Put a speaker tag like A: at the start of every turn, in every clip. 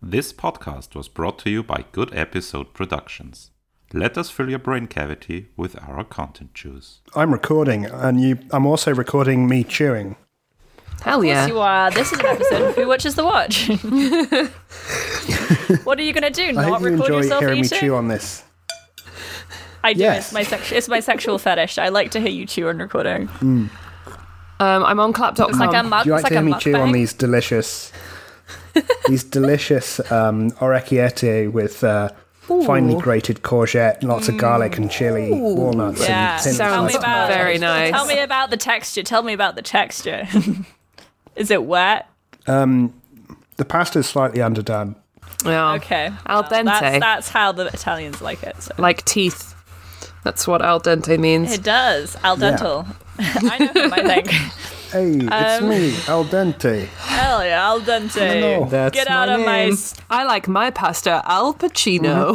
A: This podcast was brought to you by Good Episode Productions. Let us fill your brain cavity with our content juice.
B: I'm recording, and you. I'm also recording me chewing.
C: Hell yeah.
D: Yes, you are. This is an episode of Who Watches the Watch. what are you going to do?
B: I
D: Not
B: hope you
D: record
B: enjoy
D: yourself
B: hearing me
D: eating?
B: chew on this.
D: I do.
B: Yes.
D: It's my sex- It's my sexual fetish. I like to hear you chew on recording.
C: Um, I'm on clap.com.
D: It's like a mug.
B: Do you like
D: it's
B: to hear
D: like a
B: me chew on
D: mukbang.
B: these delicious, these delicious um, orecchiette with uh, finely
C: Ooh.
B: grated courgette, lots of garlic and chili, walnuts
D: Yeah.
B: and thin
D: Tell me
B: sliced
D: about
C: Very nice.
D: Tell me about the texture. Tell me about the texture. is it wet?
B: The pasta's slightly underdone.
C: yeah.
D: Okay.
C: Al
D: Well, That's,
C: dente.
D: that's how the Italians like it. so.
C: Like teeth. That's what al dente means.
D: It does. Al dental. I know him, I think.
B: Hey, it's
D: Um,
B: me, al dente.
D: Hell yeah, al dente.
B: No. That's
D: Get out of my.
C: name.
D: s-
C: I like my pasta al pacino.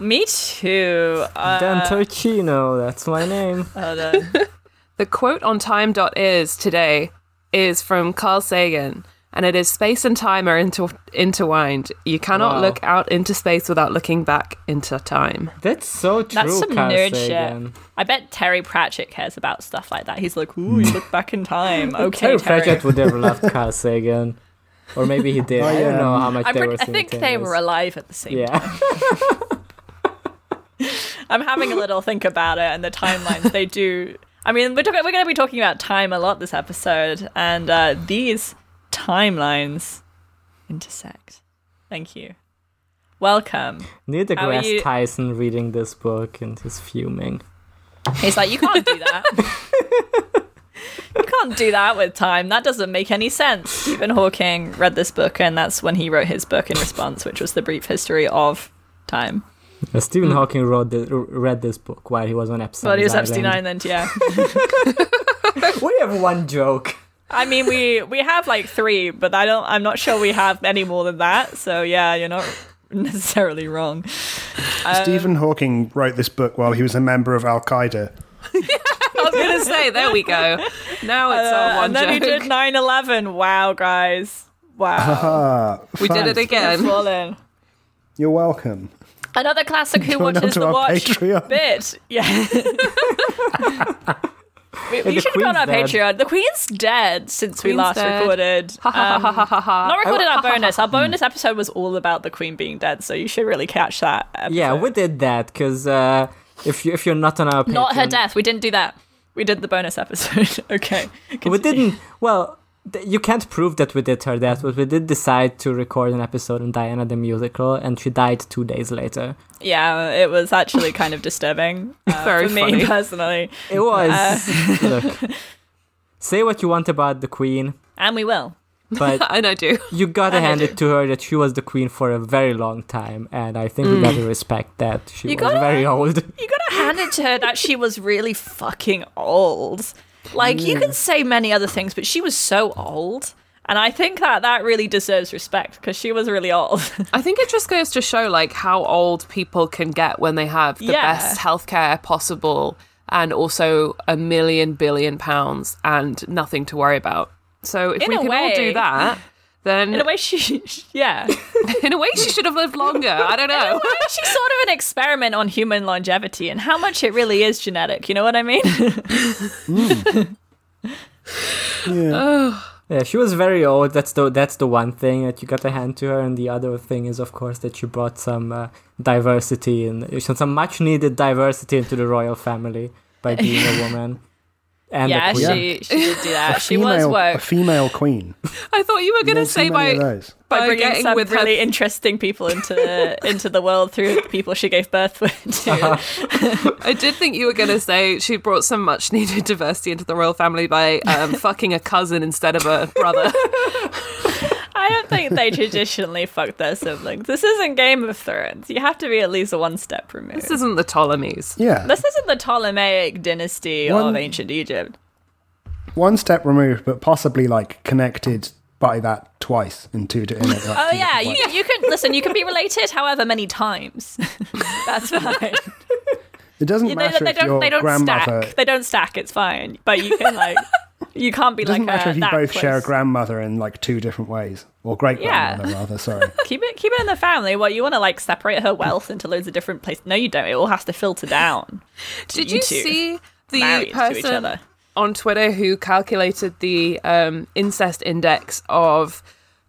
D: Me too. Uh,
E: Dantocino, that's my name.
D: hold on.
C: The quote on time.is today is from Carl Sagan, and it is space and time are inter- intertwined. You cannot
E: Wow.
C: look out into space without looking back into time.
E: That's so true.
D: That's some
E: Carl
D: nerd
E: Sagan.
D: shit. I bet Terry Pratchett cares about stuff like that. He's like, ooh, you look back in time. Okay,
E: Terry
D: Terry.
E: Pratchett would have loved Carl Sagan. Or maybe he did. I don't know how much
D: I'm
E: they
D: pretty,
E: were
D: I think they were
E: simultaneous.
D: alive at the same time.
E: Yeah.
D: I'm having a little think about it and the timelines. they do. I mean, we're, talking, we're going to be talking about time a lot this episode, and uh, these timelines intersect. Thank you. Welcome.
E: Neil
D: How are you-
E: deGrasse Tyson reading this book and he's fuming.
D: He's like, you can't do that. you can't do that with time. That doesn't make any sense. Stephen Hawking read this book, and that's when he wrote his book in response, which was the brief history of time.
E: Uh, Stephen Hawking wrote the, r- read this book while he was on Epstein.
D: Well, Hmm. he was
E: Island.
D: Epstein Island, yeah.
E: We have one joke.
D: I mean, we we have like three, but I don't. I'm not sure we have any more than that. So yeah, you're not necessarily wrong. um,
B: Stephen Hawking wrote this book while he was a member of Al Qaeda.
C: I was going to say, there we go. Now it's
D: Uh,
C: our one
D: and then he
C: joke.
D: did 9/11. Wow, guys. Wow.
C: we did it again.
D: Swollen.
B: You're welcome.
D: Another classic Who
B: Going
D: Watches
B: onto
D: the
B: our
D: Watch
B: Patreon.
D: bit. Yeah. we we
E: the
D: should go on
E: Queen's
D: our
E: dead.
D: Patreon. The Queen's dead since we
C: Queen's
D: last
C: dead.
D: recorded. Um,
C: Ha ha ha ha ha ha.
D: not recorded
C: Oh,
D: our
C: ha, ha, ha.
D: bonus. Our bonus episode was all about the Queen being dead, so you should really catch that. Episode.
E: Yeah, we did that because uh, if you if you're not on our Patreon,
D: Not her death. We didn't do that. We did the bonus episode. okay.
E: we
D: continue.
E: didn't. Well, th- you can't prove that we did her death, but we did decide to record an episode on Diana the musical, and she died two days later.
D: Yeah, it was actually kind of disturbing uh,
C: Very
D: for me
C: funny.
D: personally,
E: It was. Look, say what you want about the queen,
D: and we will.
E: but
C: And I do.
E: you gotta
D: And I
E: hand
D: do.
E: it to her that she was the queen for a very long time, and I think we gotta respect that she
D: Mm. You
E: was
D: gotta-
E: very old.
D: You gotta hand it to her that she was really fucking old. Like you can say many other things, but she was so old, and I think that that really deserves respect because she was really old.
C: I think it just goes to show like how old people can get when they have the
D: Yeah.
C: best healthcare possible and also a million billion pounds and nothing to worry about. So if
D: In
C: we
D: a
C: can all
D: way-
C: do that, then
D: In a way, she yeah,
C: she should have lived longer. I don't know.
D: she's sort of an experiment on human longevity and how much it really is genetic. You know what I mean?
E: Yeah, she was very old. That's the that's the one thing that you got to hand to her, and the other thing is, of course, that she brought some uh, diversity and some- some much needed diversity into the royal family by being a woman. And a
D: yeah,
E: queen.
D: she she did do that. she was
B: Female-
D: woke.
B: a female queen.
C: I thought you were going to
B: Don't see
C: say
B: many of
C: by
B: those.
D: by
C: by
D: bringing
C: getting
D: some
C: with
D: really
C: her.
D: interesting people into into the world through the people she gave birth with, to.
C: I did think you were going to say she brought some much needed diversity into the royal family by um, fucking a cousin instead of a brother.
D: I don't think they traditionally fuck their siblings. This isn't Game of Thrones. You have to be at least one step removed.
C: this isn't the Ptolemies.
B: Yeah.
D: This isn't the Ptolemaic dynasty of
B: One-
D: ancient Egypt.
B: One step removed, but possibly like connected by that twice in two di- in it, like,
D: Oh
B: two
D: yeah,
B: different
D: you,
B: ways.
D: you can listen. You can be related, however many times. That's fine.
B: It doesn't
D: You know,
B: matter
D: they
B: if your
D: don't. They don't
B: grandmother.
D: stack. They don't stack. It's fine. But you can like You can't be
B: It doesn't
D: like
B: matter
D: uh,
B: if you
D: that
B: both share a
D: close.
B: grandmother in like two different ways, or great
D: Yeah.
B: grandmother rather. Sorry.
D: keep it keep it in the family. What you want to like separate her wealth into loads of different places? No, you don't. It all has to filter down. to
C: Did you
D: two
C: see the
D: married to each
C: person
D: other?
C: on Twitter who calculated the um, incest index of?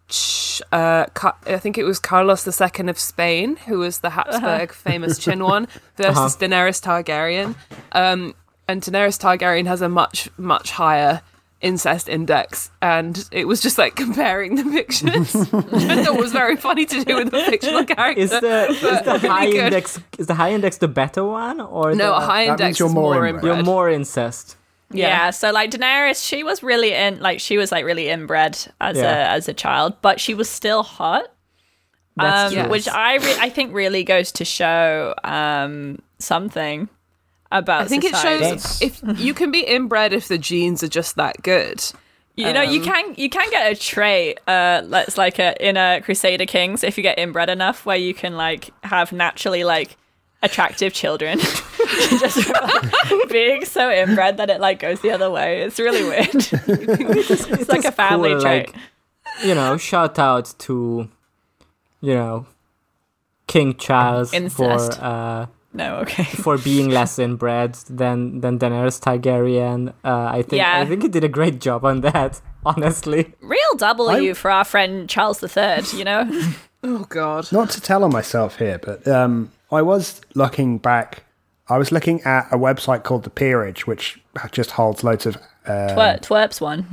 C: Ch- Uh, Ca- I think it was Carlos II of Spain, who was the
D: Uh-huh.
C: Habsburg famous Chin one, versus Daenerys Targaryen. Um, and Daenerys Targaryen has a much, much higher incest index. And it was just like comparing the pictures. I thought it was very funny to do with the fictional character.
E: Is the is
C: but
E: the
C: really
E: high
C: good.
E: index is the high index the better one or
C: No,
E: the,
C: a high
B: That means
C: index
B: you're
C: is
B: more
C: more
B: inbred.
C: inbred.
E: You're more incest.
D: Yeah. So like Daenerys, she was really in like she was like really inbred as
E: Yeah.
D: a as a child, but she was still hot.
E: That's
D: um,
E: true.
C: Yes.
D: which I re- I think really goes to show um, something about.
C: I think it shows
D: society.
E: That's-
C: if you can be inbred if the genes are just that good.
D: you know
C: um,
D: you can you can get a trait. Uh, that's like a, in a Crusader Kings if you get inbred enough, where you can like have naturally like attractive children. Just from, like, being so inbred that it like goes the other way. It's really weird. it's like a family
E: cool,
D: trait.
E: like, you know, shout out to, you know, King Charles
D: Incest.
E: for uh,
D: no, okay.
E: for being less inbred than than Daenerys Targaryen. Uh, I think I
D: Yeah.
E: think he did a great job on that. Honestly,
D: Real W for our friend Charles III, you know?
C: Oh god.
B: Not to tell on myself here, but um, I was looking back. I was looking at a website called The Peerage, which just holds loads of uh,
D: Twer- twerps one.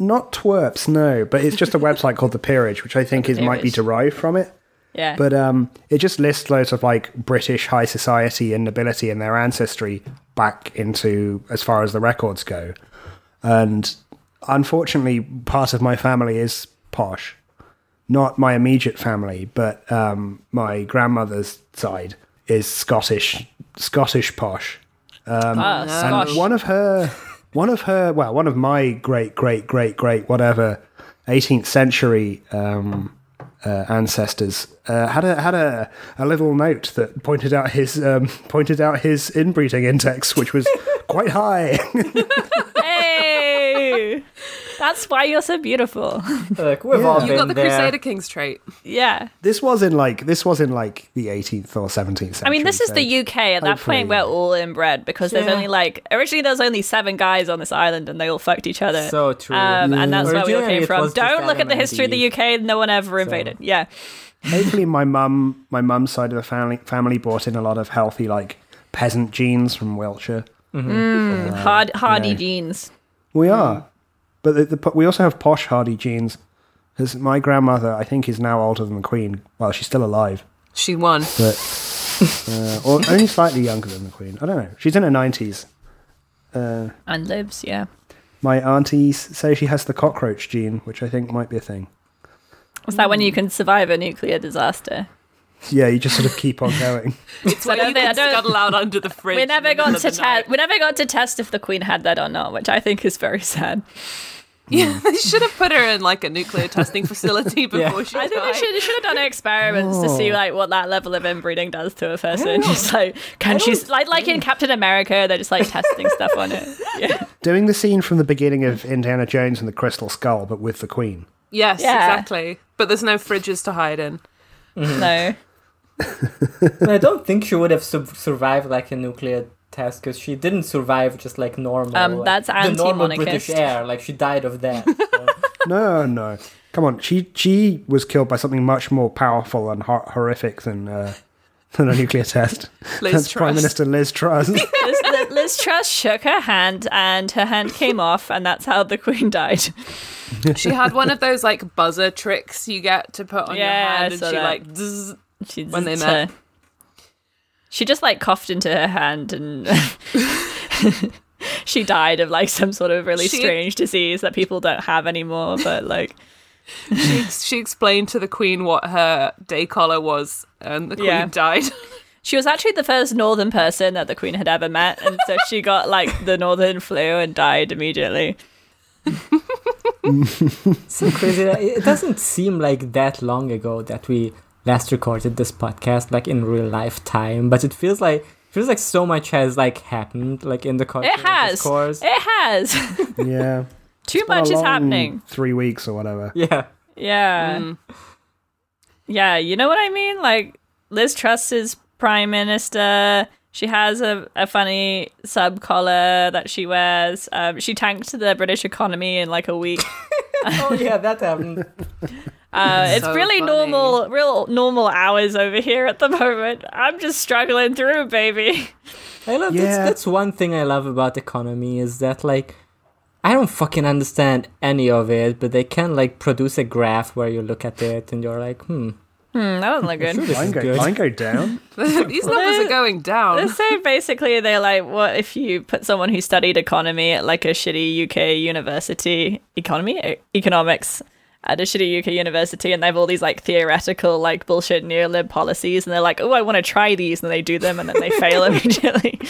B: not twerps, no, but it's just a website called The Peerage, which I think is might be
D: Peerage.
B: derived from it.
D: Yeah.
B: But um, it just lists loads of like British high society and nobility and their ancestry back into as far as the records go. And unfortunately, part of my family is posh. Not my immediate family, but um, my grandmother's side is Scottish, Scottish posh.
D: oh, gosh.
B: One of her, one of her, well, one of my great, great, great, great, whatever, 18th century um, uh, ancestors uh, had a had a, a little note that pointed out his um, pointed out his inbreeding index, which was quite high.
D: Hey! That's why you're so beautiful.
E: look, we've all
B: Yeah.
E: been
C: You got the
E: there.
C: Crusader Kings trait.
D: Yeah.
B: this was in like this was in like the 18th or 17th century.
D: I mean, this is
B: so-
D: the UK. At that
B: hopefully-
D: point, we're all inbred because there's
E: Yeah.
D: only like, originally there was only seven guys on this island and they all fucked each other.
E: So true.
D: Um, and that's where we all
E: Originally,
D: came
E: it
D: from.
E: was just
D: Don't look at the
E: Adam
D: history of
E: and
D: the UK. No one ever invaded. Yeah.
B: Hopefully, my mum, my mum's side of the family family brought in a lot of healthy like peasant genes from Wiltshire.
D: Hard, hardy
B: yeah.
D: genes.
B: We are, but the, the, po- we also have posh Hardy genes. Because my grandmother, I think, is now older than the Queen. Well, she's still alive,
C: She won.
B: but uh, or only slightly younger than the Queen. I don't know. She's in her nineties.
D: And libs, yeah.
B: My aunties say she has the cockroach gene, which I think might be a thing.
D: Is that when you can survive a nuclear disaster?
B: Yeah, you just sort of keep on going.
C: It's when
D: I don't
C: you
D: think- I
C: can
D: don't-
C: scuttle out under the fridge.
D: we
C: in the
D: never
C: middle
D: got
C: of
D: to
C: the night.
D: test. We never got to test if the queen had that or not, which I think is very sad.
C: Yeah, they should have put her in like a nuclear testing facility before she
D: I think they
C: died.
D: should, they should have done experiments to see like what that level of inbreeding does to a person. Just like can she's like like in Captain America, they're just like testing stuff on it. Yeah,
B: Doing the scene from the beginning of Indiana Jones and the Crystal Skull, but with the Queen.
C: Yes,
D: Yeah.
C: exactly. But there's no fridges to hide in.
D: no,
E: I don't think she would have su- survived like a nuclear test because she didn't survive just like normal.
D: Um,
E: like,
D: that's
E: the normal British
D: anti-monarchist.
E: air. Like she died of that.
B: No, no. Come on, she she was killed by something much more powerful and hor- horrific than uh, than a nuclear test.
C: Liz
B: That's Prime
C: Truss.
B: Minister Liz Truss.
D: Liz, Liz, Liz Truss shook her hand and her hand came off, and that's how the queen died.
C: She had one of those like buzzer tricks you get to put on
D: Yeah, I
C: your hand, and she
D: saw that.
C: like zzz,
D: She
C: When they
D: zizzed
C: met.
D: her. She just like coughed into her hand and. She died of like some sort of really
C: She-
D: strange disease that people don't have anymore, but like
C: she, she explained to the queen what her day collar was, and the queen
D: Yeah.
C: died.
D: She was actually the first northern person that the queen had ever met, and so she got like the northern flu and died immediately.
E: so crazy. that- It doesn't seem like that long ago that we last recorded this podcast, like in real life time. But it feels like feels like so much has like happened, like in the culture.
D: It has.
E: Discourse.
D: It has.
B: yeah.
D: Too
B: been a
D: much is
B: long
D: happening.
B: Three weeks or whatever.
E: Yeah.
D: Yeah. Yeah, you know what I mean? Like, Liz Truss is prime minister. She has a, a funny sub collar that she wears. Um, she tanked the British economy in like a week.
E: Oh yeah, that happened.
D: Uh, it's
C: So
D: really
C: funny.
D: normal, real normal hours over here at the moment. I'm just struggling through, baby.
E: I love
B: Yeah.
E: that's that's one thing I love about economy is that like I don't fucking understand any of it, but they can like produce a graph where you look at it and you're like, hmm,
D: Mm, that doesn't look good.
E: this
B: Mine
E: is
B: go,
E: good.
B: mine go down.
C: These numbers are going
D: They
C: down.
D: say basically they're like, what if you put someone who studied economy at like a shitty UK university economy E- economics at a shitty UK university, and they have all these like theoretical like bullshit neolib policies, and they're like, oh, I want to try these, and they do them, and then they fail immediately.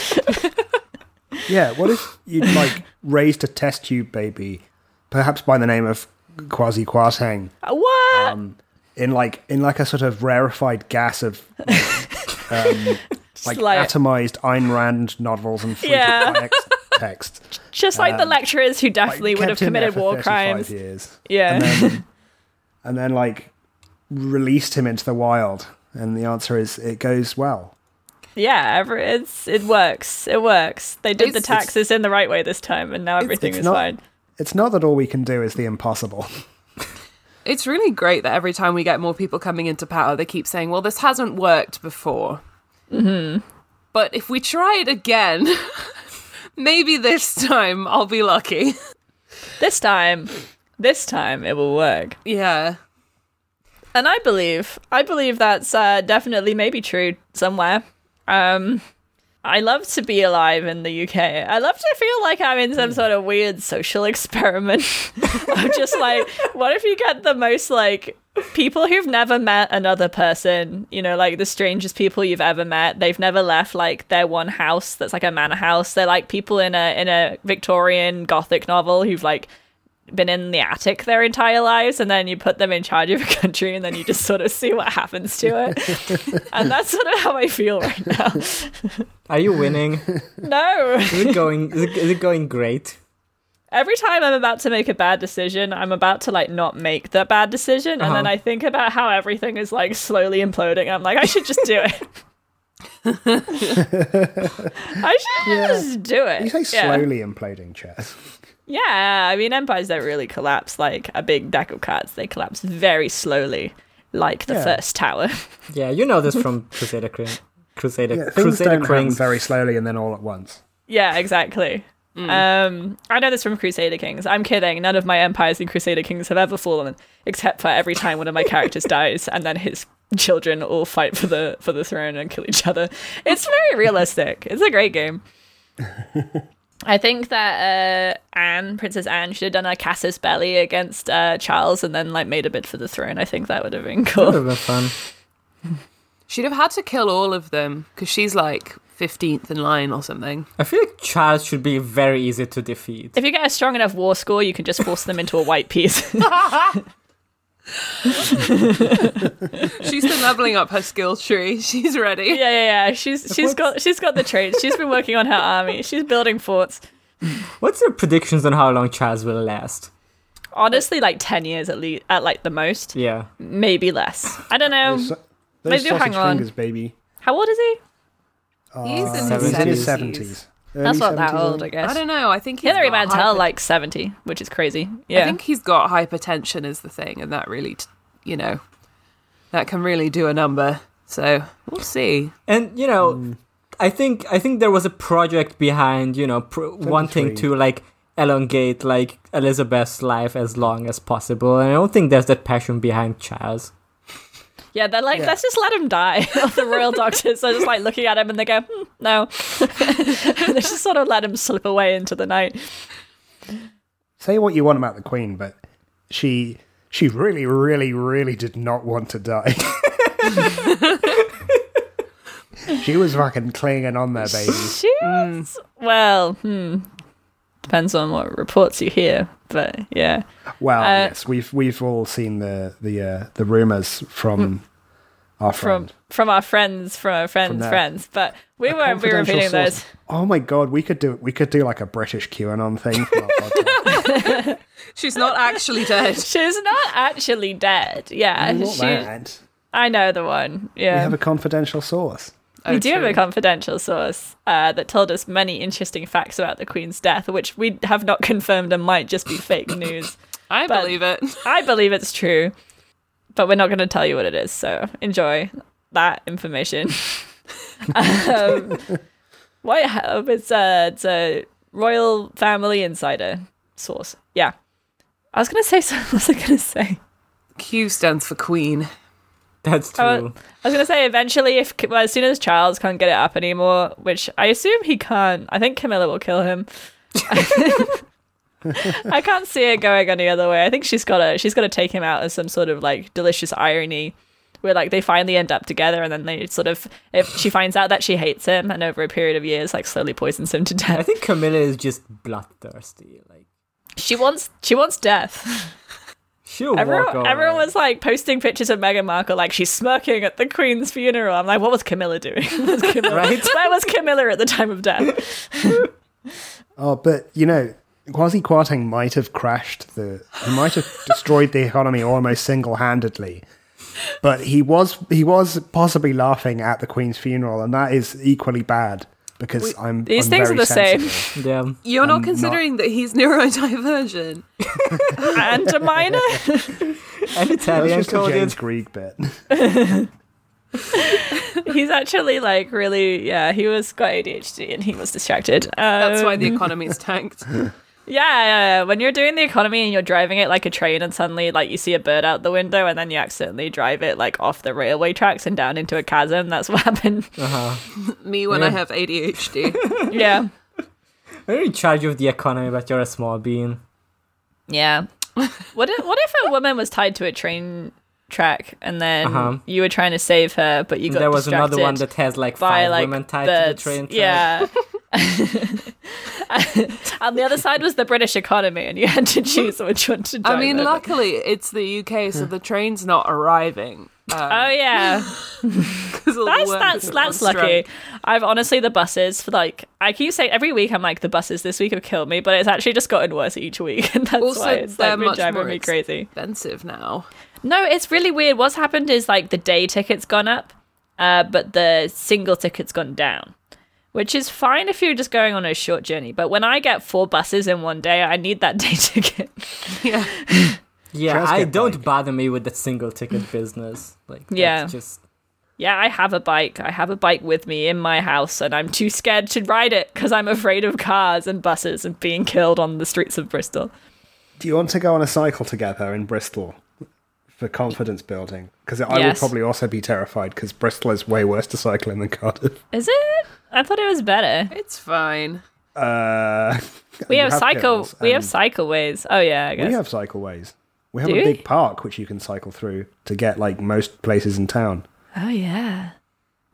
B: Yeah. What if you like raised a test tube baby, perhaps by the name of Quasi Quasang,
D: what?
B: Um, in like in like a sort of rarefied gas of like, um, like
D: like-
B: atomized Ayn Rand novels and Friedrich
D: Yeah.
B: Hayek text.
D: Just like the
B: um,
D: lecturers who
B: Like,
D: definitely would have
B: kept in there
D: committed
B: for
D: war
B: 35
D: crimes.
B: Years.
D: Yeah.
B: And then, and then like released him into the wild, and the answer is it goes well.
D: Yeah, every, it's it works. It works. They did the
C: It's- it's-
D: taxes in the right way this time, and now everything
B: it's
D: is
B: not-
D: fine.
B: It's not that all we can do is the impossible.
C: It's really great that every time we get more people coming into power, they keep saying, well, this hasn't worked before. Mm-hmm. But if we try it again, maybe this time I'll be lucky.
D: This time, this time it will work.
C: yeah.
D: And I believe, I believe that's uh, definitely maybe true somewhere. Um, I love to be alive in the UK. I love to feel like I'm in some sort of weird social experiment. I'm just like, what if you get the most like people who've never met another person? You know, like the strangest people you've ever met. They've never left like their one house that's like a manor house. They're like people in a in a Victorian Gothic novel who've like been in the attic their entire lives and then you put them in charge of a country and then you just sort of see what happens to it and that's sort of how i feel right now
E: Are you winning?
D: no
E: Is it going? Is it, is it going great?
D: every time i'm about to make a bad decision i'm about to like not make that bad decision and then
E: Uh-huh.
D: i think about how everything is like slowly imploding i'm like i should just do it i should just do it
B: You say
D: Yeah.
B: slowly imploding, Chess.
D: Yeah, I mean, empires don't really collapse like a big deck of cards. They collapse very slowly, like the
B: Yeah.
D: first tower.
E: Yeah, you know this from Crusader King. Crusader,
B: Yeah, things
E: Crusader
B: don't happen
E: Kings.
B: very slowly and then all at once.
D: yeah, exactly. Um, I know this from Crusader Kings. I'm kidding. None of my empires in Crusader Kings have ever fallen, except for every time one of my characters dies, and then his children all fight for the for the throne and kill each other. It's very realistic. It's a great game. I think that uh, Anne, Princess Anne, should have done a Casus Belli against uh, Charles, and then like made a bid for the throne. I think that would have been
E: That would
D: cool.
E: have been fun.
C: She'd have had to kill all of them because she's like 15th in line or something.
E: I feel like Charles should be very easy to defeat.
D: If you get a strong enough war score, you can just force them into a white piece.
C: She's been leveling up her skill tree. She's ready.
D: Yeah, yeah, yeah. She's she's got she's got the traits. She's been working on her army. She's building forts.
E: What's your predictions on how long Charles will last?
D: Honestly, like ten years at least, at like the most,
E: Yeah,
D: maybe less. I don't know.
B: Those so-
D: maybe
B: those
D: Um, hang
B: sausage
D: on.
B: fingers, baby.
D: How old is he?
C: He's in
B: Uh,
C: his
B: he's in
E: 70s.
B: his 70s.
D: That's
B: Early
D: not that
B: 70s, I
D: old, I
B: think.
D: guess.
C: I don't know. I think he's
D: Hillary
C: got
D: Mantel
C: hyper-
D: like seventy, which is crazy. Yeah,
C: I think he's got hypertension is the thing, and that really, t- you know, that can really do a number. So we'll see.
E: and you know,
B: Mm.
E: I think I think there was a project behind you know pr- wanting to like elongate like Elizabeth's life as long as possible, and I don't think there's that passion behind Charles.
D: yeah. They're like,
B: Yeah.
D: let's just let him die. the royal doctors are just like looking at him and they go, hmm, no. they just sort of let him slip away into the night.
B: Say what you want about the Queen, but she she really, really, really did not want to die. she was fucking clinging on there, baby.
D: She was- well, hmm. Depends on what reports you hear, but yeah.
B: Well,
D: Uh,
B: yes, we've we've all seen the the uh, the rumors from our
D: Hmm. from
B: friend.
D: from our friends, from our friends'
B: their-
D: friends. But we won't be
B: Confidential
D: repeating
B: source.
D: those.
B: Oh my god, we could do we could do like a British QAnon thing. for our podcast.
C: She's not actually dead.
D: She's not actually dead. Yeah,
B: Not
D: she-
B: bad.
D: I know the one. Yeah,
B: We have a confidential source.
C: Oh,
D: we do have
C: true.
D: a confidential source uh, that told us many interesting facts about the Queen's death, which we have not confirmed and might just be fake news.
C: I
D: but-
C: believe it.
D: I believe it's true, but we're not going to tell you what it is. So enjoy that information. um, White House, it's a, it's a royal family insider source. Yeah. I was going to say something. What was I going to say?
C: Q stands for queen.
E: That's true.
D: I was, I was gonna say eventually, if well, as soon as Charles can't get it up anymore, which I assume he can't, I think Camilla will kill him. I can't see it going any other way. I think she's gotta she's gotta take him out as some sort of like delicious irony, where like they finally end up together, and then they sort of if she finds out that she hates him, and over a period of years, like slowly poisons him to
E: I
D: death.
E: think Camilla is just bloodthirsty. Like
D: She wants she wants death.
E: she'll walk
D: Everyone,
E: over.
D: everyone was like posting pictures of Meghan Markle, like she's smirking at the Queen's funeral. I'm like, what was Camilla doing? What was Camilla-
E: Right?
D: Where was Camilla at the time of death?
B: Oh, but you know, Kwasi Kwarteng might have crashed the. He might have destroyed the economy almost single-handedly. But he was he was possibly laughing at the Queen's funeral, and that is equally bad because I'm.
D: these
B: I'm
D: things
B: very
D: are the same.
B: sensitive.
E: Yeah.
C: You're not
B: not-
C: considering that he's neurodivergent.
D: And a minor?
E: An
B: That was
E: Italian
B: just a James
E: coded.
B: Greig bit.
D: He's actually like really, yeah, he was got ADHD and he was distracted. Um,
C: That's why the economy's tanked.
D: Yeah, yeah, yeah. when you're doing the economy and you're driving it like a train, and suddenly like you see a bird out the window, and then you accidentally drive it like off the railway tracks and down into a chasm. That's what happened.
C: Me when I
E: Yeah.
C: have ADHD.
D: yeah,
E: You're in charge of the economy, but you're a small bean.
D: Yeah. What if, what if a woman was tied to a train track and then
E: Uh-huh.
D: you were trying to save her, but you got
E: There was another one
D: distracted
E: that has like
D: by
E: five
D: like
E: women tied to the
D: birds.
E: train track.
D: Yeah. and the other side was the British economy, and you had to choose which one to drive.
C: I mean,
D: over.
C: luckily it's the UK, so the train's not arriving. Uh,
D: Oh yeah, that's that's that's lucky. I've honestly the buses for like I keep saying every week I'm like the buses this week have killed me, but it's actually just gotten worse each week, and that's
C: Also,
D: why it's
C: they're
D: like been
C: much
D: driving
C: more
D: me
C: ex-
D: crazy.
C: Expensive now.
D: No, it's really weird. What's happened is like the day ticket's gone up, uh, but the single ticket's gone down, which is fine if you're just going on a short journey. But when I get four buses in one day, I need that day ticket.
C: Yeah.
E: Yeah,
B: Just
E: I
B: get
E: don't
B: like-
E: bother me with that single ticket business. Like, that's
D: Yeah.
E: just
D: yeah, I have a bike. I have a bike with me in my house, and I'm too scared to ride it because I'm afraid of cars and buses and being killed on the streets of Bristol.
B: Do you want to go on a cycle together in Bristol for confidence building? Because I would
D: Yes.
B: probably also be terrified because Bristol is way worse to cycle in than Cardiff.
D: Is it? I thought it was better.
C: It's fine.
B: Uh,
D: We
B: you
D: have, cycle.
B: hills
D: We have
B: and
D: cycleways. Oh yeah, I guess.
B: We have cycleways. We have
D: Do
B: a
D: we?
B: big park which you can cycle through to get like most places in town.
D: Oh yeah.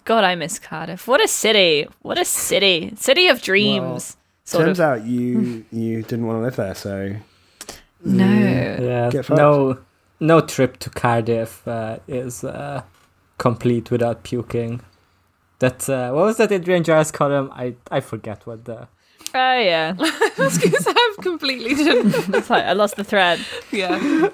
D: God, I miss Cardiff. What a city. What a city. City of dreams. sort
B: Turns
D: of.
B: out you you didn't want to live there, so
D: no.
E: yeah.
B: Get fucked.
E: No, no trip to Cardiff uh, is uh, complete without puking. That uh, what was that Adrian Giles column? I I forget what the
D: Oh yeah.
C: Because I've completely didn't.
D: It's like I lost the thread.
C: Yeah.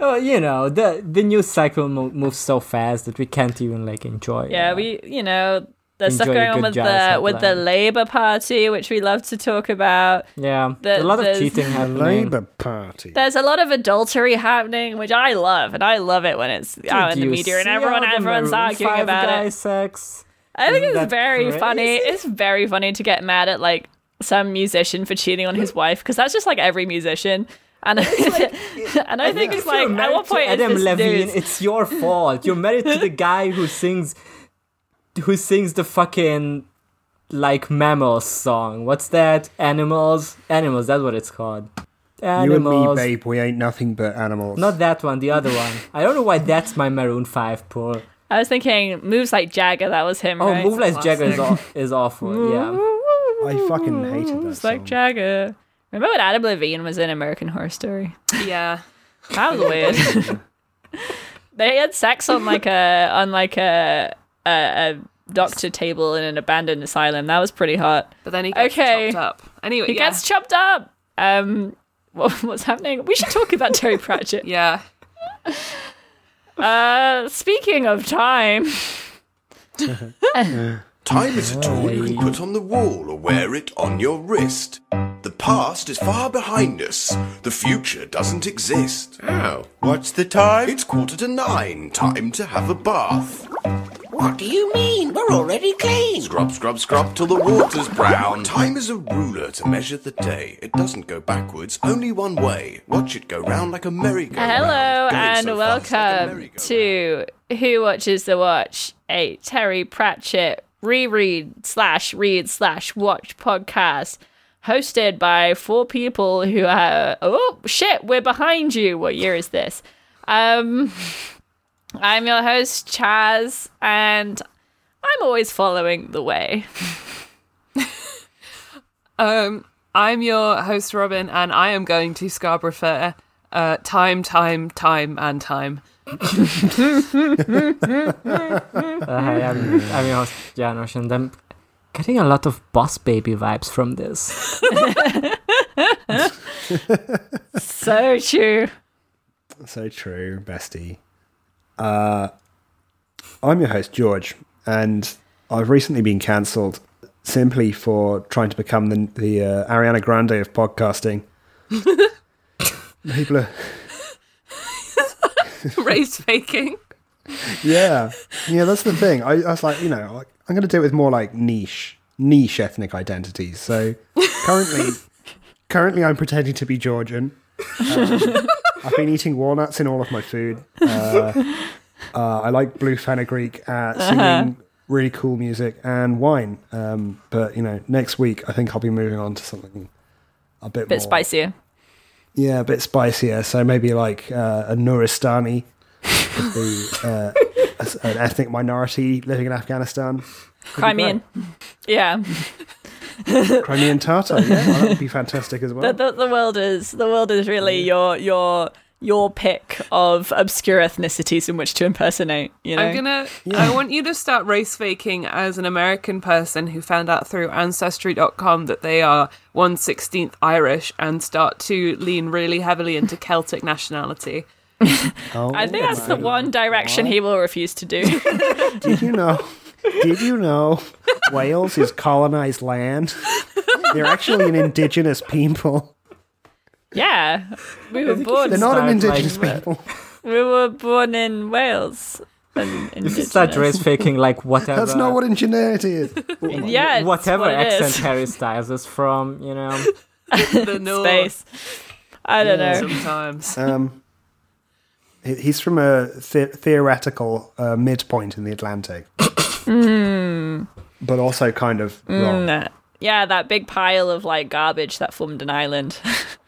E: oh you know the the news cycle mo- moves so fast that we can't even like enjoy.
D: Yeah,
E: uh,
D: we you know there's stuff
E: Enjoy
D: going
E: a
D: on
E: good
D: with
E: jazz
D: the with the
E: headline.
D: Labour Party, which we love to talk about.
E: yeah
D: the-
E: a lot of
D: there's-
E: cheating happening.
B: Labour Party.
D: There's a lot of adultery happening, which I love, and I love it when it's out in
E: Did
D: the
E: you
D: media and
E: see
D: everyone
E: all the
D: everyone's
E: Maroon
D: arguing
E: five
D: about
E: guy
D: it.
E: Sex.
D: I think
E: Isn't
D: it's
E: that
D: very
E: crazy?
D: funny. It's very funny to get mad at like some musician for cheating on his wife because that's just like every musician. And and I think it's
E: If you're
D: like at
E: married
D: what
E: to
D: point
E: Adam
D: is this
E: Levine,
D: news?
E: it's your fault. You're married to the guy who sings, who sings the fucking like mammals song. What's that? Animals, animals. That's what it's called.
B: you and me,
E: Animals.
B: babe, we ain't nothing but animals.
E: Not that one. The other one. I don't know why that's my Maroon Five pull.
D: I was thinking moves like Jagger. That was him.
E: Oh,
D: right?
E: Move Like Jagger is, aw-
C: classic.
E: is awful. Yeah.
B: I fucking hated that
D: Moves like
B: song.
D: Jagger. Remember when Adam Levine was in American Horror Story?
C: Yeah.
D: That was weird. they had sex on like a on like a a, a doctor table in an abandoned asylum. That was pretty hot.
C: But then he gets
D: Okay.
C: chopped up. Anyway,
D: He
C: yeah.
D: gets chopped up. Um, what, what's happening? We should talk about Terry Pratchett.
C: Yeah.
D: Uh, speaking of time,
F: Time is a tool you can put on the wall or wear it on your wrist. The past is far behind us. The future doesn't exist. Oh. What's the time? It's quarter to nine. Time to have a bath.
G: What do you mean? We're already clean.
F: Scrub, scrub, scrub till the water's brown. Time is a ruler to measure the day. It doesn't go backwards, only one way. Watch it go round like a merry-go-round.
D: hello
F: Going
D: and
F: so fast like a
D: welcome
F: merry-go-round.
D: to Who Watches the Watch, a Terry Pratchett reread slash read slash watch podcast hosted by four people who are oh shit we're behind you what year is this um i'm your host chaz and i'm always following the way
C: Um, I'm your host, Robin, and I am going to Scarborough Fair. Uh, time, time, time, and time.
E: Uh, hi, I'm, I'm your host, Janosch, and I'm getting a lot of Boss Baby vibes from this.
D: so true
B: So true, bestie. Uh, I'm your host, George, and I've recently been cancelled simply for trying to become the, the uh, Ariana Grande of podcasting. People are,
C: Race faking.
B: yeah, yeah, that's the thing. I, I was like, you know, like, I'm going to do it with more like niche, niche ethnic identities. So currently, currently, I'm pretending to be Georgian. Um, I've been eating walnuts in all of my food. Uh, uh, I like blue fenugreek, uh, singing really cool music, and wine. Um, but you know, next week I think I'll be moving on to something a bit,
D: bit
B: more,
D: spicier
B: Yeah, a bit spicier. So maybe like uh, a Nuristani, would be, uh, a s- an ethnic minority living in Afghanistan.
D: crimean yeah
B: Crimean Tartar. Yeah, well, that would be fantastic as well.
D: the, the, the world is the world is really your your your pick of obscure ethnicities in which to impersonate. You know,
C: I'm gonna. I want you to start race faking as an American person who found out through Ancestry.com that they are one sixteenth Irish and start to lean really heavily into Celtic nationality.
B: Oh,
D: I think that's the one direction he will refuse to do.
B: Did you know? Did you know Wales is colonized land? They're actually an indigenous people.
D: yeah, we were
B: They're
D: born.
B: not an
E: Start, like,
B: indigenous people.
D: we were born in Wales. And
E: If you start race faking, like whatever,
B: That's not what ingenuity is.
D: yeah, it's
E: whatever
D: what it is.
E: accent Harry Styles is from, you know.
C: The North
D: space. I don't know.
C: sometimes.
B: Um, he- he's from a the- theoretical uh, midpoint in the Atlantic, but also kind of wrong.
D: Nah. Yeah, Mm, that big pile of like garbage that formed an island.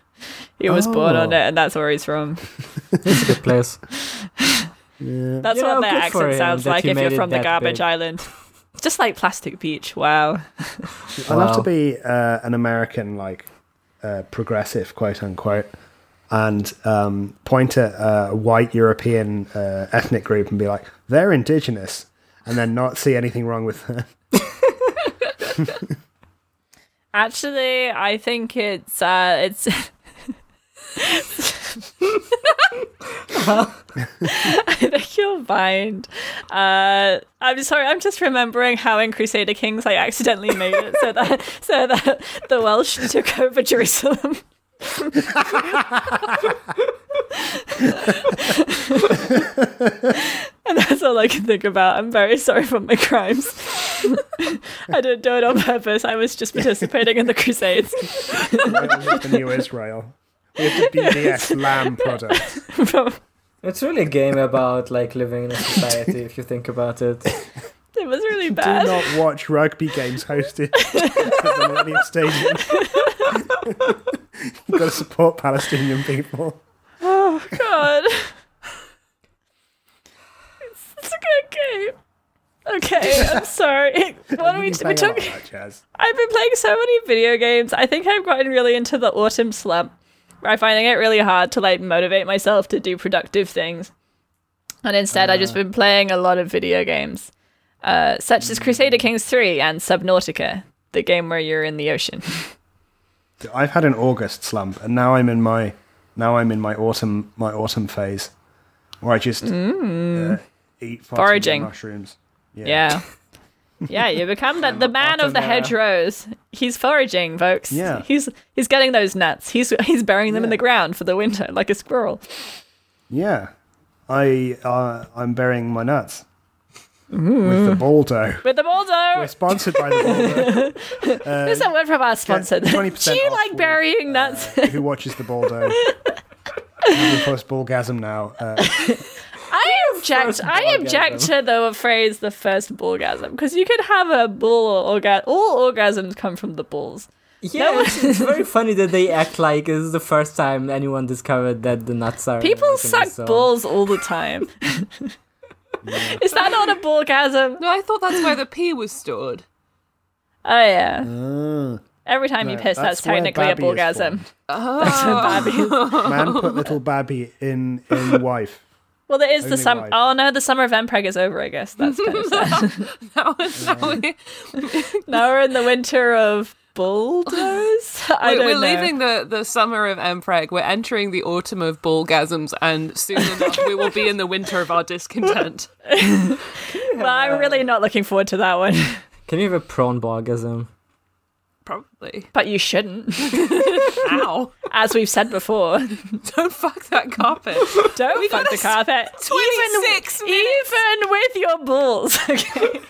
D: he was born on
B: Oh.
D: it, and that's where he's from.
E: Good place.
D: That's
E: Yeah,
D: what their
E: good for
D: accent
E: him
D: sounds
E: that
D: like
E: he
D: if you're
E: made it
D: from the
E: that
D: garbage
E: big.
D: island. It's Just like Plastic Beach. Wow.
B: I love to
E: Wow.
B: be uh, an American, like uh, progressive, quote unquote, and um, point at uh, a white European uh, ethnic group and be like, "They're indigenous," and then not see anything wrong with them.
D: Actually, I think it's uh, it's. I think you'll find. Uh, I'm sorry. I'm just remembering how in Crusader Kings I accidentally made it so that so that the Welsh took over Jerusalem. and that's all I can think about. I'm very sorry for my crimes. I didn't do it on purpose. I was just participating in the Crusades.
B: the new Israel. We have the BDS lamb product.
D: it
E: It's really a game about like living in a society if you think about it.
D: was really
B: Do
D: bad.
B: not watch rugby games hosted at the Millennium Stadium. You've got to support Palestinian people.
D: Oh, God. It's, it's a good game. Okay, I'm sorry. What are we,
B: You can
D: we
B: bang on
D: talking?
B: about that, Jazz.
D: I've been playing so many video games. I think I've gotten really into the autumn slump. where I'm finding it really hard to like motivate myself to do productive things. And instead, I've
B: Uh.
D: just been playing a lot of video games, uh, such as Crusader Kings 3 and Subnautica, the game where you're in the ocean.
B: I've had an August slump, and now I'm in my now I'm in my autumn my autumn phase, where I just uh, eat far too many
D: Mm. Foraging.
B: mushrooms.
D: Yeah. Yeah, you become the, the man of the
E: autumn era.
D: hedgerows. He's foraging, folks.
B: Yeah.
D: He's he's getting those nuts. He's he's burying them in
B: Yeah.
D: the ground for the winter like a squirrel.
B: Yeah, I uh, I'm burying my nuts with
D: Mm.
B: the Baldo.
D: With the
B: We're
D: Baldo.
B: sponsored by the Baldo.
D: Here's a word from our sponsor. Do
B: 20%
D: you
B: off Uh,
D: like
B: with,
D: burying nuts?
B: Who watches the Baldo? I'm post ballgasm now. Uh,
D: I object. I
E: orgasm.
D: object to the phrase "the first ballgasm" because you could have a bull or orgasm. All orgasms come from the balls.
E: Yeah, it's, it's very funny that they act like this is the first time anyone discovered that the nuts are.
D: People
E: everything
D: suck
E: is so-
D: balls all the time. Is that not a ballgasm?
C: No, I thought that's where the pee was stored.
D: Oh yeah. Every time
B: Ah.
D: you
B: No,
D: piss, that's,
B: that's where
D: technically a
B: Babby is
D: ballgasm.
B: formed.
C: Oh.
D: That's what Babby is.
B: man put little Babby in in wife.
D: Well, there is the
B: Only
D: summer.
B: wife.
D: Oh no, the summer of Mpreg is over. I guess that's kind of sad.
C: That was that we-
D: now we're in the winter of bulldoze. I
C: we're,
D: don't
C: we're
D: know.
C: leaving the, the summer of Mpreg. We're entering the autumn of ballgasms, and soon enough we will be in the winter of our discontent.
D: But I'm really not looking forward to that one.
E: Can you have a prawn borgasm?
C: Probably.
D: But you shouldn't,
C: Ow!
D: as we've said before.
C: Don't fuck that carpet.
D: Don't
C: We
D: fuck
C: got a
D: the carpet. Even,
C: 26 minutes.
D: even with your balls. Okay.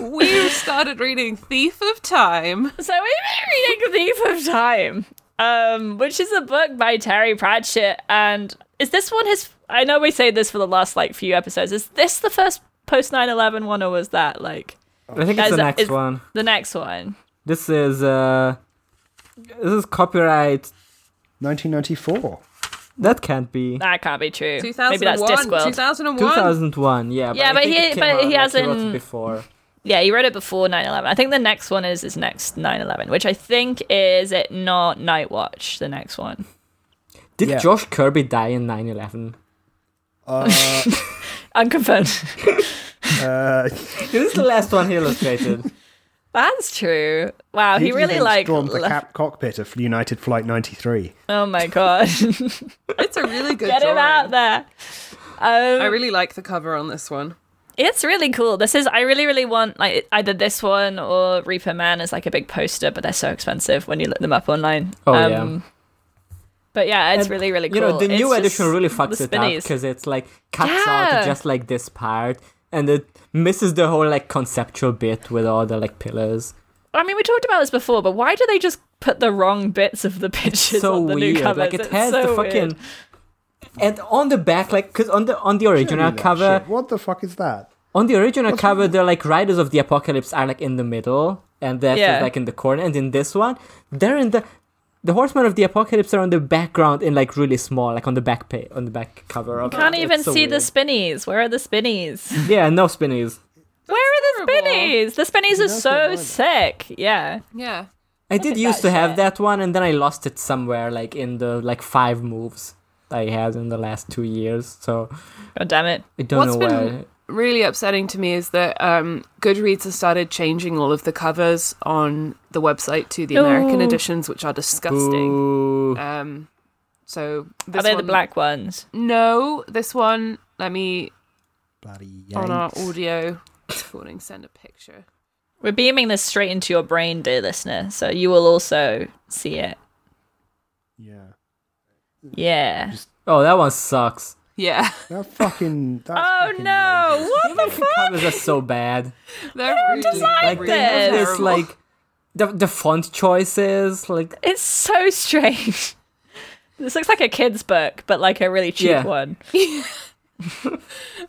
C: We started reading Thief of Time.
D: So we've been reading Thief of Time, um, which is a book by Terry Pratchett. And is this one his? I know we say this for the last like few episodes. Is this the first post 9-11 one, or was that like
E: I think it's
D: Guys,
E: the next
D: it's-
E: one.
D: the next one?
E: This is uh, this is copyright.
B: 1994.
E: That can't be.
D: That can't be true. Maybe that's
C: 2001.
D: Discworld.
C: 2001.
E: 2001. Yeah.
D: Yeah,
E: I
D: but
E: think
D: he-
E: it came
D: but
E: out,
D: he
E: like, wrote
D: hasn't-
E: it before.
D: Yeah, he wrote it before 9-11. I think the next one is his next 9-11, which I think is it not Night Watch, the next one.
E: Did
B: Yeah.
E: Josh Kirby die in 9/11?
D: Unconfirmed.
B: Uh,
E: This is the last one he illustrated.
D: That's true. Wow, Oh, he, really
B: even
D: like.
B: stormed the
D: left-
B: cap cockpit of United Flight 93.
D: oh my god,
C: It's a really good
D: get him
C: drawing.
D: out Um, there.
C: I really like the cover on this one.
D: It's really cool. This is I really really want like either this one or Reaper Man is like a big poster, but they're so expensive when you look them up online. Um,
E: Oh, yeah.
D: But yeah, it's
E: And,
D: really really cool.
E: You know, the
D: It's
E: new edition
D: just
E: really
D: the
E: fucks it up
D: spinnies.
E: because it's like cuts
D: Yeah.
E: out just like this part, and it misses the whole like conceptual bit with all the like pillars.
D: I mean, we talked about this before, but why do they just put the wrong bits of the pictures
E: so
D: on the
E: weird.
D: new covers?
E: Like it
D: It's
E: has
D: so
E: the fucking
D: weird.
E: and on the back, like because on the on the original
B: Holy
E: cover,
B: shit, What the fuck is that?
E: on the original cover, the like Riders of the Apocalypse are like in the middle, and that's
D: Yeah.
E: like in the corner. And in this one, they're in the the Horsemen of the Apocalypse are on the background in like really small, like on the back page, on the back cover. Of
D: Can't
E: it. It's
D: even
E: so
D: see the
E: weird.
D: spinnies. Where are the spinnies?
E: Yeah, no spinnies.
D: Where are the
C: terrible.
D: spinnies? The spinnies are so sick. Yeah.
C: Yeah.
E: I did used to have that one, and then I lost it somewhere, like in the like five moves I had in the last two years. So
D: God Oh, damn it.
E: I don't
C: What's
E: know
C: been-
E: where.
C: Really upsetting to me is that um, Goodreads has started changing all of the covers on the website to the American
D: Ooh.
C: editions, which are disgusting.
E: Ooh.
C: Um, so this
D: Are they the
C: one-
D: black ones?
C: No, this one. Let me
B: Bloody
C: on
B: yikes.
C: our audio recording send a picture.
D: We're beaming this straight into your brain, dear listener, so you will also see it.
B: Yeah.
D: Yeah.
E: Oh, that one sucks.
C: Yeah,
B: That fucking. That's
D: Oh
B: fucking
D: no! What the
E: The
D: fuck?
E: covers are so bad.
C: they're really,
D: design
C: really
D: them.
E: They have this
C: terrible.
E: like the the font choices, like
D: It's so strange. This looks like a kid's book, but like a really cheap
E: Yeah.
D: one.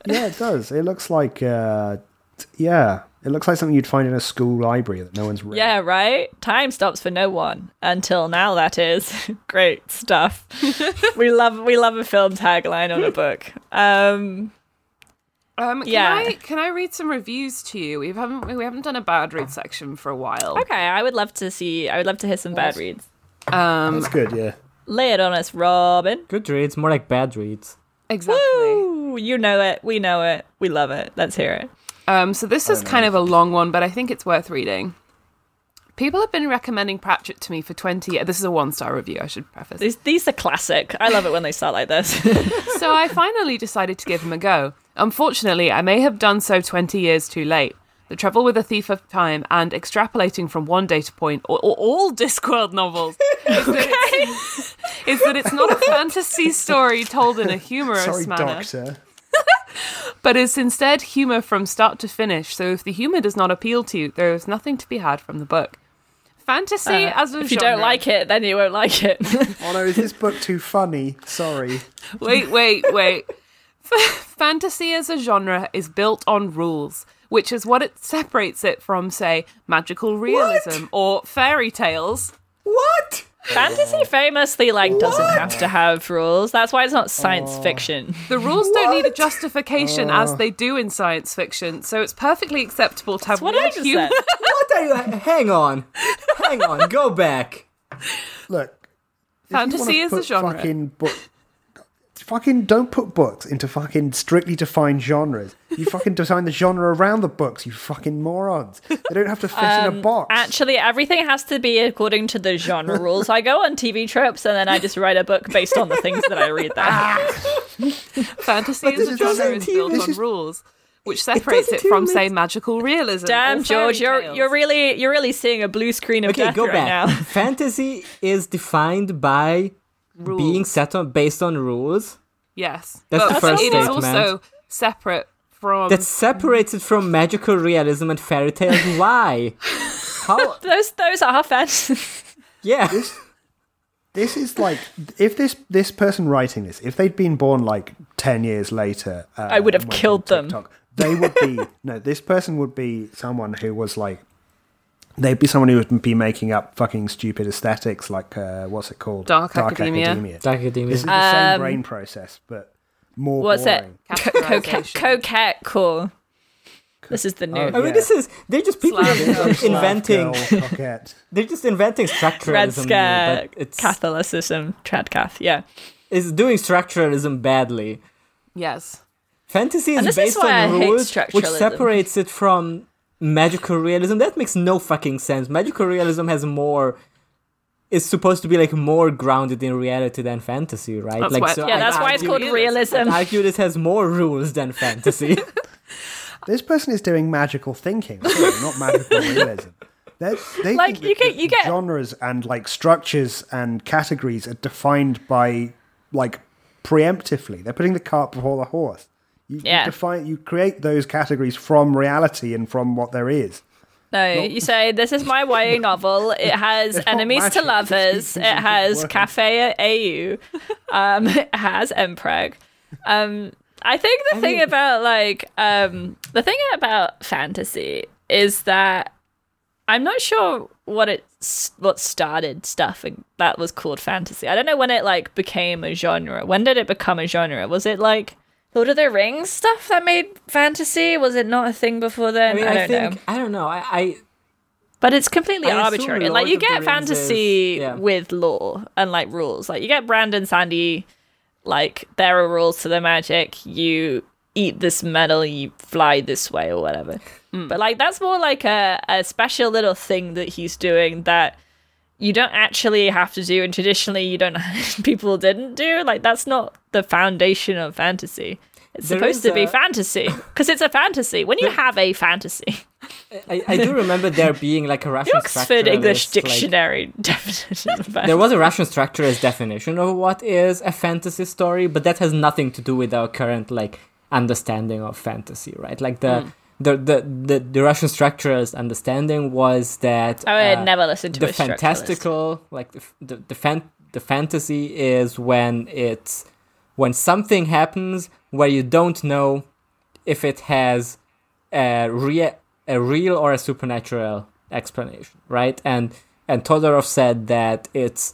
B: Yeah, it does. It looks like. Uh, t- yeah. It looks like something you'd find in a school library that no one's read.
D: Yeah, right? Time stops for no one. Until now that is. Great stuff. we love we love a film tagline on a book. Um
C: Um, can
D: Yeah.
C: I can I read some reviews to you? We haven't we haven't done a bad read section for a while.
D: okay, I would love to see I would love to hear some bad reads.
C: Um,
B: That's good, yeah.
D: Lay it on us, Robin.
E: good reads, more like bad reads.
C: exactly.
D: Ooh, you know it. We know it. We love it. Let's hear it.
C: Um, so this is kind of a long one, but I think it's worth reading. People have been recommending Pratchett to me for 20 years. This is a one star review, I should preface.
D: These, these are classic. I love it when they start like this.
C: so I finally decided to give him a go. Unfortunately, I may have done so 20 years too late. The trouble with A Thief of Time and extrapolating from one data point, or, or all Discworld novels, is, that it's, is that it's not a fantasy story told in a humorous
B: Sorry,
C: manner
B: Doctor.
C: but it's instead humour from start to finish. So if the humour does not appeal to you, there is nothing to be had from the book. Fantasy as a
D: Uh, if you don't like it, then you won't like it.
B: Oh no, is this book too funny? Sorry.
C: wait, wait, wait. Fantasy as a genre is built on rules, which is what it separates it from, say, magical realism or fairy tales.
B: What?
D: Fantasy famously like doesn't have to have rules. That's why it's not science fiction.
C: The rules don't need a justification
B: Oh.
C: as they do in science fiction, so it's perfectly acceptable to have
D: What I
C: weird
D: just
C: humour.
D: said.
E: What are you? Hang on, hang on. Go back.
B: Look. if you
C: Fantasy
B: wanna
C: is a
B: put
C: genre.
B: Fucking book. Fucking don't put books into fucking strictly defined genres. You fucking design the genre around the books, you fucking morons. They don't have to fit in a box.
D: Actually, everything has to be according to the genre rules. I go on TV trips and then I just write a book based on the things that I read there.
C: Fantasy
B: But
C: as a
B: this
C: genre
B: doesn't
C: is
B: even-
C: built
B: this
C: on
B: is-
C: rules, which separates it, from, say, magical realism.
D: Damn,
C: or fairy
D: George, you're
C: tales.
D: you're really you're really seeing a blue screen of
E: Okay,
D: death
E: go
D: right
E: back.
D: now.
E: Fantasy is defined by being set on based on rules
C: yes.
E: That's the first
C: It is
E: statement.
C: also separate from.
E: that separates it from magical realism and fairy tales. Why? How?
D: Those those are fantasy.
E: Yeah.
B: this is like if this this person writing this, if they'd been born like ten years later, uh,
D: I would have
B: and went
D: killed
B: on
D: them.
B: TikTok, They would be no. This person would be someone who was like, they'd be someone who would be making up fucking stupid aesthetics, like uh, what's it called?
C: Dark academia.
E: Dark academia.
B: This is the same brain process, but more
D: Um, What's it?
B: boring.
D: Coquette,
C: categorization.
D: coquette, cool. This is the new.
E: I mean, this is they're just people
C: Slav
E: just
B: Slav
E: inventing.
B: girl, coquette.
E: They're just inventing structuralism.
D: Red
E: here,
D: Scare,
E: but it's
D: Catholicism, Tradcath, yeah.
E: it's doing structuralism badly.
C: yes.
E: Fantasy is
D: this is
E: based
D: why I
E: on
D: hate
E: rules, which
D: structuralism.
E: separates it from magical realism. That makes no fucking sense. Magical realism has more. Is supposed to be like more grounded in reality than fantasy, right?
C: That's
E: like,
C: why-
E: so
C: yeah,
E: I'd
D: that's why it's
E: argue-
D: called realism.
E: I'd argue this has more rules than fantasy.
B: This person is doing magical thinking, sorry, not magical realism. They're, they
D: Like,
B: think
D: you
B: that
D: get-
B: the
D: you get-
B: genres and like structures and categories are defined by like preemptively. They're putting the cart before the horse. You, you
D: Yeah.
B: define, you create those categories from reality and from what there is.
D: No, you say this is my YA novel. It has
B: It's not
D: enemies
B: magic,
D: to
B: it's
D: lovers.
B: just
D: It
B: using
D: has
B: words.
D: cafe AU. Um, it has Mpreg. Um, I think the thing about like um, the thing about fantasy is that I'm not sure what it s- what started stuff and that was called fantasy. I don't know when it like became a genre. When did it become a genre? Was it like Lord of the Rings stuff that made fantasy? Was it not a thing before
E: I
D: then? I,
E: mean, I,
D: don't know.
E: think I don't know. I, I
D: But it's completely
E: I assume
D: arbitrary.
E: Lord
D: Like you
E: of the
D: get
E: Rings
D: fantasy
E: is- yeah.
D: with law and like rules. Like you get Brandon Sandy, like there are rules to the magic. You eat this metal, you fly this way or whatever.
E: Hmm.
D: But like that's more like a, a special little thing that he's doing that you don't actually have to do and traditionally you don't people didn't do. Like that's not the foundation of fantasy. It's
E: There
D: supposed
E: is
D: to be
E: a-
D: fantasy. Because it's a fantasy. When you have a fantasy.
E: I, I do remember there being like a Russian
D: The Oxford English
E: structuralist, like-
D: Dictionary definition of
E: there
D: fantasy.
E: was a Russian structuralist definition of what is a fantasy story, but that has nothing to do with our current like understanding of fantasy, right? Like the
D: Hmm.
E: the, the, the the Russian structuralist understanding was that
D: I would
E: uh,
D: never listen to
E: the
D: a structuralist.
E: fantastical like the f- the the, fan- the fantasy is when it's when something happens where you don't know if it has a rea- a real or a supernatural explanation right and and Todorov said that it's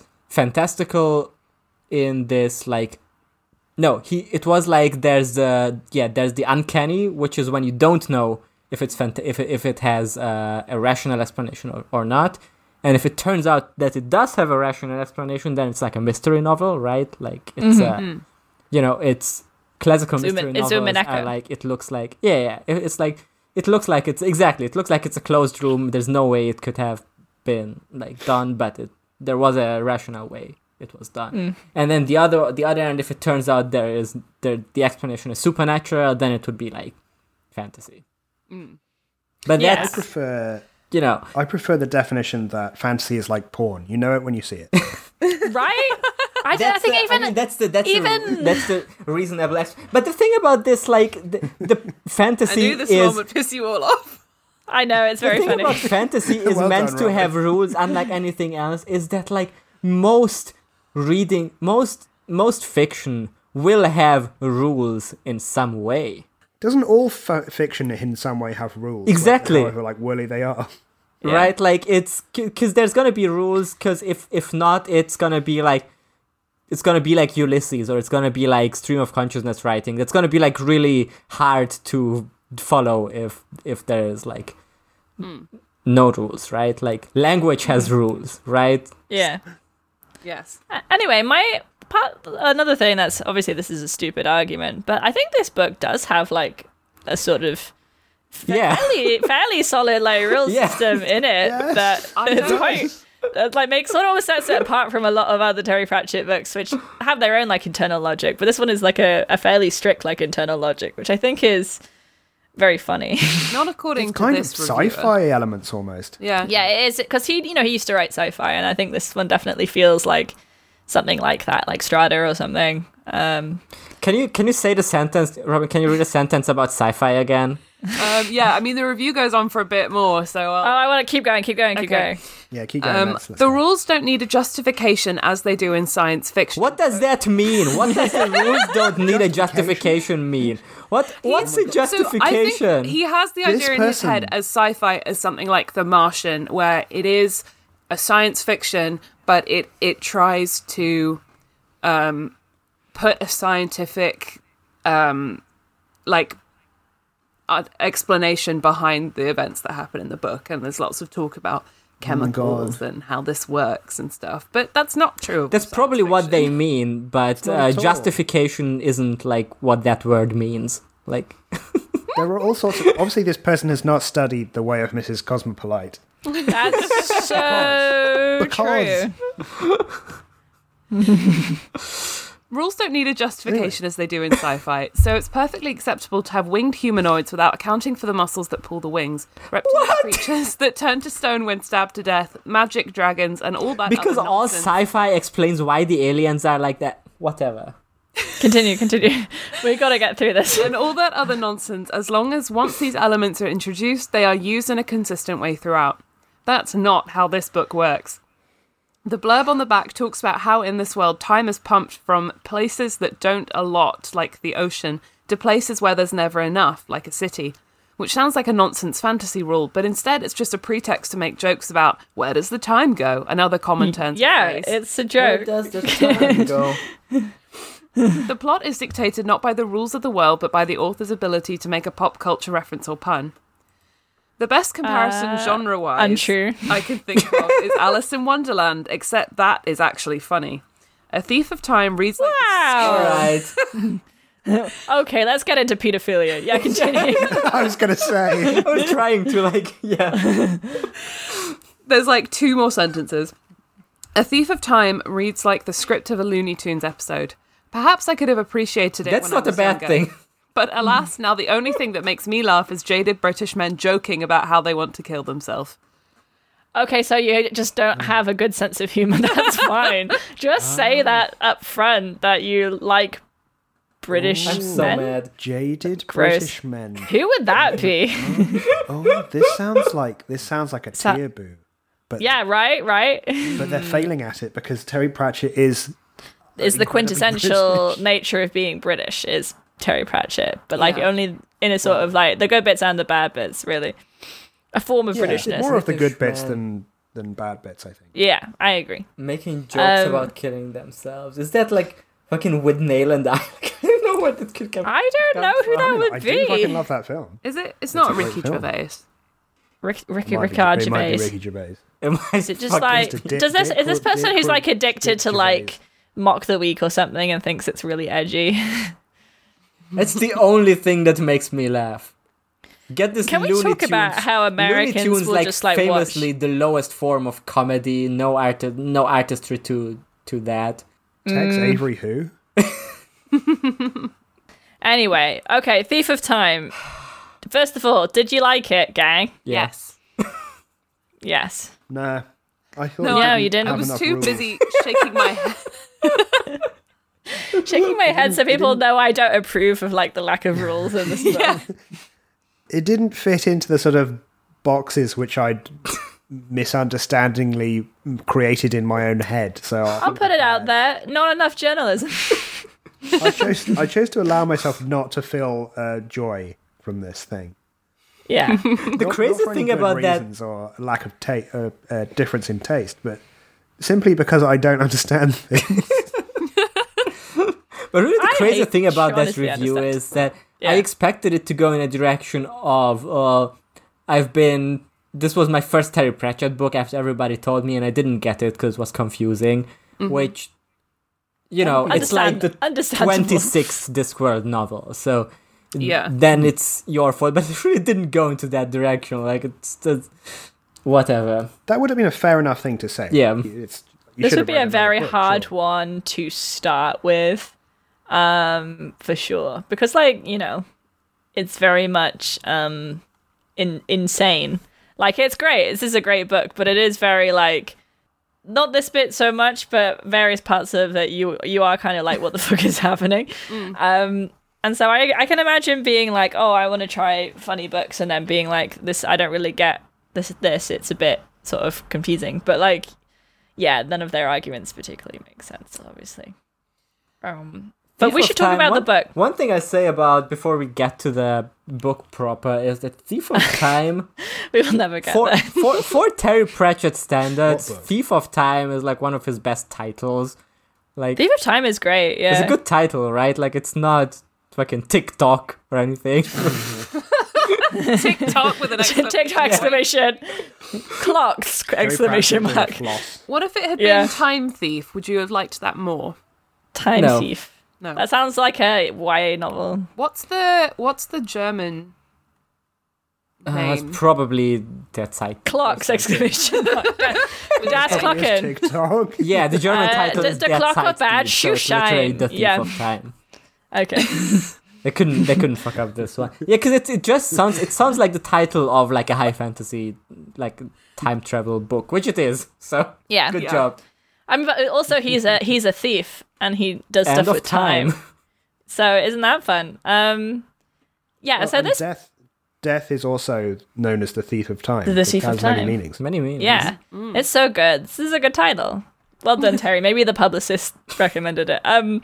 E: fantastical in this like no he it was like there's the yeah there's the uncanny which is when you don't know if it's fant- if, it- if it has uh, a rational explanation or, or not and if it turns out that it does have a rational explanation then it's like a mystery novel right like it's uh, you know it's classical
D: It's Ume-
E: mystery
D: it's
E: novels
D: Umineko.
E: are like it looks like yeah yeah it- it's like it looks like it's exactly it looks like it's a closed room there's no way it could have been like done, but it, there was a rational way it was done. And then the other the other end, if it turns out there is there the explanation is supernatural, then it would be like fantasy. But
D: Mm. Yeah.
E: that's
B: prefer
E: you know
B: I prefer the definition that fantasy is like porn. You know it when you see it.
D: right? I, d- I
E: That's
D: think
E: the-
D: even
E: mean, that's the that's the,
D: even-
E: that's the reasonable. Ex- but the thing about this, like the, the
C: I
E: fantasy
C: knew this
E: is
C: one would piss you all off.
D: I know it's
E: the
D: very
E: thing
D: funny.
E: about fantasy is
B: Well
E: meant
B: done,
E: to
B: Robert.
E: have rules, unlike anything else. Is that like most reading, most most fiction will have rules in some way.
B: Doesn't all fa fiction in some way have rules? like,
E: Exactly.
B: however, like whirly they are.
E: right like it's because there's gonna be rules because if if not it's gonna be like it's gonna be like ulysses or it's gonna be like stream of consciousness writing that's gonna be like really hard to follow if if there is like no rules right like language has rules right
D: yeah.
C: Yes.
D: A- Anyway, my part, another thing that's obviously this is a stupid argument, but I think this book does have like a sort of
E: yeah
D: fairly, fairly solid like rule
E: Yeah.
D: system in it that it's quite that, like makes sort of sets it apart from a lot of other Terry Pratchett books, which have their own like internal logic. But this one is like a, a fairly strict like internal logic, which I think is very funny.
C: Not according to
B: Kind of
C: this reviewer.
B: sci-fi elements almost.
C: Yeah.
D: yeah, it is because he you know he used to write sci-fi, and I think this one definitely feels like something like that, like Strata or something. Um,
E: can you can you say the sentence robin can you read a sentence about sci-fi again
C: Um, yeah. I mean, the review goes on for a bit more, so.
D: oh,
C: I'll
D: I want to keep going, keep going, keep
C: Okay.
D: going.
B: Yeah, keep going.
C: Um,
B: let's- let's
C: the
B: go.
C: rules don't need a justification as they do in science fiction.
E: What does that mean? What does the rules don't need a justification mean? What what's a
C: So I
E: justification?
C: think he has the
B: This
C: idea in his
B: person-
C: head as sci-fi as something like The Martian, where it is a science fiction, but it it tries to um, put a scientific um, like uh, explanation behind the events that happen in the book, and there's lots of talk about
E: Oh
C: chemicals and how this works and stuff. But that's not true. of
E: That's
C: science
E: probably what
C: fiction.
E: they mean, but
B: not
E: uh,
B: at all.
E: justification isn't like what that word means. Like
B: there were all sorts of. Obviously, this person has not studied the way of Mrs. Cosmopolite.
D: That's so
B: Because-
D: true.
C: Rules don't need a justification as they do in sci fi, so it's perfectly acceptable to have winged humanoids without accounting for the muscles that pull the wings, reptile creatures that turn to stone when stabbed to death, magic dragons, and all that.
E: because
C: other
E: all
C: nonsense.
E: sci-fi explains why the aliens are like that. Whatever.
D: Continue, continue. We got to get through this.
C: and all that other nonsense, as long as once these elements are introduced, they are used in a consistent way throughout. That's not how this book works. The blurb on the back talks about how in this world time is pumped from places that don't a lot, like the ocean, to places where there's never enough, like a city. Which sounds like a nonsense fantasy rule, but instead it's just a pretext to make jokes about where does the time go and other common terms. of
D: Yeah,
C: phrase.
D: it's a joke.
E: the time go?
C: The plot is dictated not by the rules of the world, but by the author's ability to make a pop culture reference or pun. The best comparison
D: Uh,
C: genre wise
D: untrue.
C: I can think of is Alice in Wonderland, except that is actually funny. A Thief of Time reads like.
E: All
D: Wow.
E: right.
D: Okay, let's get into pedophilia. Yeah, continue.
B: I was going to say.
E: I was trying to like yeah.
C: There's like two more sentences. A Thief of Time reads like the script of a Looney Tunes episode. Perhaps I could have appreciated it.
E: That's
C: when I
E: not a
C: was
E: bad
C: younger.
E: thing.
C: But alas, now the only thing that makes me laugh is jaded British men joking about how they want to kill themselves.
D: okay, so you just don't have a good sense of humor. That's fine. Just say that up front that you like British
E: I'm so
D: Hmm. men.
E: mad.
B: Jaded
D: Gross.
B: British men.
D: Who would that be?
B: Oh, this sounds like this sounds like a
D: So-
B: tear boo. But
D: yeah, right, right.
B: but they're failing at it because Terry Pratchett is
D: Is the quintessential nature of being British is Terry Pratchett, but like
C: Yeah.
D: only in a sort of like the good bits and the bad bits, really. A form of Britishness.
B: more of the good
E: British
B: bits
E: man.
B: than than bad bits. I think.
D: yeah, I agree.
E: Making jokes
D: Um,
E: about killing themselves. Is that like fucking with nail and I don't know what it could come
D: I don't know who that
B: I, mean,
D: would
B: I do fucking
D: be.
B: love that film.
C: Is it? It's not
B: a great
C: Ricky
B: film.
C: Gervais.
D: Rick, Ricky
B: Might be-
D: Ricard
B: it might be
D: Gervais.
B: Ricky Gervais.
E: Am I
D: Is it just
E: fucking-
D: like
B: Mr. Dick-
D: does this
B: Dick
D: is this
B: Ru-
D: person
B: Dick
D: who's
B: Ru-
D: like addicted
B: Dick
D: to
B: Gervais.
D: like mock the weak or something and thinks it's really edgy?
E: That's the only thing that makes me laugh. Get this.
D: Can we
E: Looney
D: talk about
E: Tunes-
D: how
E: Looney
D: Americans
E: Tunes,
D: will
E: like,
D: just, like,
E: famously the lowest form of comedy? No art, no artistry to to that.
B: Tex
D: Mm.
B: Avery who?
D: Anyway, okay, Thief of Time. First of all, did you like it, gang?
E: Yeah.
C: Yes.
D: Yes.
B: Nah. I thought
C: No,
B: it
D: No, you didn't.
B: have
D: I was
B: enough
C: Too
B: rules.
C: busy shaking my head.
D: shaking my head so people know I don't approve of like the lack of rules in this book.
B: It didn't fit into the sort of boxes which I'd misunderstandingly created in my own head. So
D: I'll
B: I,
D: put it out there. Not enough journalism.
B: I chose I chose to allow myself not to feel uh, joy from this thing.
D: yeah.
E: The
B: Not-
E: crazy
B: not for any
E: thing
B: good
E: about that
B: reasons or lack of ta- uh, uh, difference in taste, but simply because I don't understand things.
E: But really, the
D: I
E: crazy
D: hate-
E: thing about that
D: honestly, I
E: review
D: understand.
E: is that
D: Yeah.
E: I expected it to go in a direction of, uh, I've been. This was my first Terry Pratchett book after everybody told me, and I didn't get it because it was confusing. Which, you know, it's like
D: Mm-hmm. Understand-
E: the
D: understandable.
E: 26th Discworld novel. So
C: Yeah.
E: then it's your fault. But it really didn't go into that direction. Like, it's just. Whatever.
B: that would have been a fair enough thing to say.
E: Yeah.
B: It's, you
D: This
B: should
D: would
B: have
D: be
B: read
D: a
B: another
D: very
B: book,
D: hard
B: sure.
D: one to start with. Um, for sure. Because like, you know, it's very much um in insane. Like it's great. This is a great book, but it is very like not this bit so much, but various parts of it you you are kind of like, what the fuck is happening?
E: Mm.
D: Um and so I, I can imagine being like, oh, I want to try funny books, and then being like, this, I don't really get this, this, it's a bit sort of confusing. But like, yeah, none of their arguments particularly make sense, obviously. Um, but we
E: Thief
D: should
E: of
D: talk
E: Time-
D: about the
E: one-
D: book.
E: One thing I say about before we get to the book proper is that Thief of Time
D: We will never get
E: for,
D: there.
E: for for Terry Pratchett standards,
B: What book?
E: Thief of Time is like one of his best titles. Like
D: Thief of Time is great. Yeah,
E: it's a good title, right? Like it's not fucking TikTok or anything.
C: TikTok with an exclamation.
D: TikTok exclamation clocks
B: Very
D: exclamation
B: practical
D: mark
B: with floss.
C: What if it had
D: Yeah.
C: been Time Thief? Would you have liked that more?
D: time
E: No.
D: thief.
C: No.
D: That sounds like a YA novel.
C: What's the what's the German
E: Uh, it's
C: name?
E: probably that site.
D: Clocks exclamation mark. Das
B: It is
D: Glocken.
B: TikTok.
E: Yeah, the German
D: Uh,
E: title
D: does
E: is
D: the
E: Der
D: clock
E: Zeit
D: of bad
E: Thief, so it's literally
D: Schuhschein?
E: the Thief
D: Yeah.
E: of Time.
D: Okay.
E: They couldn't. They couldn't fuck up this one. Yeah, because it, it just sounds. It sounds like the title of like a high fantasy, like time travel book, which it is. So
D: Yeah.
E: good
C: Yeah.
E: job.
D: I'm, but also, he's a he's a thief and he does
E: End
D: stuff
E: of
D: with time.
E: time.
D: So isn't that fun? Um, yeah.
B: Well,
D: so
B: Oh, and
D: this
B: death, death is also known as the thief of time.
D: The
B: which
D: thief of
B: has many
D: time.
B: meanings.
E: Many meanings.
B: Mm-hmm.
D: Yeah,
B: Mm.
D: it's so good. This is a good title. Well done, Terry. Maybe the publicist recommended it. Um,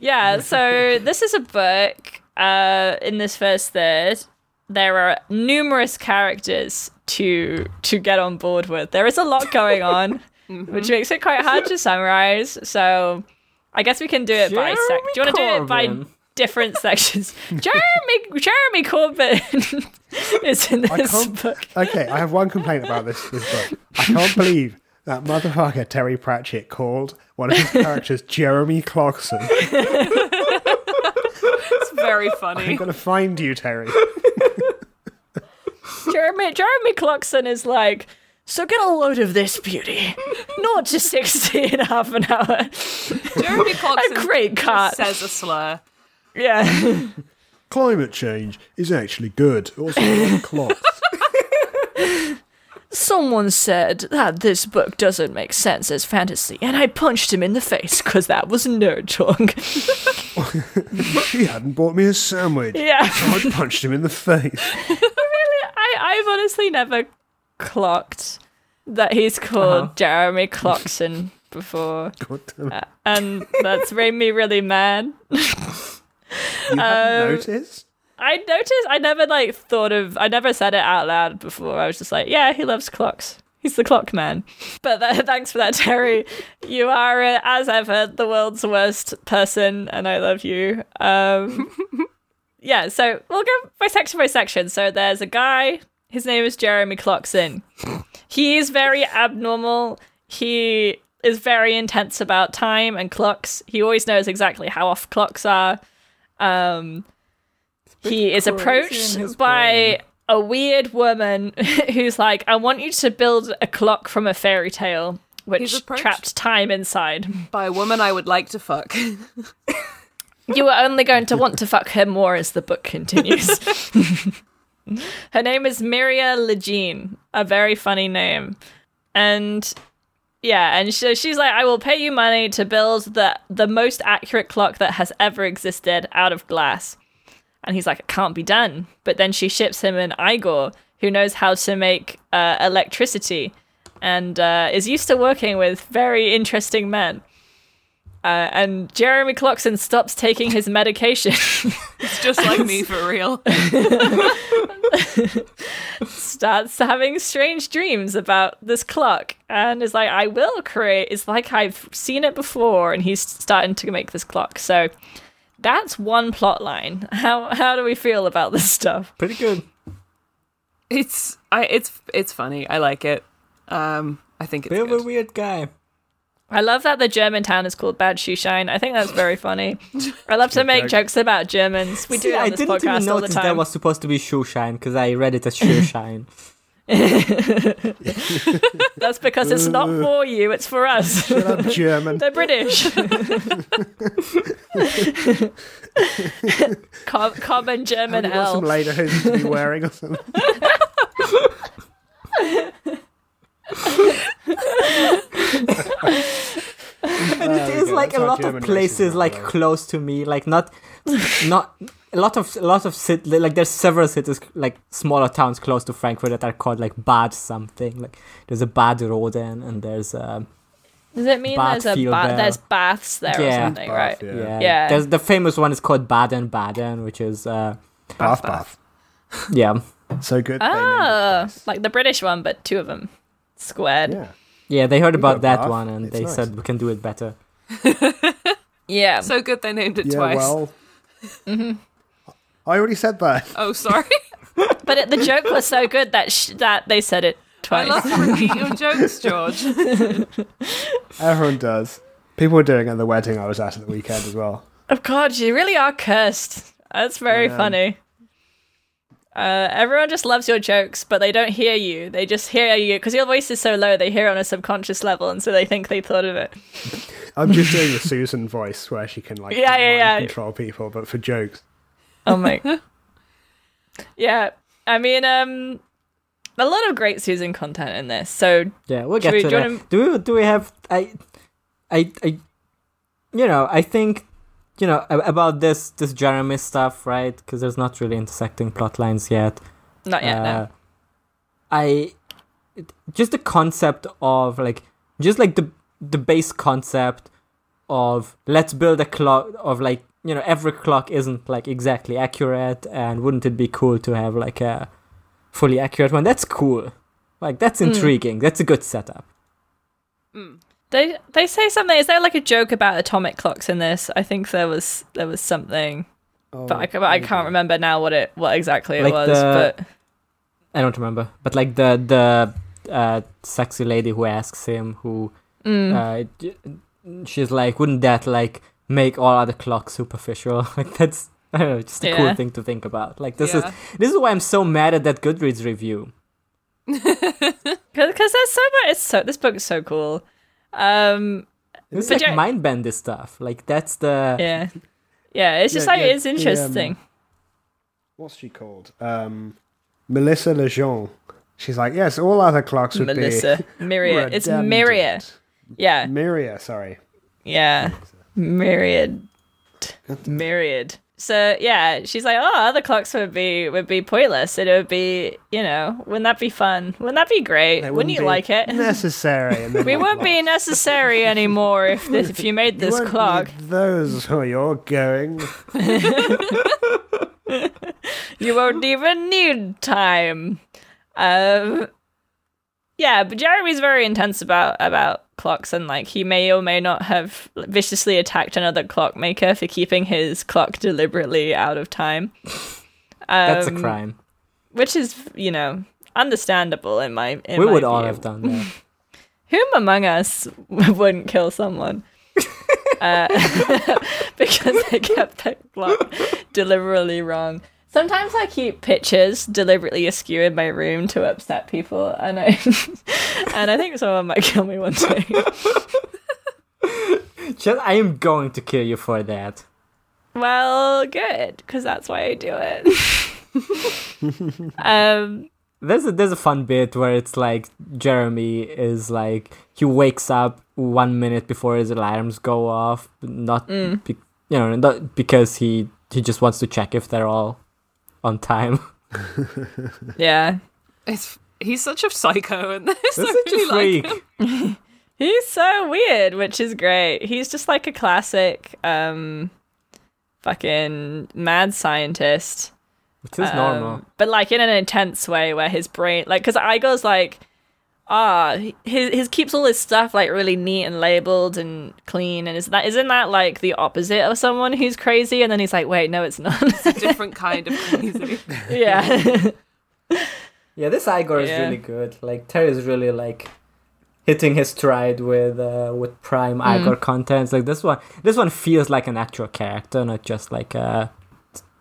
D: yeah. So this is a book. Uh, in this first third, there are numerous characters to to get on board with. There is a lot going on,
B: Mm-hmm.
D: which makes it quite hard to summarize. So I guess we can do it by sec. Do you want to do it by?
E: Jeremy Corbyn.
D: Different sections. Jeremy Jeremy Corbyn is in
B: I
D: this
B: can't.
D: book.
B: okay, I have one complaint about this, this book. I can't believe that motherfucker Terry Pratchett called one of his characters Jeremy Clarkson.
C: It's very
B: I'm
C: funny.
B: gonna find you, Terry.
D: Jeremy Jeremy Clarkson is like, so get a load of this beauty. Not to 60 in half an hour.
C: Jeremy Clarkson
D: great
C: just
D: cut.
C: says a slur.
D: Yeah.
B: Climate change is actually good. Also, like clocks.
D: Someone said that this book doesn't make sense as fantasy, and I punched him in the face because that was nerd talk.
B: She hadn't bought me a sandwich.
D: yeah.
B: I punched him in the face.
D: I, I've honestly never clocked that he's called Jeremy Clarkson before,
B: God damn it.
D: and that's made me really mad.
B: You
D: Um,
B: haven't noticed?
D: I noticed I never like thought of I never said it out loud before. I was just like, yeah, he loves clocks. He's the clock man. But th- thanks for that, Terry. You are, uh, as ever, the world's worst person, and I love you. Um, yeah, so we'll go by section by section. So there's a guy. His name is Jeremy Clarkson. He is very abnormal. He is very intense about time and clocks. He always knows exactly how off clocks are. Um, he is
E: in his
D: approached by a weird woman who's like, I want you to build a clock from a fairy tale,
C: He's
D: which
C: approached-
D: trapped time inside.
C: By a woman I would like to fuck.
D: You are only going to want to fuck her more as the book continues. her name is Miria Lejean, a very funny name. And yeah, and so she's like, I will pay you money to build the, the most accurate clock that has ever existed out of glass. And he's like, it can't be done. But then she ships him an Igor who knows how to make uh, electricity and uh, is used to working with very interesting men. Uh, and Jeremy Clarkson stops taking his medication.
C: It's just like me for real.
D: starts having strange dreams about this clock and is like, I will create. It's like I've seen it before, and he's starting to make this clock. So that's one plot line. How how do we feel about this stuff?
E: Pretty good.
C: It's I it's it's funny. I like it. Um I think it's
E: Bit of a
C: good.
E: weird guy.
D: I love that the German town is called Bad Shoeshine. I think that's very funny. I love to make jokes about Germans. We do
E: See,
D: it on
E: I
D: this
E: didn't even
D: podcast all the
E: notice that
D: time.
E: was supposed to be Shoeshine because I read it as Shoeshine.
D: That's because it's not for you; it's for us.
B: I'm German.
D: They're British. Com- common German
B: I've got Oh, some
D: L.
B: later who's to be wearing or something.
E: and it is
B: go,
E: like
B: that's
E: a
B: how
E: lot
B: German
E: of
B: racism
E: places like
B: works.
E: close to me, like not, not a lot of a lot of cit- like there's several cities like smaller towns close to Frankfurt that are called like Bad something. Like there's a Bad Roden and there's um
D: Does it mean
E: Bath
D: there's a
E: field
D: ba-
E: there.
D: there's baths there or
E: Yeah.
D: something, right?
B: Yeah.
E: yeah.
D: Yeah.
E: There's the famous one is called Baden Baden, which is uh
B: Bath bath.
E: yeah
B: So good.
D: Oh,
B: Ah.
D: like the British one, but two of them squared. Yeah.
B: Yeah.
E: yeah they heard
B: got
E: about that
B: Bath.
E: one and
B: It's
E: they
B: nice.
E: said we can do it better.
C: So good they named it
B: Yeah.
C: twice.
B: Well.
D: Mm-hmm.
B: I already said that.
C: Oh sorry.
D: but it, the joke was so good that sh- that they said it
C: I
D: twice.
C: love to repeat your jokes, George.
B: Everyone does. People were doing it at the wedding I was at at the weekend as well.
D: oh God, you really are cursed. That's very funny. Uh, everyone just loves your jokes, but they don't hear you. They just hear you because your voice is so low. They hear it on a subconscious level, and so they think they thought of it.
B: I'm just doing the Susan voice where she can like
D: Yeah, yeah,
B: mind
D: yeah.
B: control people, but for jokes.
D: Oh my. yeah, I mean, um, a lot of great Susan content in this. So
E: Yeah, we'll get
D: we-
E: to
D: do you
E: that.
D: wanna-
E: Do we do we have I, I, I, you know, I think, you know, a- about this this Jeremy stuff, right? Because there's not really intersecting plot lines yet.
D: not yet. no.
E: Uh, I, it- just the concept of like, just like the the base concept of let's build a clock of like you know every clock isn't like exactly accurate and wouldn't it be cool to have like a fully accurate one that's cool like that's intriguing that's a good setup
C: Mm.
D: They they say something. Is there like a joke about atomic clocks in this? I think there was there was something, but I, ca- but
B: Oh,
D: I can't remember now what it what exactly it
E: Like
D: was.
E: the-
D: But
E: I don't remember, but like the the uh, sexy lady who asks him, who
D: mm.
E: uh, j- she's like, wouldn't that like make all other clocks superficial? like that's I don't know, just a
D: Yeah.
E: cool thing to think about. Like this
C: Yeah.
E: is this is why I'm so mad at that Goodreads review.
D: because there's so much, it's so this book is so cool. Um,
E: It's
D: But
E: like
D: you-
E: mind bendy stuff. Like that's the
D: yeah, yeah. It's just
B: Yeah,
D: like
B: yeah,
D: it's
B: the, um,
D: interesting.
B: What's she called? Um, Melissa Lejeune. She's like, yes, all other clocks would
D: Melissa,
B: be
D: Myriad. It's
B: redundant."
D: Myriad. Yeah,
B: Myria, sorry.
D: yeah. Myriad, myriad. So yeah, she's like, oh, other clocks would be would be pointless. It would be, you know, wouldn't that be fun? Wouldn't that be great?
B: They
D: Wouldn't, you
B: be
D: like it?
B: Necessary. And then
D: We
B: like,
D: won't be
B: like,
D: necessary anymore if this, if you made
B: "You
D: this
B: won't
D: clock.
B: need Those where you're going.
D: You won't even need time. Um, yeah, but Jeremy's very intense about about clocks and like he may or may not have viciously attacked another clockmaker for keeping his clock deliberately out of time.
E: that's
D: Um,
E: a crime.
D: which is you know understandable in my. In
E: We
D: my
E: would all
D: view.
E: have done that.
D: Whom among us wouldn't kill someone? uh, because they kept that clock deliberately wrong. Sometimes I keep pictures deliberately askew in my room to upset people, and I and I think someone might kill me one day.
E: Chad, I am going to kill you for that.
D: well, good, because that's why I do it. um,
E: There's a, there's a fun bit where it's like Jeremy is like he wakes up one minute before his alarms go off, not
C: Mm.
E: be, you know not because he he just wants to check if they're all on time.
D: yeah,
C: It's he's such a psycho in this. I
E: That's such a
C: really like
E: freak.
C: him.
D: He's so weird, which is great. He's just like a classic um fucking mad scientist.
E: It is normal.
D: Um, but like in an intense way where his brain like cuz Igor's like ah he- his his keeps all his stuff like really neat and labeled and clean and is that isn't that like the opposite of someone who's crazy and then he's like wait no it's not.
C: different kind of crazy.
D: yeah.
E: Yeah, this Igor is
D: Yeah.
E: really good. Like Terry is really like hitting his stride with uh, with prime
C: Mm.
E: Igor contents. Like this one, this one feels like an actual character, not just like a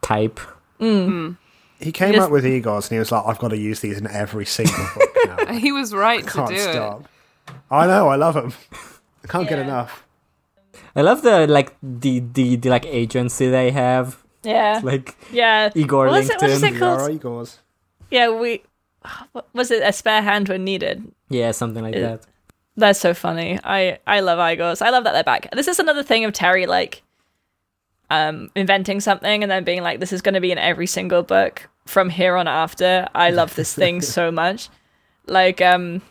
E: type.
B: He came
D: Yes.
B: up with Egos and he was like, I've got to use these in every single book now. I
C: he was right to
B: can't
C: do
B: stop. I know, I love him. I can't get
D: Yeah.
B: enough.
E: I love the like the the, the like agency they have.
D: Yeah.
E: Like
D: Yeah.
E: Igor
D: What is it- what is it
E: LinkedIn.
B: We are
D: Called-
B: Egos.
D: Yeah, we what- was it a spare hand when needed?
E: yeah, something like that.
D: They're so funny. I I love Igors. I love that they're back. This is another thing of Terry like um inventing something and then being like this is going to be in every single book from here on after. I love this thing so much. Like um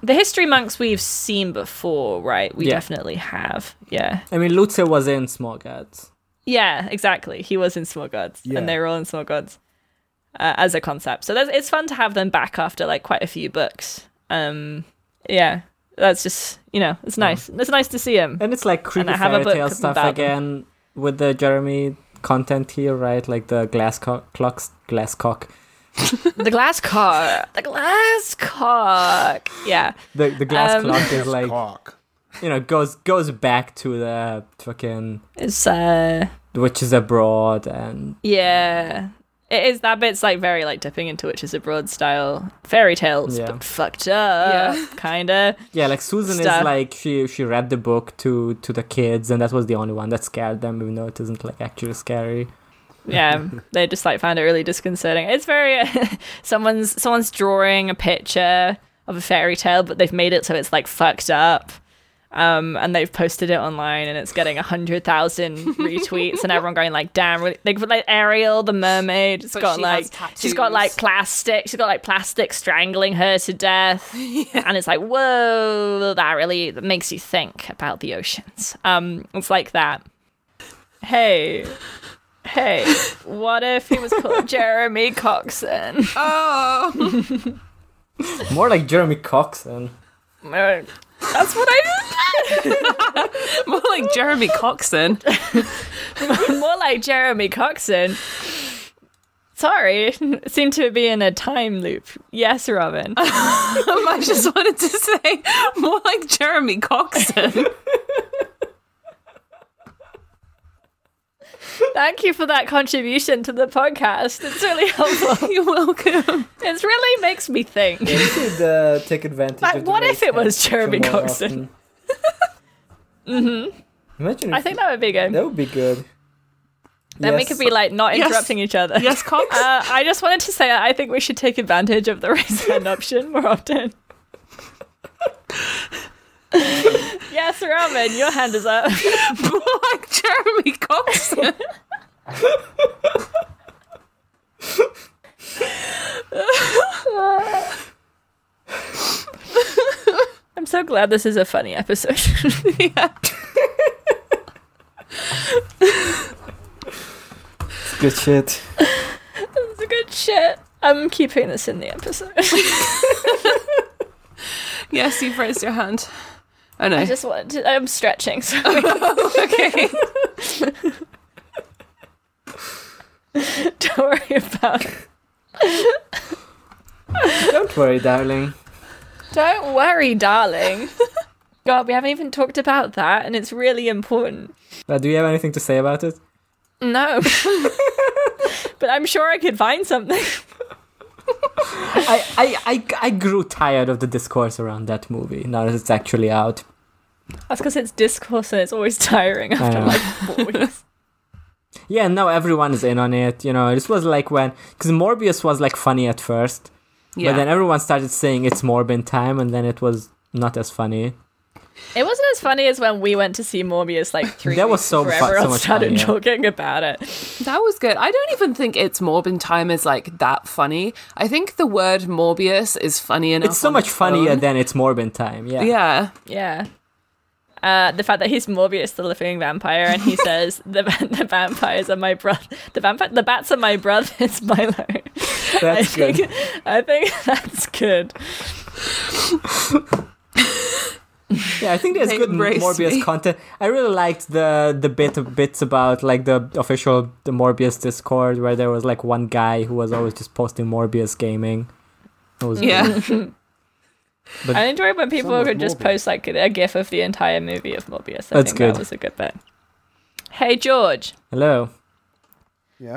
D: the history monks we've seen before, right? We
E: Yeah.
D: definitely have. Yeah.
E: I mean, Lutze was in Small Gods.
D: Yeah, exactly. He was in Small Gods,
B: Yeah.
D: and they were all in Small Gods uh, as a concept. So that's, it's fun to have them back after like quite a few books. Um, yeah, that's just you know, it's nice. It's nice to see him.
E: And it's like creepy
D: I have a
E: fairy
D: book
E: tale stuff
D: about
E: again
D: them.
E: with the Jeremy content here, right? Like the glass cock, clocks, glass cock,
D: The glass cock. The glass cock. Yeah,
E: the the glass
D: Um,
E: clock is like
B: Cock.
E: you know goes goes back to the fucking
D: it's uh,
E: witches abroad and
D: yeah. It is that bit's like very like dipping into witches abroad style fairy tales,
E: Yeah.
D: but fucked up,
C: Yeah.
D: kinda.
E: yeah like susan is
D: Stuff.
E: like she she read the book to to the kids and that was the only one that scared them even though it isn't like actually scary
D: yeah they just like found it really disconcerting it's very uh, someone's someone's drawing a picture of a fairy tale but they've made it so it's like fucked up um, and they've posted it online and it's getting 100,000 retweets and everyone going like damn really? they put like Ariel the mermaid it's
C: But
D: got
C: she
D: like
C: has
D: she's got like
C: tattoos.
D: plastic she's got like plastic strangling her to death and it's like whoa that really that makes you think about the oceans um it's like that hey hey what if he was called Jeremy Coxon
C: Oh,
E: more like jeremy coxon
D: that's what I
C: more like Jeremy Coxon.
D: more like Jeremy Coxon. Sorry, seem to be in a time loop. Yes, Robin.
C: I just wanted to say more like Jeremy Coxon.
D: Thank you for that contribution to the podcast. It's really helpful.
C: You're welcome.
D: It really makes me think.
E: you should uh, take advantage
D: Like,
E: of the
D: what if
E: race
D: it was
E: action
D: Jeremy
E: more
D: Coxon?
E: often. imagine
D: I
E: if-
D: think that would be good.
E: that would be good
D: Then we
E: Yes.
D: could be like not
C: Yes.
D: interrupting each other.
C: Yes, Cox.
D: Uh, I just wanted to say I think we should take advantage of the raise hand option more often. yes, Robin, your hand is up.
C: more like Jeremy Coxon.
D: I'm so glad this is a funny episode.
C: yeah.
E: It's good shit
D: It's good shit. I'm keeping this in the episode.
C: Yes, you've raised your hand. I know.
D: I just wanted to, I'm stretching. So
C: okay.
D: don't worry about it.
E: don't worry darling
D: Don't worry, darling. God, we haven't even talked about that, and it's really important.
E: uh, do you have anything to say about it
C: No.
D: But I'm sure I could find something.
E: I, I, I, I grew tired of the discourse around that movie now that it's actually out.
D: That's because it's discourse and it's always tiring after
E: know.
D: like four weeks.
E: Yeah, now everyone is in on it. You know, this was like when. Because Morbius was like funny at first,
C: Yeah.
E: but then everyone started saying it's Morbin time, and then it was not as funny.
D: It wasn't as funny as when we went to see Morbius like three.
E: That was
D: weeks
E: so
D: before
E: fu- so
D: everyone
E: much
D: started
E: funnier.
D: talking about it.
C: That was good. I don't even think it's Morbin time is like that funny. I think the word Morbius is funny enough.
E: It's so
C: on
E: much funnier
C: own.
E: than it's Morbin time. Yeah.
C: Yeah.
D: Yeah. Uh, the fact that he's Morbius, the living vampire, and he says the va- the vampires are my brother. The vampire, the bats are my brothers. Milo. I
E: That's
D: think
E: good.
D: I think that's good.
E: Yeah, I think there's
C: They
E: good
C: embraced
E: Morbius
C: me.
E: content. I really liked the the bit bits about like the official the Morbius Discord where there was like one guy who was always just posting Morbius gaming. It was good.
C: Yeah.
E: But-
D: I enjoyed when people
E: Someone's
D: could just
E: Morbius.
D: post like a GIF of the entire movie of Morbius. I
E: That's
D: think
E: good.
D: That was a good bit. Hey George,
E: Hello.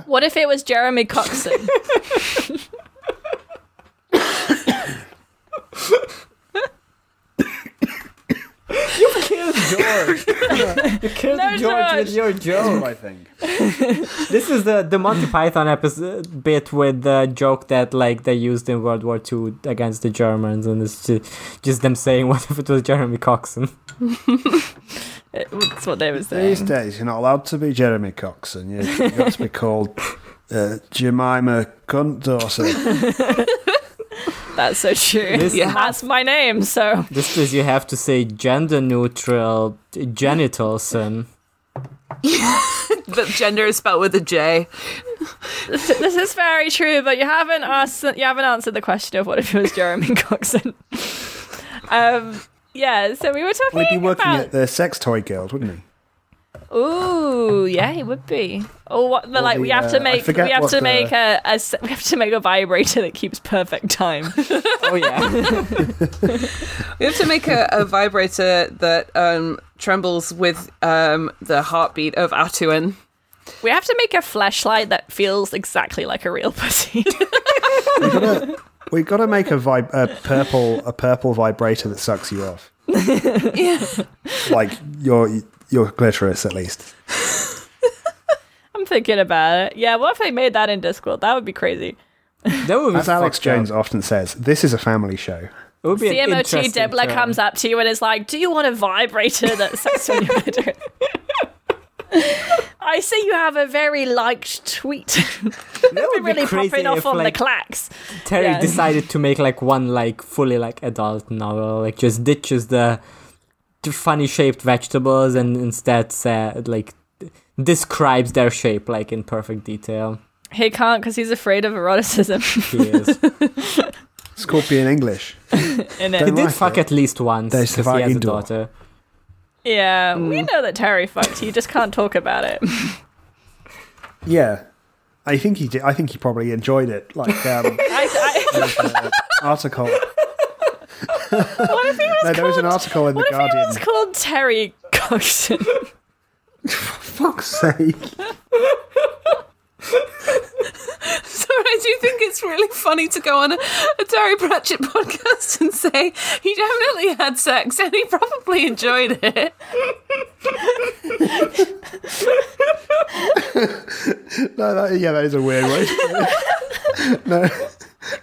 D: what if it was Jeremy Coxon?
E: Kill George. you killed
D: No,
E: George
D: George.
E: with your joke.
B: I think.
E: This is the the Monty Python episode bit with the joke that like they used in World War II against the Germans, and it's just, just them saying, "What if it was Jeremy Coxon?"
D: That's what they were saying.
B: These days, you're not allowed to be Jeremy Coxon. You- You've got to be called uh, Jemima Cunt Dorsey.
D: That's so true.
E: This-
D: yeah. That's my name, so
E: This is you have to say gender neutral genital son.
C: But gender is spelled with a J.
D: this, this is very true, but you haven't asked you haven't answered the question of what if it was Jeremy Coxon. um yeah, so we were talking
B: Well, he'd be working
D: about
B: at the sex toy guild, wouldn't he?
D: Ooh, yeah, it would be. Or what? The, like we
B: the,
D: have to
B: uh, I
D: make we
B: forget
D: have
B: what
D: to
B: the-
D: make a, a s- we have to make a vibrator that keeps perfect time.
E: Oh yeah.
C: We have to make a, a vibrator that um, trembles with um, the heartbeat of Atuan.
D: we have to make a flashlight that feels exactly like a real pussy.
B: We've got to make a, vib- a purple a purple vibrator that sucks you off. Like your your clitoris, at least.
D: I'm thinking about it. Yeah, what if they made that in Discord? That would be crazy.
E: that would be
B: As Alex
E: fucked up.
B: Jones often says, this is a family show.
E: It would be an
D: CMOT
E: interesting
D: Debla
E: turn.
D: comes up to you and is like, "Do you want a vibrator that sucks on your bedroom?" I see you have a very liked tweet.
E: That would be
D: really
E: crazy
D: popping off
E: if,
D: on
E: like,
D: the clacks.
E: Terry
D: Yeah.
E: decided to make like one like fully like adult novel, like just ditches the the funny shaped vegetables and instead said like describes their shape like in perfect detail.
D: He can't because he's afraid of eroticism
E: He is.
B: It's called being English.
D: in it.
E: he
B: Don't
E: did
B: like
E: fuck
B: it.
E: at least once
B: There's
E: because
B: the
E: he has a
B: indoor.
E: daughter.
D: Yeah,
B: Mm.
D: we know that Terry fucked. You just can't talk about it.
B: Yeah. I think he did. I think he probably enjoyed it. Like um,
D: I, I,
B: article.
D: what if he was
B: No,
D: called?
B: there was an article in
D: what
B: the
D: if he
B: Guardian.
D: was called Terry Coxon?
B: fuck's sake.
C: Sorry, I do think it's really funny to go on a, a Terry Pratchett podcast and say he definitely had sex and he probably enjoyed it.
B: No, that, yeah, that is a weird way. no,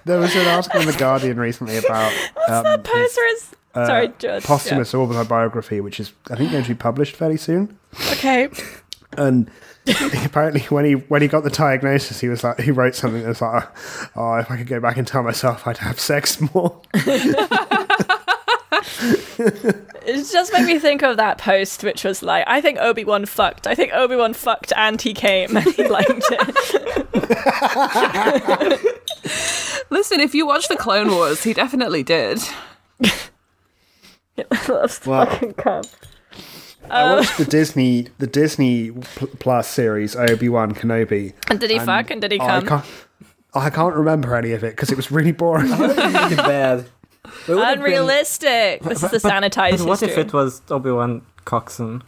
B: there was an article in the Guardian recently about um, his,
D: Poster is
B: uh,
D: sorry, George.
B: posthumous autobiography, which is I think going to be published fairly soon.
D: Yeah. Okay,
B: And apparently, when he when he got the diagnosis, he was like he wrote something that was like, "Oh, if I could go back and tell myself, I'd have sex more."
D: it just made me think of that post, which was like, I think Obi Wan fucked. I think Obi Wan fucked, and he came, and he liked it.
C: Listen, if you watch the Clone Wars, he definitely did.
D: Loves
B: Well-
D: fucking cum. Uh,
B: I watched the Disney the Disney Pl- Plus series Obi Wan Kenobi.
D: And did he fuck? And did he
B: Oh, I
D: come?
B: can't. I can't remember any of it because it was really boring.
E: Pretty bad. It would have been-
D: Unrealistic. This is the sanitized
E: But what
D: history.
E: if it was Obi Wan Coxon?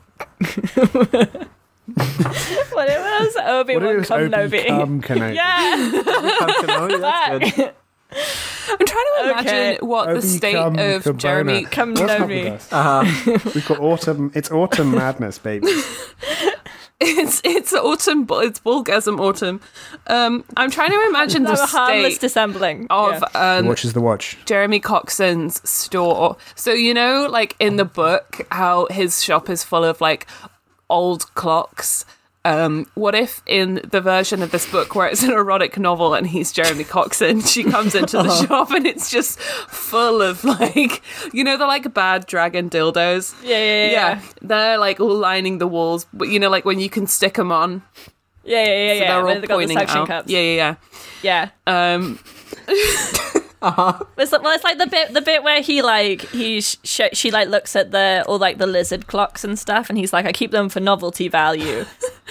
D: What if it was Obi
B: What if it
D: Wan
B: was Obi
D: Kenobi?
B: Cum Kenobi?
D: Yeah.
E: That's good.
C: I'm trying to imagine
D: Okay.
C: what the state
B: Obi-cum
C: of
B: Kebona.
C: Jeremy.
D: Come
B: What's
D: know
B: up
D: me.
B: with us? Uh-huh. We've got autumn. It's autumn madness, baby.
C: It's it's autumn. bu- It's bulgasm autumn. Um, I'm trying to imagine the
D: They were harmless
C: state
D: dissembling.
C: of
D: Yeah.
B: The
C: um,
B: watch is the watch.
C: Jeremy Coxon's store. So you know, like in the book, how his shop is full of like old clocks. Um, what if in the version of this book where it's an erotic novel and he's Jeremy Coxon, she comes into the
D: Uh-huh.
C: shop and it's just full of like, you know, the like bad dragon dildos.
D: yeah, yeah, yeah, yeah,
C: they're like all lining the walls, but you know, like when you can stick them on,
D: yeah, yeah, yeah.
C: so
D: yeah.
C: they're all
D: They've got the
C: pointing
D: suction
C: out.
D: cups.
C: Yeah, yeah,
D: yeah.
C: yeah. Um,
D: It's like, well, it's like the bit the bit where he like he sh- sh- she like looks at the all like the lizard clocks and stuff, and he's like, I keep them for novelty value.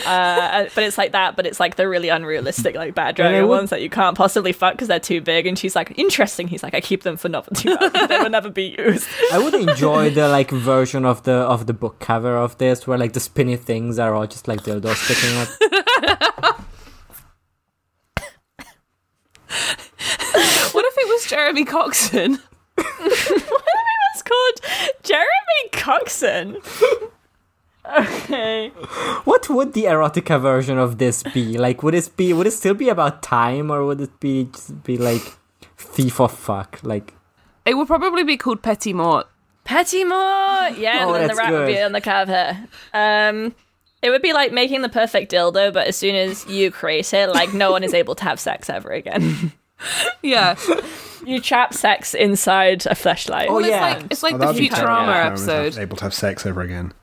D: uh, but it's like that, but it's like the really unrealistic like bad dragon ones that you can't possibly fuck because they're too big. And she's like, interesting. He's like, I keep them for novelty value. they will never be used.
E: I would enjoy the like version of the of the book cover of this, where like the spinny things are all just like dildos sticking up.
C: what if it was Jeremy Coxon?
D: It's called Jeremy Coxon. okay.
E: What would the erotica version of this be? Like, would it be? Would it still be about time, or would it be just be like thief or fuck? Like,
C: It would probably be called Petit Mort.
D: Petty Moore. Yeah,
E: Oh,
D: and then the
E: that's
D: rat would be
E: good.
D: on the cab here. Um, it would be like making the perfect dildo, but as soon as you create it, like no one is able to have sex ever again.
C: Yeah,
D: You trap sex inside a flashlight.
E: oh
C: it's
E: yeah,
C: like it's like
B: Oh,
C: the
B: that'd be terrible
C: Futurama
B: if no one was
C: episode.
B: Able to have sex over again.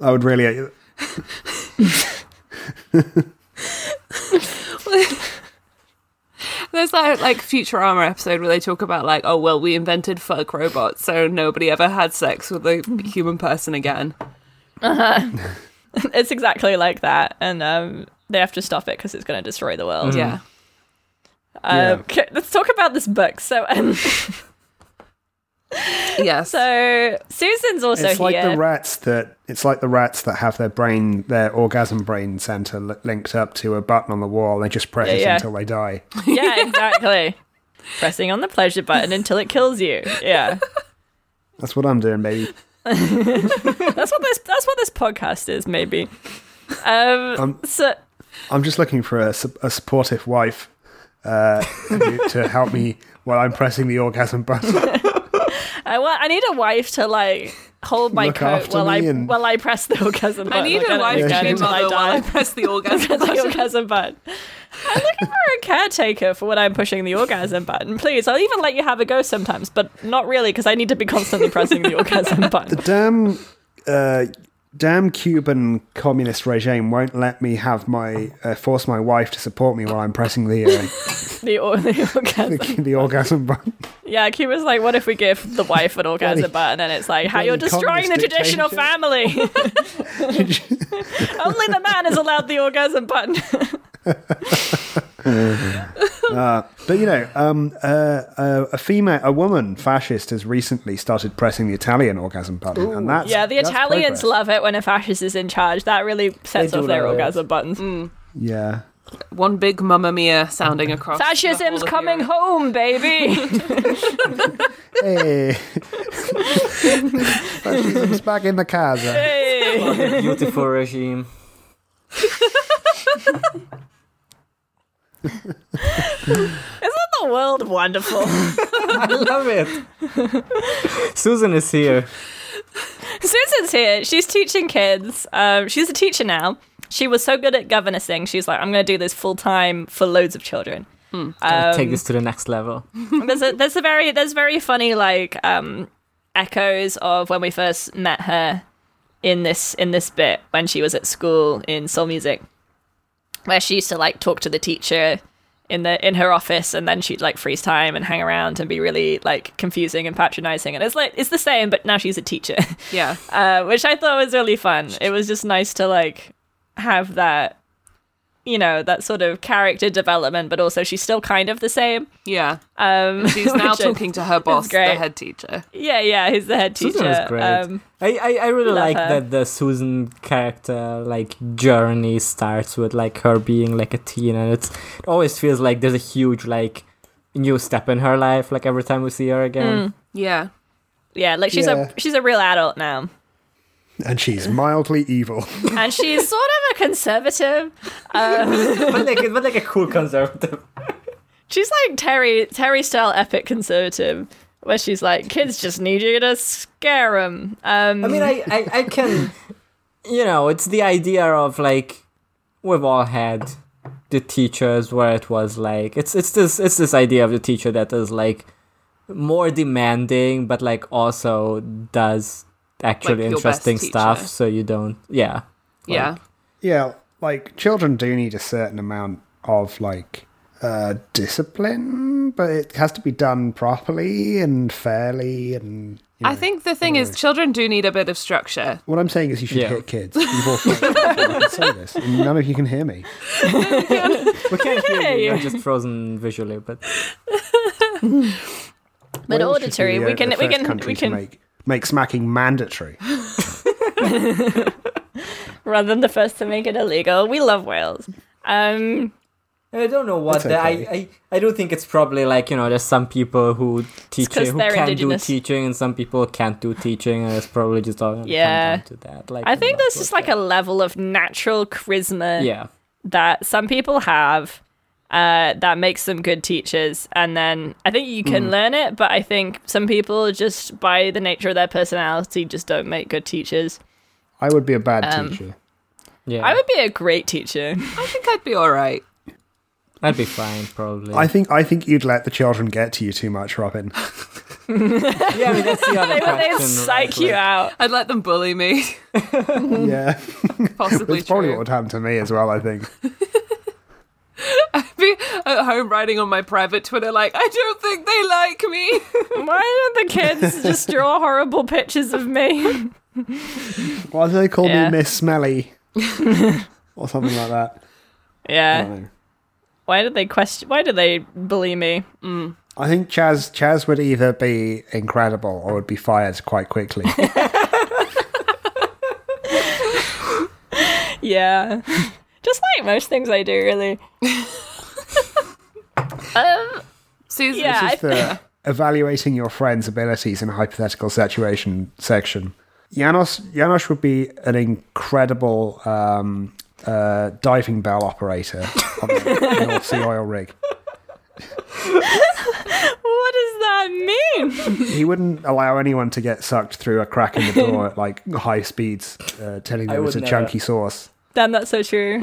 B: I would really.
C: There's that like Futurama episode where they talk about like, oh well, we invented fuck robots, so nobody ever had sex with a human person again.
D: Uh-huh. It's exactly like that, and um, they have to stop it because it's going to destroy the
B: Mm.
E: Mm,
D: world.
C: Yeah,
D: Um, okay, let's talk about this book. So, um,
C: yes.
D: so Susan's also
B: it's like
D: here.
B: the rats that it's like the rats that have their brain, their orgasm brain center li- linked up to a button on the wall. and They just press
D: Yeah,
B: it
D: yeah.
B: until they die.
D: yeah, exactly. Pressing on the pleasure button until it kills you. Yeah.
B: That's what I'm doing, baby.
D: That's what this. That's what this podcast is, maybe. Um, so
B: I'm just looking for a, su- a supportive wife uh, to, to help me while I'm pressing the orgasm button.
D: I want. I need a wife to like hold my
B: Look
D: coat
B: after
D: while I
B: me and-
D: while I press the orgasm
C: I
D: button.
C: need
D: Like,
C: a
D: don't
C: wife to
D: understand
C: be
D: until I
C: mother while I
D: die.
C: press the orgasm
D: Press the
C: button.
D: orgasm button. I'm looking for a caretaker for when I'm pushing the orgasm button. Please, I'll even let you have a go sometimes, but not really because I need to be constantly pressing the orgasm button.
B: damn, uh, damn Cuban communist regime won't let me have my uh, force my wife to support me while I'm pressing the uh,
D: The, or- the orgasm.
B: the, the orgasm button.
D: Yeah, Cuba's like, what if we give the wife an orgasm
B: Bloody-
D: button? And it's like, how
B: bloody
D: you're destroying the
B: communist
D: traditional
B: dictatorship.
D: family. Only the man is allowed the orgasm button.
B: But you know, um, uh, uh, a female, a woman fascist has recently started pressing the Italian orgasm button, and that's
D: yeah, the
B: that's
D: Italians
B: progress.
D: love it when a fascist is in charge. That really sets
E: They do
D: off their
E: love it.
D: orgasm buttons.
B: Yeah,
C: One big Mamma Mia sounding across. the whole
D: Fascism's
C: of
D: coming
C: Europe.
D: home, baby.
B: hey, fascism's back in the casa.
D: Hey.
E: beautiful regime.
D: Isn't the world wonderful?
E: I love it. Susan is here.
D: Susan's here. She's teaching kids. Um, she's a teacher now. She was so good at governessing. She's like, I'm going to do this full time for loads of children.
E: Gotta take this to the next level.
D: there's a there's a very there's very funny like um echoes of when we first met her in this in this bit when she was at school in soul music where she used to like talk to the teacher in the in her office and then she'd like freeze time and hang around and be really like confusing and patronizing and it's like it's the same but now she's a teacher
C: Yeah,
D: uh, which I thought was really fun. It was just nice to like have that you know, that sort of character development, but also she's still kind of the same.
C: Yeah.
D: Um,
C: She's now
D: which is-
C: talking to her boss, the
D: great.
C: head teacher.
D: Yeah, yeah, he's the head teacher.
E: Susan was great.
D: Um,
E: I, I, I really
D: love
E: like
D: her.
E: that the Susan character like journey starts with like her being like a teen and it's it always feels like there's a huge like new step in her life like every time we see her again.
D: Mm.
C: Yeah.
D: yeah, like she's
B: Yeah.
D: a she's a real adult now.
B: And she's mildly evil.
D: And she's sort of a conservative.
E: but like but like a cool conservative.
D: She's like Terry Terry style epic conservative, where she's like, kids just need you to scare them. Um,
E: I mean, I, I, I can, you know, it's the idea of like we've all had the teachers where it was like it's it's this it's this idea of the teacher that is like more demanding, but like also does actually
C: your best
E: interesting stuff.
C: teacher.
E: So you don't, yeah,
C: Yeah.
B: yeah, like children do need a certain amount of like uh, discipline, but it has to be done properly and fairly. And you know.
C: I think the thing is, children do need a bit of structure.
B: what I'm saying is, you should
E: Yeah.
B: hit kids. You've all fucking- I can say this, and none of you can hear me.
E: we can't hear you. You're just frozen visually, but
D: but
B: Wales should be
D: auditory,
B: the,
D: we
B: uh,
D: can
B: the
D: we
B: first
D: can
B: country
D: we
B: to
D: can
B: make, make smacking mandatory.
D: rather than the first to make it illegal. We love Wales. Um,
E: I don't know what
B: That's
E: the,
B: okay.
E: I, I I do think it's probably like you know there's some people who teach
D: 'cause
E: who
D: they're
E: can
D: indigenous.
E: do teaching and some people can't do teaching and it's probably just all gonna
D: Yeah.
E: come down to that. Like
D: I think
E: that's
D: there's just
E: what
D: like a level of natural charisma
E: the- yeah
D: that some people have uh, that makes them good teachers. And then I think you can learn it, but I think some people just by the nature of their personality just don't make good teachers.
B: I would be a bad
D: Um,
B: teacher.
E: yeah
D: I would be a great teacher.
C: I think I'd be all right.
E: I'd be fine probably.
B: I think I think you'd let the children get to you too much, Robin.
E: yeah, I mean that's the other
D: They'd
E: question. right?
D: psych you
E: Like,
D: out.
C: I'd let them bully me.
B: yeah,
C: Possibly
B: that's probably
C: true.
B: what would happen to me as well. I think.
C: be at home writing on my private Twitter, like, I don't think they like me.
D: Why don't the kids just draw horrible pictures of me?
B: Why do they call
D: Yeah.
B: me Miss Smelly or something like that? I
D: Yeah.
B: don't know.
D: Why do they question? Why do they bully me?
B: I think Chaz Chaz would either be incredible or would be fired quite quickly.
D: Yeah. Just like most things I do, really. um,
C: Susan,
D: Yeah, I-
B: Just the evaluating your friend's abilities in a hypothetical situation section. Janos Janos would be an incredible um, uh, diving bell operator on the North Sea oil rig.
D: what does that mean?
B: He wouldn't allow anyone to get sucked through a crack in the door at like high speeds, uh, telling them
E: would
B: it's a
E: never.
B: chunky sauce.
D: Damn, that's so true.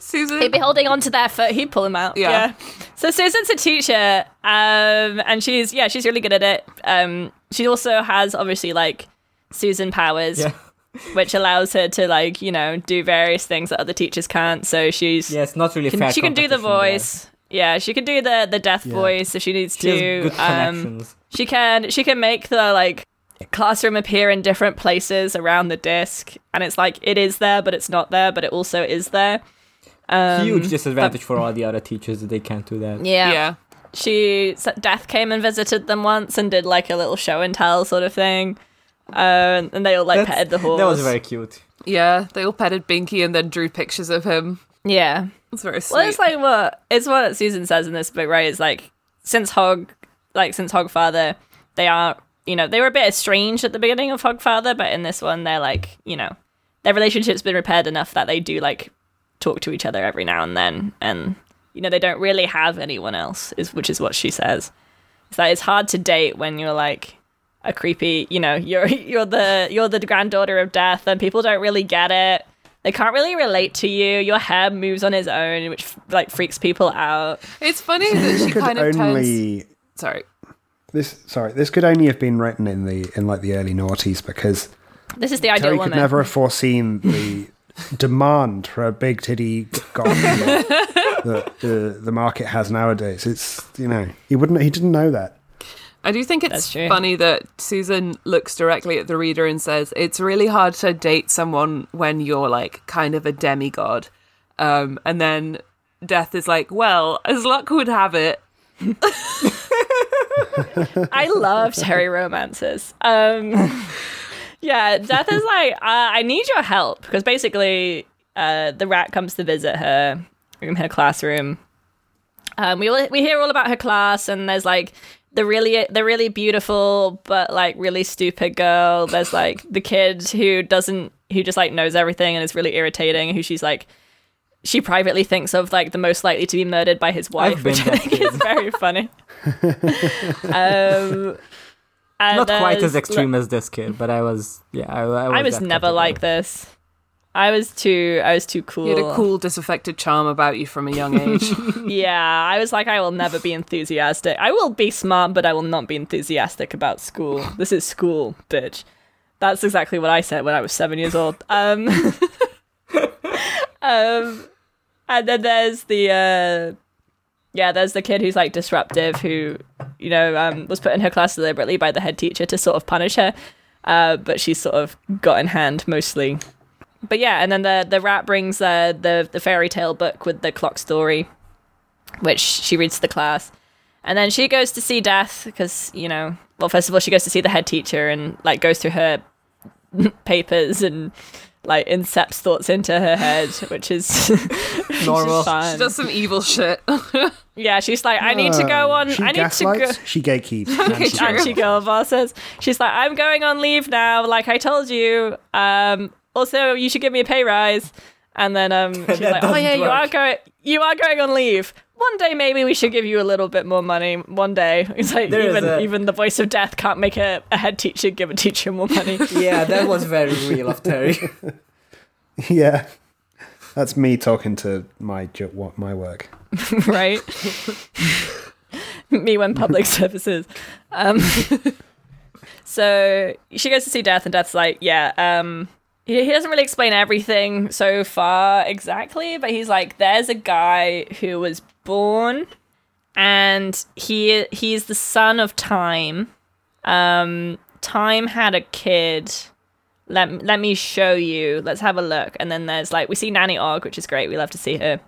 C: Susan,
D: He'd be holding on to their foot. He'd pull them out.
C: Yeah.
D: So Susan's a teacher, um, and she's yeah, she's really good at it. Um, she also has obviously like Susan powers,
E: Yeah.
D: which allows her to like you know do various things that other teachers can't. So she's
E: Yeah, it's not really
D: can,
E: fair.
D: she can do the
E: competition there.
D: voice. Yeah, she can do the the deaf voice if she needs
E: She has
D: to.
E: good
D: um,
E: connections.
D: she can she can make the like classroom appear in different places around the disc, and it's like it is there, but it's not there, but it also is there. um,
E: Huge disadvantage for all the other teachers that they can't do that.
C: yeah.
D: she so Death came and visited them once and did like a little show and tell sort of thing. Um, and they all like
E: That's-
D: petted the horse.
E: That was very cute.
C: Yeah, they all petted Binky and then drew pictures of him.
D: yeah.
C: It's very sweet.
D: Well, it's like what it's what Susan says in this book, right? It's like since Hog, like since Hogfather, they are you know they were a bit estranged at the beginning of Hogfather, but in this one they're like you know their relationship's been repaired enough that they do like talk to each other every now and then, and you know they don't really have anyone else, is which is what she says. It's that it's hard to date when you're like a creepy, you know, you're you're the you're the granddaughter of death, and people don't really get it they can't really relate to you. Your hair moves on its own, which like freaks people out.
C: It's funny that she
B: Could
C: kind of turns.
B: only
C: Sorry.
B: this sorry this could only have been written in the in like the early noughties because
D: This is the ideal
B: Terry could
D: woman.
B: never have foreseen the demand for a big titty goth that the,
H: uh,
B: the market has nowadays. It's you know he wouldn't he didn't know that.
C: I do think it's
D: That's true.
C: funny that Susan looks directly at the reader and says, It's really hard to date someone when you're like kind of a demigod. Um, and then Death is like, well, as luck would have it,
D: I love Terry romances. Um, yeah, Death is like, uh, I need your help because basically uh, the rat comes to visit her in her classroom. Um, we all- we hear all about her class, and there's like the really the really beautiful but like really stupid girl. There's like the kid who doesn't who just like knows everything and is really irritating. Who she's like she privately thinks of like the most likely to be murdered by his wife,
E: been
D: which I
E: that
D: think is very funny. um, and
E: Not quite
D: there's-
E: as extreme as this kid, but I was yeah. I, I was,
D: I was
E: that
D: never
E: category.
D: like this. I was too. I was too cool.
C: you had a cool, disaffected charm about you from a young age.
D: Yeah, I was like, I will never be enthusiastic. I will be smart, but I will not be enthusiastic about school. This is school, bitch. That's exactly what I said when I was seven years old. Um, um, and then there's the uh, yeah, there's the kid who's like disruptive, who you know um, was put in her class deliberately by the head teacher to sort of punish her, uh, but she sort of got in hand mostly. But yeah, and then the the rat brings uh, the the fairy tale book with the clock story which she reads to the class. And then she goes to see Death because, you know, well, first of all, she goes to see the head teacher and, like, goes through her papers and, like, incepts thoughts into her head, which is
E: Normal.
D: fun.
C: she does some evil shit.
D: yeah, she's like, I need to go on.
H: Uh, Ah, She
D: I need to go.
H: gaslights, she gatekeeps.
C: Okay, true.
D: Archie Girl Boss says, she's like, I'm going on leave now, like I told you. Um, also, you should give me a pay rise. And then um, she's like, oh
E: doesn't
D: yeah, you
E: work.
D: are going, you are going on leave. One day, maybe we should give you a little bit more money. One day, it's like
E: There is
D: even
E: a-
D: even the voice of death can't make a, a head teacher give a teacher more money.
E: Yeah, that was very real of Terry.
H: yeah, that's me talking to my ju- what my work.
D: right? Me when public services. Um, so she goes to see Death, and Death's like, yeah, um, he, he doesn't really explain everything so far exactly, but he's like, there's a guy who was born, and he he's the son of time. Um, time had a kid. Let, let me show you. Let's have a look. And then there's like, we see Nanny Og, which is great. We love to see her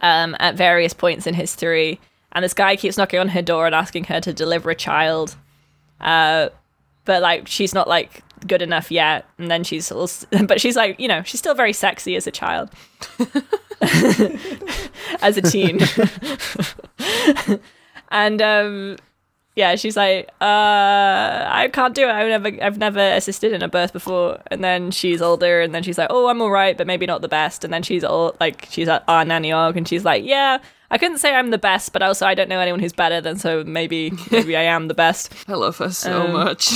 D: um, at various points in history. And this guy keeps knocking on her door and asking her to deliver a child. Uh, but like she's not like good enough yet. And then she's also, but she's like, you know, she's still very sexy as a child, as a teen. and um, yeah, she's like, uh, I can't do it. I've never, I've never assisted in a birth before. And then she's older, and then she's like, oh, I'm all right, but maybe not the best. And then she's all like, she's at our nanny org, and she's like, yeah, I couldn't say I'm the best, but also I don't know anyone who's better than, so maybe, maybe I am the best.
C: I love her so
D: Um,
C: much.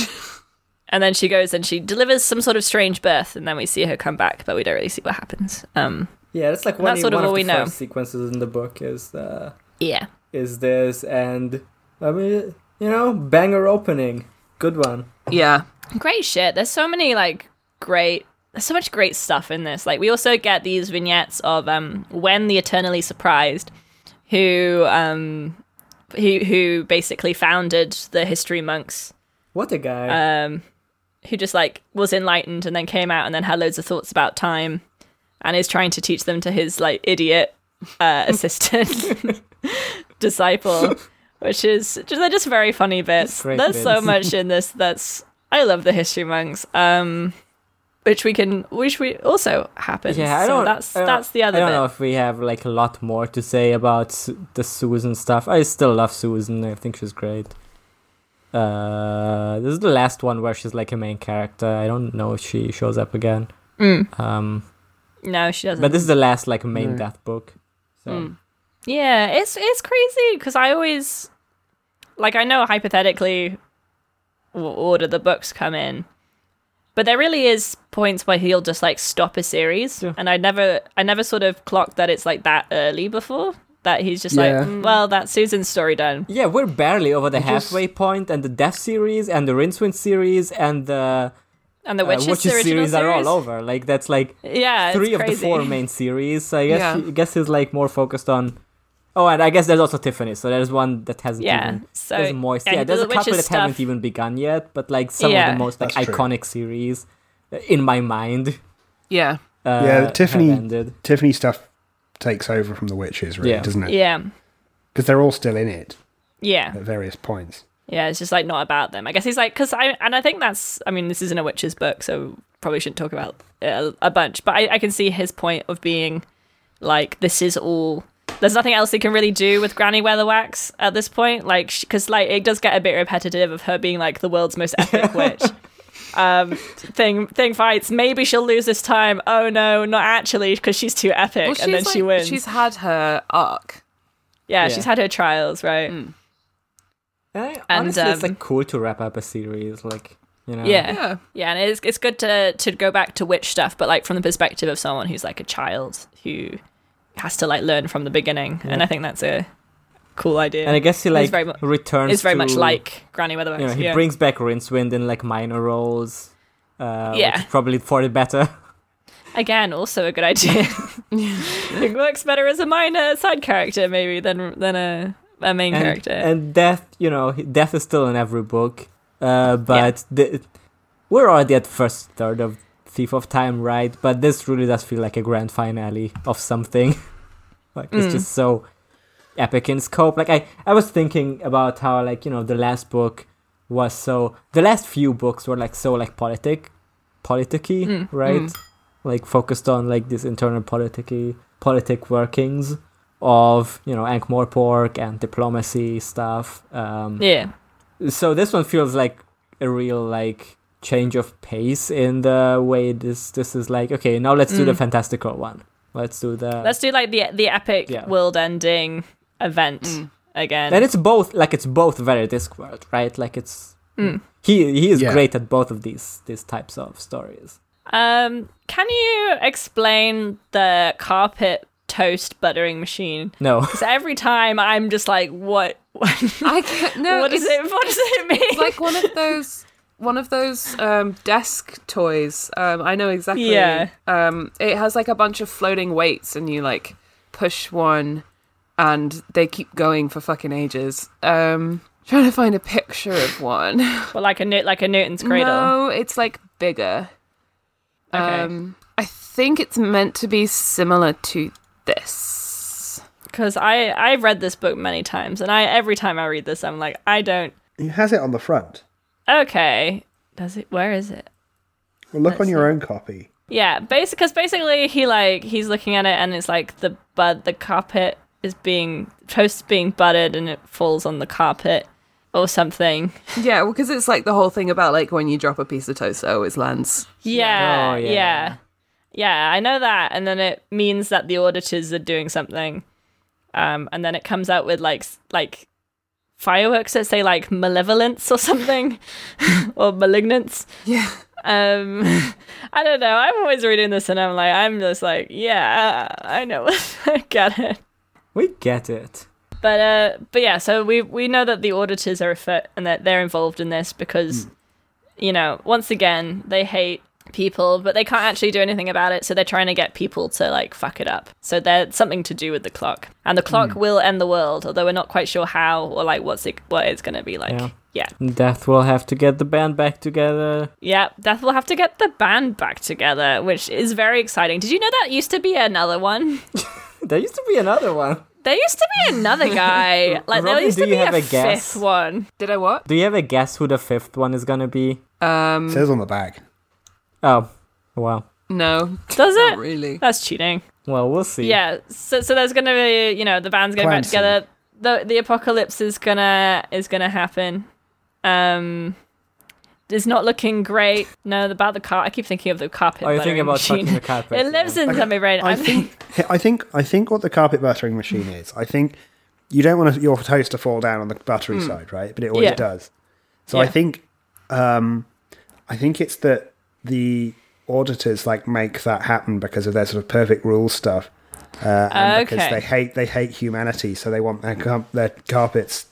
D: And then she goes and she delivers some sort of strange birth, and then we see her come back, but we don't really see what happens. Um,
E: Yeah, that's like one,
D: that's sort of
E: one of,
D: all
E: the
D: we know.
E: first sequences in the book is uh,
D: yeah,
E: is this, and I mean, you know, banger opening, good one.
C: yeah.
D: great shit. There's so many like great there's so much great stuff in this. Like we also get these vignettes of um when the eternally surprised who um who who basically founded the history monks
E: What a guy!
D: Uh, who just like was enlightened and then came out and then had loads of thoughts about time and is trying to teach them to his like idiot uh, assistant disciple which is just they're just very funny bits
E: great
D: there's so
E: bits.
D: much in this that's i love the history monks um which we can which we also happen
E: yeah, I
D: so
E: don't.
D: that's
E: I don't-
D: that's the other
E: I don't
D: bit
E: know if we have like a lot more to say about Su- the Susan stuff. I still love Susan. I think she's great. Uh, this is the last one where she's like a main character. I don't know if she shows up again.
D: Mm.
E: Um,
D: no she doesn't
E: but this is the last like main death book. So
D: Mm. Yeah, it's it's crazy because I always like I know hypothetically w- order the books come in, but there really is points where he'll just like stop a series, and I never I never sort of clocked that it's like that early before that he's just
H: Yeah.
D: like, "Mm, well, that's Susan's story done.
E: yeah, we're barely over the halfway point, and the death series, and the Rincewind series, and the
D: And the
E: uh,
D: witches,
E: Witches
D: the
E: series,
D: original
E: are all over. Like that's like
D: Yeah, it's
E: three of the
D: crazy.
E: four main series. So I guess
C: Yeah.
E: I guess he's like more focused on. Oh, and I guess there's also Tiffany. So there's one that hasn't
D: Yeah,
E: even
D: so-
E: there's moist.
D: and
E: Yeah, there's
D: the
E: a couple
D: Witches
E: that haven't
D: stuff-
E: even begun yet, but like some of
D: Yeah.
E: the most like
H: That's true.
E: iconic series uh, in my mind.
C: Yeah.
E: Uh,
H: Yeah,
E: have
H: Tiffany-
E: ended.
H: Tiffany stuff takes over from the witches, really,
E: Yeah.
H: doesn't it?
D: Yeah.
H: Because they're all still in it
D: Yeah.
H: at various points.
D: Yeah, it's just like not about them. I guess he's like, because I, and I think that's, I mean, this isn't a witch's book, so probably shouldn't talk about it a, a bunch, but I, I can see his point of being like, this is all, there's nothing else they can really do with Granny Weatherwax at this point. Like, because like it does get a bit repetitive of her being like the world's most epic witch. Um, thing thing fights. Maybe she'll lose this time. Oh no, not actually, because she's too epic,
C: Well,
D: and then
C: she's,
D: she
C: like-
D: wins.
C: She's had her arc.
D: yeah,
E: Yeah.
D: she's had her trials, right?
C: Mm.
E: And, I-
D: And,
E: honestly, it's
D: um,
E: like cool to wrap up a series, like you know.
D: Yeah.
C: Yeah.
D: yeah. and it's it's good to to go back to witch stuff, but like from the perspective of someone who's like a child who has to like learn from the beginning. And I think that's a cool idea.
E: And I guess he like
D: very mu-
E: returns.
D: it's very much
E: to-
D: like Granny Weatherwax.
E: you know he
D: yeah.
E: brings back Rincewind in like minor roles. Uh,
D: Yeah.
E: which is probably for the better.
D: Again, also a good idea. it works better as a minor side character maybe than than a a main
E: and,
D: character.
E: and death, you know, he- death is still in every book. Uh, but the, we're already at first third of Thief of Time, right? But this really does feel like a grand finale of something. like
D: Mm.
E: it's just so epic in scope. Like I, I was thinking about how like you know the last book was so the last few books were like so like politic, politicky,
D: Mm.
E: right? Like focused on like this internal politicky politic workings of you know Ankh-Morpork and diplomacy stuff. Um,
D: yeah.
E: so this one feels like a real like change of pace in the way this this is like okay now let's do the fantastical one. Let's do the
D: Mm. Let's do like the the epic
E: Yeah. Mm.
D: world ending event again.
E: and it's both like it's both very Discworld, right? Like it's
D: Mm.
E: he he is
H: Yeah.
E: great at both of these these types of stories.
D: Um, can you explain the carpet toast buttering machine?
E: No,
D: Because every time I'm just like, what? What,
C: I can't, no,
D: what does
C: it's-
D: it? What does it mean?
C: It's like one of those one of those um, desk toys. Um, I know exactly.
D: Yeah.
C: Um, it has like a bunch of floating weights, and you like push one, and they keep going for fucking ages. Um, trying to find a picture of one.
D: well, like a Newt- like a Newton's cradle.
C: No, it's like bigger.
D: Okay.
C: Um, I think it's meant to be similar to this.
D: Because I I've read this book many times, and I every time I read this, I'm like, I don't.
H: He has it on the front.
D: Okay. Does it? Where is it?
H: Well, look on
D: Let's
H: your own copy.
D: Yeah, basic because basically he like he's looking at it and it's like the bud the carpet is being toast is being buttered and it falls on the carpet or something.
C: Yeah, well, because it's like the whole thing about like when you drop a piece of toast, it always lands.
D: Yeah,
E: Oh, yeah.
D: yeah, yeah, I know that, and then it means that the auditors are doing something, um, and then it comes out with like s- like fireworks that say like malevolence or something, or malignance.
C: Yeah.
D: Um, I don't know. I'm always reading this, and I'm like, I'm just like, yeah, I know, I get it.
E: we get it.
D: But uh, but yeah, so we we know that the auditors are refer- and that they're involved in this
E: Hmm.
D: because, you know, once again they hate people, but they can't actually do anything about it. So they're trying to get people to like fuck it up. So they're something to do with the clock, and the clock
E: Hmm.
D: will end the world, although we're not quite sure how or like what's it what it's gonna be like.
E: Yeah.
D: Yeah. yeah,
E: Death will have to get the band back together.
D: Death will have to get the band back together, which is very exciting. Did you know that used to be another one?
E: There used to be another one.
D: There used to be another guy. Like there
E: Robin,
D: used
E: do
D: to
E: you
D: be
E: have
D: a
E: a guess?
D: fifth one.
C: Did I what?
E: Do you have a guess who the fifth one is gonna be?
D: Um,
H: It says on the back.
E: Oh, wow.
C: No.
D: Does it?
C: Really?
D: That's cheating.
E: Well, we'll see.
D: Yeah. So so there's gonna be you know the band's going back
H: Clancy.
D: together. The the apocalypse is gonna is gonna happen. Um, it's not looking great. No, about the car. I keep thinking of the carpet.
E: Oh, you're thinking
D: buttering
E: about
D: machine.
E: fucking the carpet.
D: It lives
E: yeah.
D: inside my brain.
H: I
D: I'm
H: think I think I think what the carpet buttering machine is. I think you don't want your toast to fall down on the buttery side, right? But it always
D: Mm. Yeah.
H: does. So I
D: Yeah.
H: think, um, I think it's that the auditors like make that happen because of their sort of perfect rule stuff, uh, and because
D: Okay.
H: they hate they hate humanity, so they want their car- their carpets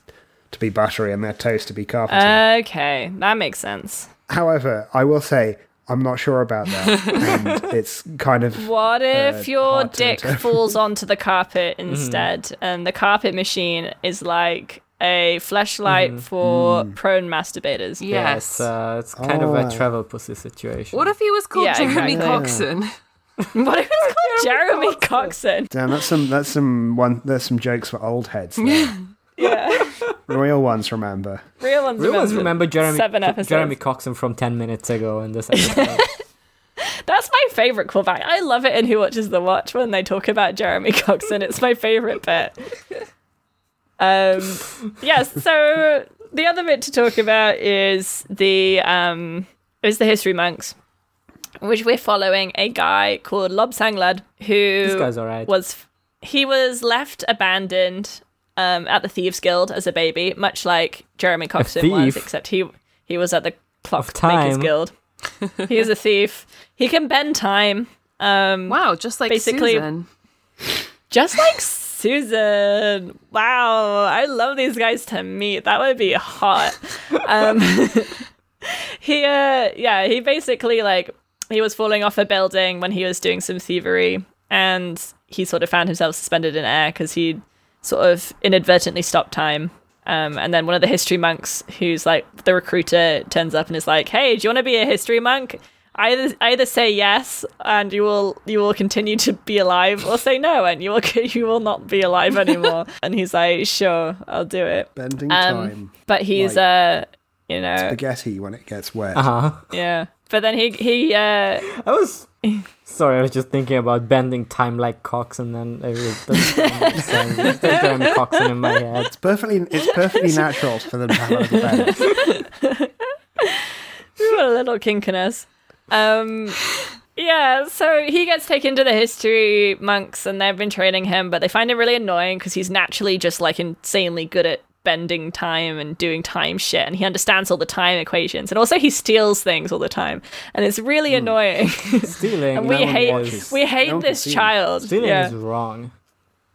H: to be buttery and their toast to be carpety.
D: Uh, okay, that makes sense.
H: However, I will say I'm not sure about that, and it's kind of
D: What if
H: Uh,
D: your
H: hard to
D: dick
H: interpret. Mm-hmm.
D: falls onto the carpet instead, and the carpet machine is like a
H: Mm-hmm.
D: flashlight for
H: Mm.
D: prone masturbators?
E: Yeah,
C: Yes.
E: it's, uh, it's
H: Oh.
E: kind of a travel pussy situation.
C: What if he was called
D: Yeah,
C: Jeremy
D: exactly.
C: Coxon?
D: What if it's called Jeremy Coxon.
H: Damn, that's some that's some one that's some jokes for old heads. Yeah.
D: Yeah.
H: Real ones, remember.
D: Real ones
E: Real ones
D: remembered.
E: remember Jeremy
D: Seven episodes.
E: Jeremy Coxon from ten minutes ago in this episode.
D: That's my favorite callback. I love it in Who Watches the Watch when they talk about Jeremy Coxon. It's my favorite bit. Um, yes. So the other bit to talk about is the um, is the history monks, which we're following a guy called Lobsang Lud who
E: This guy's alright.
D: was he was left abandoned um, at the thieves guild as a baby, much like Jeremy Coxon was,
E: thief?
D: except he he was at the clock makers
E: time.
D: guild. He is a thief. He can bend time. Um,
C: Wow, just like
D: Basically-
C: Susan.
D: just like Susan. Wow, I love these guys to meet. That would be hot. Um, he, uh, yeah, he basically like he was falling off a building when he was doing some thievery, and he sort of found himself suspended in air because he sort of inadvertently stopped time. Um, and then one of the history monks, who's like the recruiter, turns up and is like, "Hey, do you want to be a history monk?" Either either say yes and you will you will continue to be alive, or say no and you will you will not be alive anymore. and he's like, "Sure, I'll do it."
H: Bending
D: Um,
H: time.
D: but he's
H: like-
D: uh, you know,
H: Spaghetti when it gets wet.
E: Uh-huh.
D: yeah. But then he he uh,
E: I was sorry, I was just thinking about bending time like Cox, and then it was that's Jeremy Coxon. It's Jeremy Coxon in my head.
H: Perfectly it's perfectly natural for them to have a little bend.
D: what a little kinkiness. Um, yeah, so he gets taken to the history monks and they've been training him, but they find him really annoying because he's naturally just like insanely good at bending time and doing time shit and he understands all the time equations and also he steals things all the time and it's really annoying
E: Stealing.
D: and we
E: Hmm. no one
D: hate
E: watches.
D: we hate
H: No one can
D: this
H: see him.
D: child
E: Stealing
D: yeah.
E: is wrong.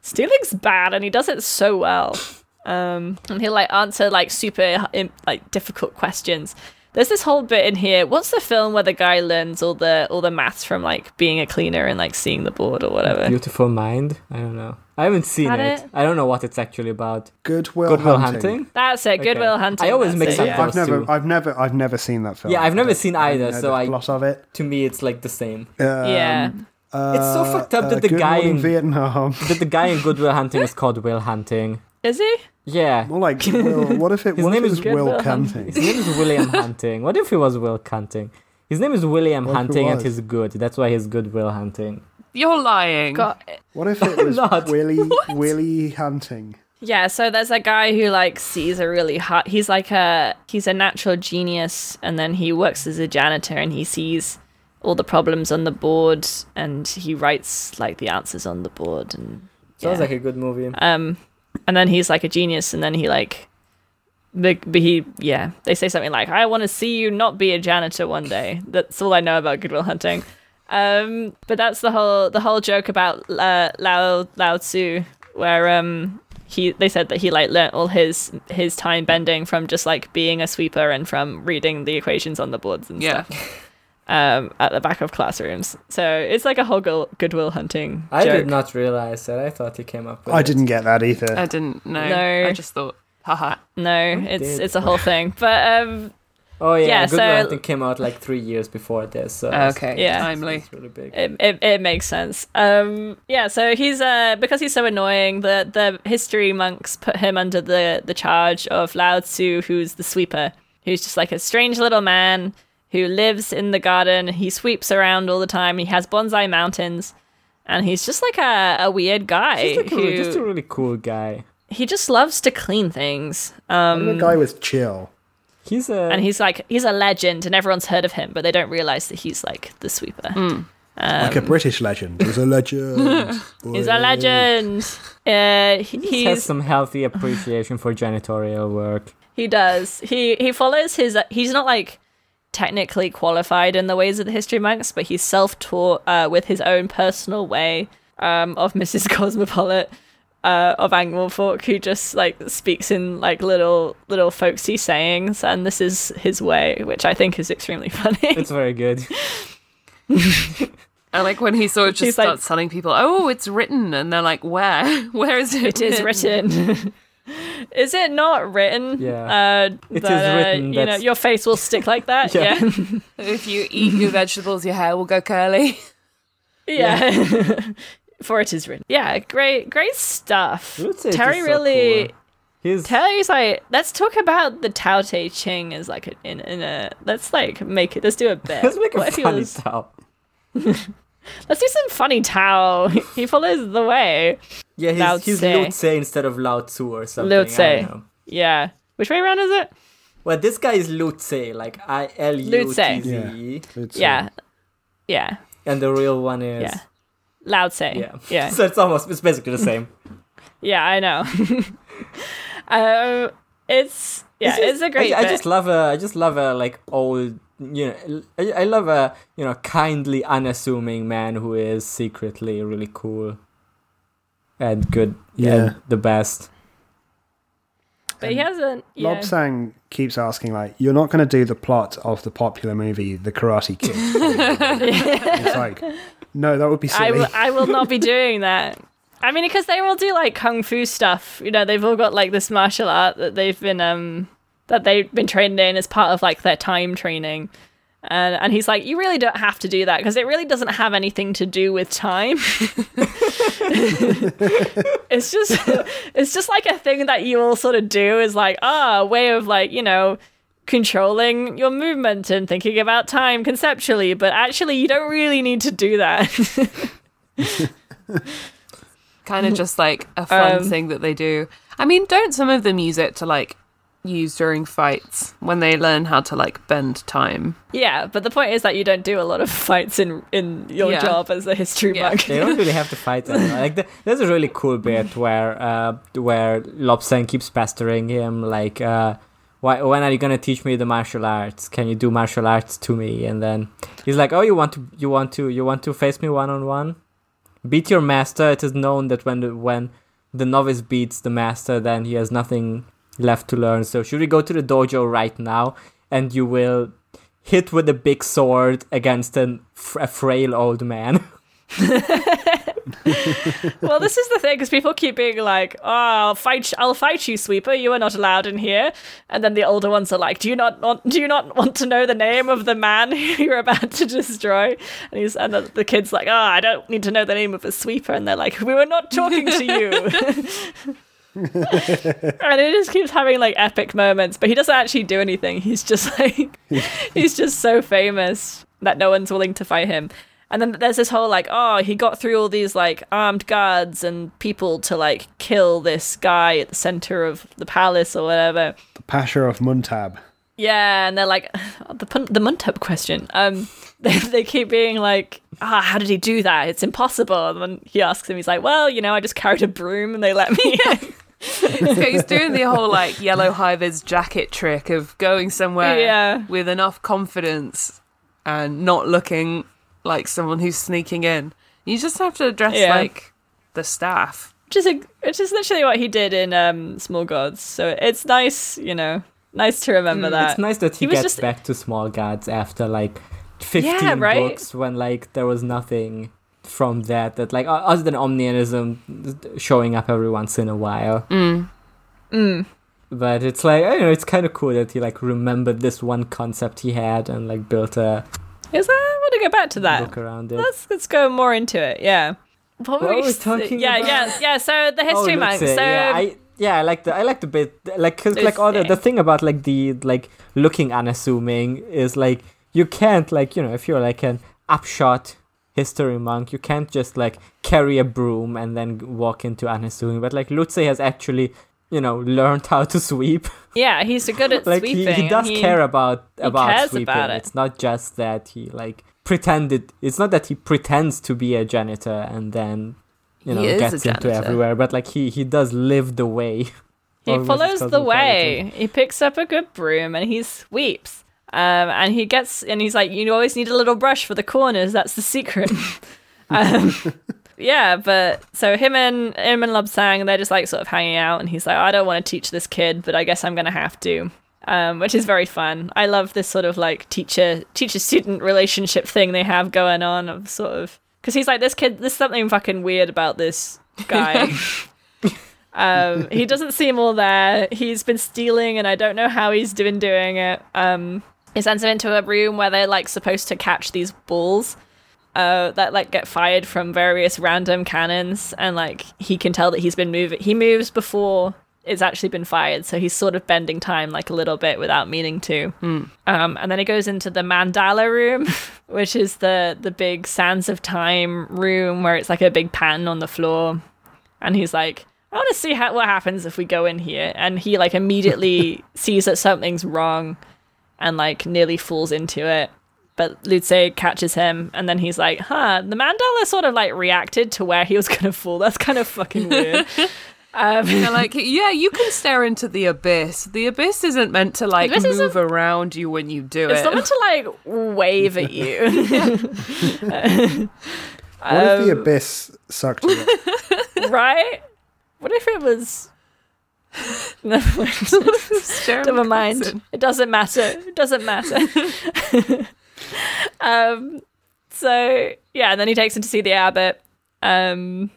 D: stealing's bad and he does it so well um and he'll like answer like super im- like difficult questions there's this whole bit in here what's the film where the guy learns all the all the maths from like being a cleaner and like seeing the board or whatever
E: Beautiful mind. I don't know. I haven't seen
D: Got
E: it.
D: it.
E: I don't know what it's actually about.
H: Goodwill,
E: Goodwill
H: hunting.
E: Hunting.
D: that's it goodwill
E: Okay.
D: hunting
E: I always
D: that's
E: mix
D: it,
E: up
D: yeah.
E: those
H: I've never
E: two.
H: I've never I've never seen that film.
E: Yeah, I've never
H: don't-
E: seen
H: I don't
E: either,
H: know
E: so
H: the
E: I-
H: plot of it.
E: To me, it's like the same.
D: yeah
E: Um, it's so fucked up
H: Uh,
E: that the
H: Good
E: guy
H: Morning
E: in
H: Vietnam.
E: that the guy in Goodwill Hunting is called Will Hunting.
D: is he
E: Yeah.
H: More like Will. What if it?
E: His
H: what
E: name
H: if
E: is
H: it's Will
D: Goodwill
H: Hunting?
E: His name is William Hunting. What if he was Will Hunting? His name is William
H: What if he
E: Hunting, and
H: was?
E: he's good. That's why he's good Will Hunting.
C: You're lying.
D: got
H: What if it was
E: not.
H: Willy Willy Hunting?
D: Yeah, so there's a guy who like sees a really hot. He's like a he's a natural genius, and then he works as a janitor, and he sees all the problems on the board, and he writes like the answers on the board, and
E: Sounds
D: Yeah.
E: like a good movie.
D: um, and then he's like a genius, and then he like, the- but he yeah, they say something like, "I want to see you not be a janitor one day." That's all I know about Goodwill Hunting. Um, but that's the whole the whole joke about uh, Lao Lao Tzu, where um he they said that he like learnt all his his time bending from just like being a sweeper and from reading the equations on the boards and
C: yeah.
D: stuff um at the back of classrooms. So it's like a whole go- Goodwill Hunting.
E: I
D: joke.
E: did not realize that. I thought he came up with
H: I
E: it.
H: didn't get that either.
C: I didn't know.
D: No.
C: I just thought, haha.
D: No, it's
E: did?
D: it's a whole thing. But um
E: Oh yeah,
D: Yeah,
E: Good
D: so-
E: Will Hunting came out like three years before this. So it's-
C: Okay.
D: Yeah.
C: Timely.
E: It's really big.
D: it, it, it makes sense. Um, yeah, so he's uh, because he's so annoying, the the history monks put him under the the charge of Lao Tzu, who's the sweeper, who's just like a strange little man who lives in the garden. He sweeps around all the time. He has bonsai mountains, and he's just like a, a weird guy.
E: He's like a,
D: who,
E: re- just a really cool guy.
D: he just loves to clean things.
H: the
D: Um,
H: guy was chill.
E: He's uh, a
D: and he's like he's a legend, and everyone's heard of him, but they don't realize that he's like the sweeper.
E: Mm.
H: like
D: Um,
H: a British legend. He's a legend.
D: He's a legend. Uh, he,
E: he has
D: he's
E: some healthy appreciation for janitorial work.
D: He does. He he follows his. uh, He's not like technically qualified in the ways of the history monks, but he's self-taught uh, with his own personal way um, of Mrs. Cosmopolitan uh, of Anglefork, who just like speaks in like little little folksy sayings, and this is his way, which I think is extremely funny.
E: It's very good.
C: And like when he sort of just
D: She's like-
C: starts telling people, "Oh, it's written," and they're like, "Where? Where is it?
D: it is written. is it not written?
E: Yeah.
D: Uh,
E: It is
D: that, uh,
E: written,
D: you know,
E: that's-
D: your face will stick like that.
E: Yeah.
D: yeah.
C: If you eat your vegetables, your hair will go curly."
D: Yeah. For it is written. Yeah, great, great stuff.
E: Roots Edge
D: Terry
E: is so
D: really.
E: cool. He's
D: Terry's like, let's talk about the Tao Te Ching as like a, in in a. Let's like make it. Let's do a bit.
E: let's make
D: What
E: a
D: if he
E: funny
D: was-
E: towel.
D: Let's do some funny Tao. he follows the way.
E: Yeah, he's,
D: Lao
E: he's
D: Tse.
E: Lao Tse instead of Lao Tzu or something.
D: Lao
E: I don't
D: Tse.
E: know.
D: Yeah. Which way around is it?
E: Well, this guy is Lu Tse, like I L U T Z,
H: It's, uh,
D: Yeah. Yeah.
E: and the real one is
D: Yeah. Loud say.
E: yeah.
D: Yeah.
E: so it's almost it's basically the same.
D: Yeah, I know. um, it's yeah, it's, a great.
E: I, I
D: bit.
E: just love a, I just love a like old, you know, I, I love a you know kindly unassuming man who is secretly really cool and good.
H: Yeah.
E: and the best.
D: but he hasn't. Yeah.
B: Lob Sang keeps asking, like, you're not going to do the plot of the popular movie, The Karate Kid. it's like, no, that would be silly.
D: I will. I will not be doing that. I mean, because they all do like kung fu stuff. You know, they've all got like this martial art that they've been um that they've been trained in as part of like their time training. And, and he's like, you really don't have to do that because it really doesn't have anything to do with time. it's just, it's just like a thing that you all sort of do is like, ah, a way of like, you know, controlling your movement and thinking about time conceptually, but actually, you don't really need to do that.
C: kind of just like a fun
D: Um,
C: thing that they do. I mean, don't some of them use it to like use during fights when they learn how to like bend time?
D: Yeah, but the point is that you don't do a lot of fights in in your
C: Yeah.
D: job as a history
C: Yeah.
D: mark.
E: They don't really have to fight anymore. Like th there's a really cool bit where uh, where Lobsang keeps pestering him like, uh, why, when are you gonna teach me the martial arts? Can you do martial arts to me? And then he's like, oh, you want to you want to you want to face me one on one? Beat your master. It is known that when the, when the novice beats the master, then he has nothing left to learn. So should we go to the dojo right now? And you will hit with a big sword against an, fr- a frail old man.
D: well, this is the thing because people keep being like, "Oh, I'll fight, I'll fight you, sweeper. You are not allowed in here." And then the older ones are like, "Do you not want? Do you not want to know the name of the man who you're about to destroy?" And he's and the, the kid's like, "Oh, I don't need to know the name of a sweeper." And they're like, "We were not talking to you." and it just keeps having like epic moments, but he doesn't actually do anything. He's just like he's just so famous that no one's willing to fight him. And then there's this whole like, oh, he got through all these like armed guards and people to like kill this guy at the center of the palace or whatever.
B: the Pasha of Muntab.
D: Yeah, and they're like the pun- the Muntub question. Um, they, they keep being like, ah, how did he do that? It's impossible. And then he asks him, he's like, well, you know, I just carried a broom and they let me. in."
C: Okay, he's doing the whole like yellow high vis jacket trick of going somewhere
D: Yeah.
C: with enough confidence and not looking like someone who's sneaking in. You just have to address
D: Yeah.
C: like the staff.
D: which is which is literally what he did in um Small Gods. So it's nice, you know, nice to remember that.
E: Mm, It's nice that he,
D: Uh, He was
E: gets
D: just-
E: back to small gods after like 15
D: right?
E: books when like there was nothing from that that like o- other than omnianism showing up every once in a while. Mm.
D: Mm.
E: But it's like I don't know, it's kind of cool that he like remembered this one concept he had and like built a
D: Is that? I want to go back to that.
E: book around it.
D: Let's let's go more into it. Yeah. What
E: were we
D: s-
E: talking
D: yeah,
E: about?
D: Yeah, yeah, So the
E: Oh,
D: history
E: Lutze,
D: monk. So
E: yeah, I yeah, I like the I like the bit like 'cause, like all the,
D: Lutze.
E: the thing about like the like looking unassuming is like you can't like you know if you're like an upshot history monk you can't just like carry a broom and then g- walk into unassuming but like Lutze has actually you know learned how to sweep
D: yeah, he's good at
E: like
D: sweeping.
E: he, he does
D: and he-
E: care about about
D: cares
E: sweeping
D: about it.
E: it's not just that he like pretended it's not that he pretends to be a janitor and then you know
C: He is
E: gets
C: a
E: into
C: janitor.
E: everywhere but like he he does live the way
D: He
E: Or was it
D: follows the way.
E: cosmopolitan?
D: He picks up a good broom and he sweeps. Um, and he gets and he's like, you always need a little brush for the corners. That's the secret. um, yeah, but so him and him and Lobsang, they're just like sort of hanging out, and he's like, I don't want to teach this kid, but I guess I'm gonna have to. Um, which is very fun. I love this sort of like teacher teacher student relationship thing they have going on of sort of because he's like this kid. There's something fucking weird about this guy. Um, he doesn't seem all there. He's been stealing, and I don't know how he's been doing it. Um, he sends him into a room where they're like supposed to catch these balls, uh, that like get fired from various random cannons, and like he can tell that he's been moving. He moves before it's actually been fired, so he's sort of bending time like a little bit without meaning to. Um, and then it goes into the mandala room, which is the the big sands of time room where it's like a big pan on the floor, and he's like. I want to see how, what happens if we go in here. And he like immediately sees that something's wrong and like nearly falls into it. But Lutze catches him, and then he's like, "Huh." The mandala sort of like reacted to where he was gonna fall. That's kind of fucking weird. Um,
C: They're like, yeah, you can stare into the abyss. The abyss isn't meant to like
D: abyss
C: move
D: isn't-
C: around you when you do
D: it's
C: it.
D: not meant to like wave at you,
H: What if
D: Oh.
H: the abyss sucked you up?
D: right? What if it was? Never mind.
C: Stare
D: Never
C: at
D: mind.
C: Wisconsin.
D: It doesn't matter. It doesn't matter. um, so yeah, and then he takes him to see the abbot. Um,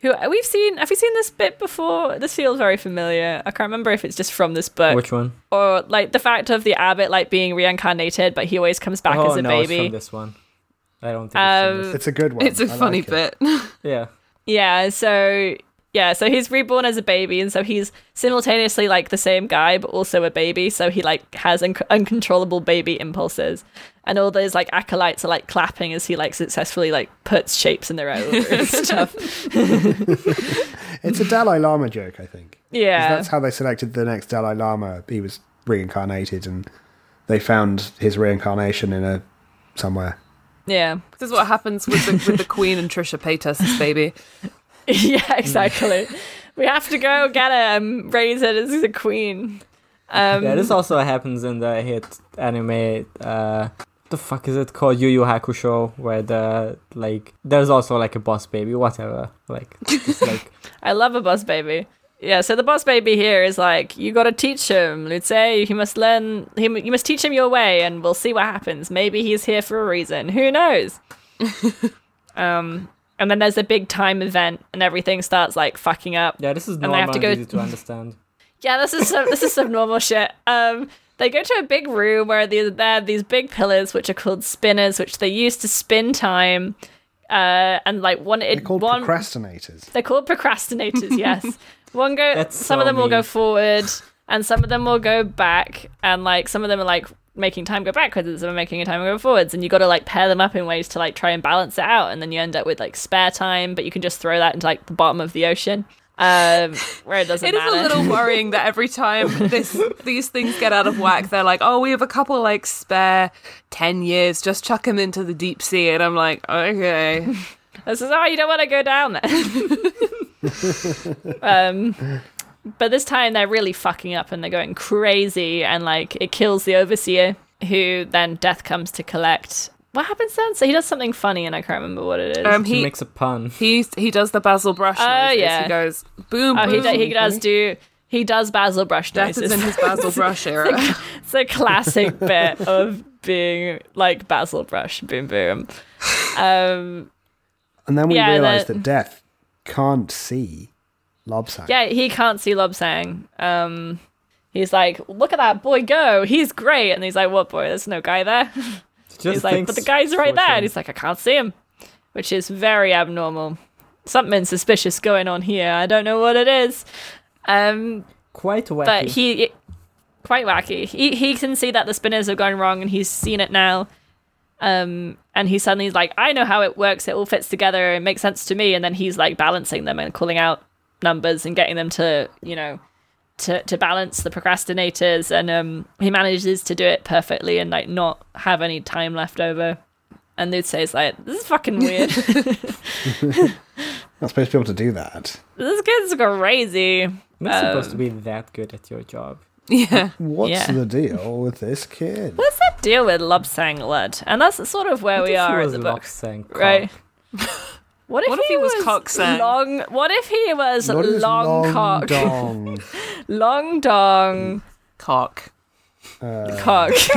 D: who we've seen? Have we seen this bit before? This feels very familiar. I can't remember if it's just from this book
E: Which one?
D: or like the fact of the abbot like being reincarnated, but he always comes back
E: oh
D: as a
E: no,
D: baby.
E: it's from this one. I don't think. it's from
D: Um,
E: this.
H: It's a good one.
C: It's a
H: I
C: funny
H: like it.
C: bit.
E: Yeah.
D: Yeah, so yeah, so he's reborn as a baby, and so he's simultaneously like the same guy, but also a baby. So he like has un- uncontrollable baby impulses, and all those like acolytes are like clapping as he like successfully like puts shapes in their own and stuff.
H: It's a Dalai Lama joke, I think. 'Cause
D: Yeah,
H: That's how they selected the next Dalai Lama. He was reincarnated, and they found his reincarnation in a somewhere.
D: yeah,
C: This is what happens with the, with the Queen and Trisha Paytas's baby.
D: yeah, exactly. we have to go get him, raise it as a queen. Um,
E: Yeah, this also happens in the hit anime. Uh, the fuck is it called? Yu Yu Hakusho, where the like there's also like a boss baby, whatever. Like, just, like
D: I love a boss baby. Yeah, so the boss baby here is like, you gotta teach him, Lutze. He must learn. He, you must teach him your way, and we'll see what happens. Maybe he's here for a reason. Who knows? um, and then there's a big time event, and everything starts like fucking up.
E: yeah, this is
D: they have
E: normal
D: to
E: and
D: go-
E: easy to understand.
D: Yeah, this is some, this is some normal shit. Um, they go to a big room where these, there are these big pillars, which are called spinners, which they use to spin time. Uh, and like one, it,
H: They're called
D: one
H: procrastinators.
D: they're called procrastinators, yes. One go
E: That's
D: some of
E: so
D: them will go
E: mean.
D: forward and some of them will go back and like some of them are like making time go backwards and some are making time go forwards and you gotta like pair them up in ways to like try and balance it out and then you end up with like spare time, but you can just throw that into like the bottom of the ocean. Um where it doesn't
C: It is
D: matter.
C: a little worrying that every time this these things get out of whack, they're like, "Oh, we have a couple like spare ten years, just chuck them into the deep sea." And I'm like, "Okay,
D: This is oh, you don't want to go down there. um, but this time they're really fucking up and they're going crazy and like it kills the overseer, who then death comes to collect. What happens then? So he does something funny and I can't remember what it is.
C: um,
E: He
C: he
E: makes a pun.
C: he he does the Basil Brush
D: Oh,
C: noises.
D: yeah.
C: He goes boom.
D: oh, he,
C: boom.
D: do, he does do. He does Basil Brush
C: Death is
D: noises.
C: in his Basil Brush era.
D: it's a classic bit of being like Basil Brush, boom boom. Um,
H: And then we
D: Yeah,
H: realised
D: that-
H: that death can't see Lobsang.
D: Yeah, he can't see Lobsang. Um, he's like, look at that boy go. He's great. And he's like, what boy? There's no guy there.
E: Just
D: He's like,
E: thinks
D: but the guy's right
E: for
D: there. And
E: sure.
D: he's like, I can't see him, which is very abnormal. Something suspicious going on here. I don't know what it is. Um,
E: quite wacky.
D: but he quite wacky. He he can see that the spinners have gone wrong, and he's seen it now. Um, and he suddenly is like, I know how it works. It all fits together. It makes sense to me. And then he's like balancing them and calling out numbers and getting them to you know to to balance the procrastinators. And um, he manages to do it perfectly and like not have any time left over. And Lutze is like, this is fucking weird.
H: Not supposed to be able to do that.
D: this kid's crazy.
E: You're
D: uh,
E: not supposed to be that good at your job.
C: yeah,
H: What's
D: Yeah.
H: the deal with this kid?
D: What's that deal with Lobsang Lud? And that's sort of where we
E: If he
D: are in
E: was
D: the book.
E: Lobsang cock,
D: right? What if,
C: What if he was cock sang?
D: long? What if he was
H: Not his
D: long, cock,
H: dong.
D: long dong
C: cock.
B: Uh,
D: cock?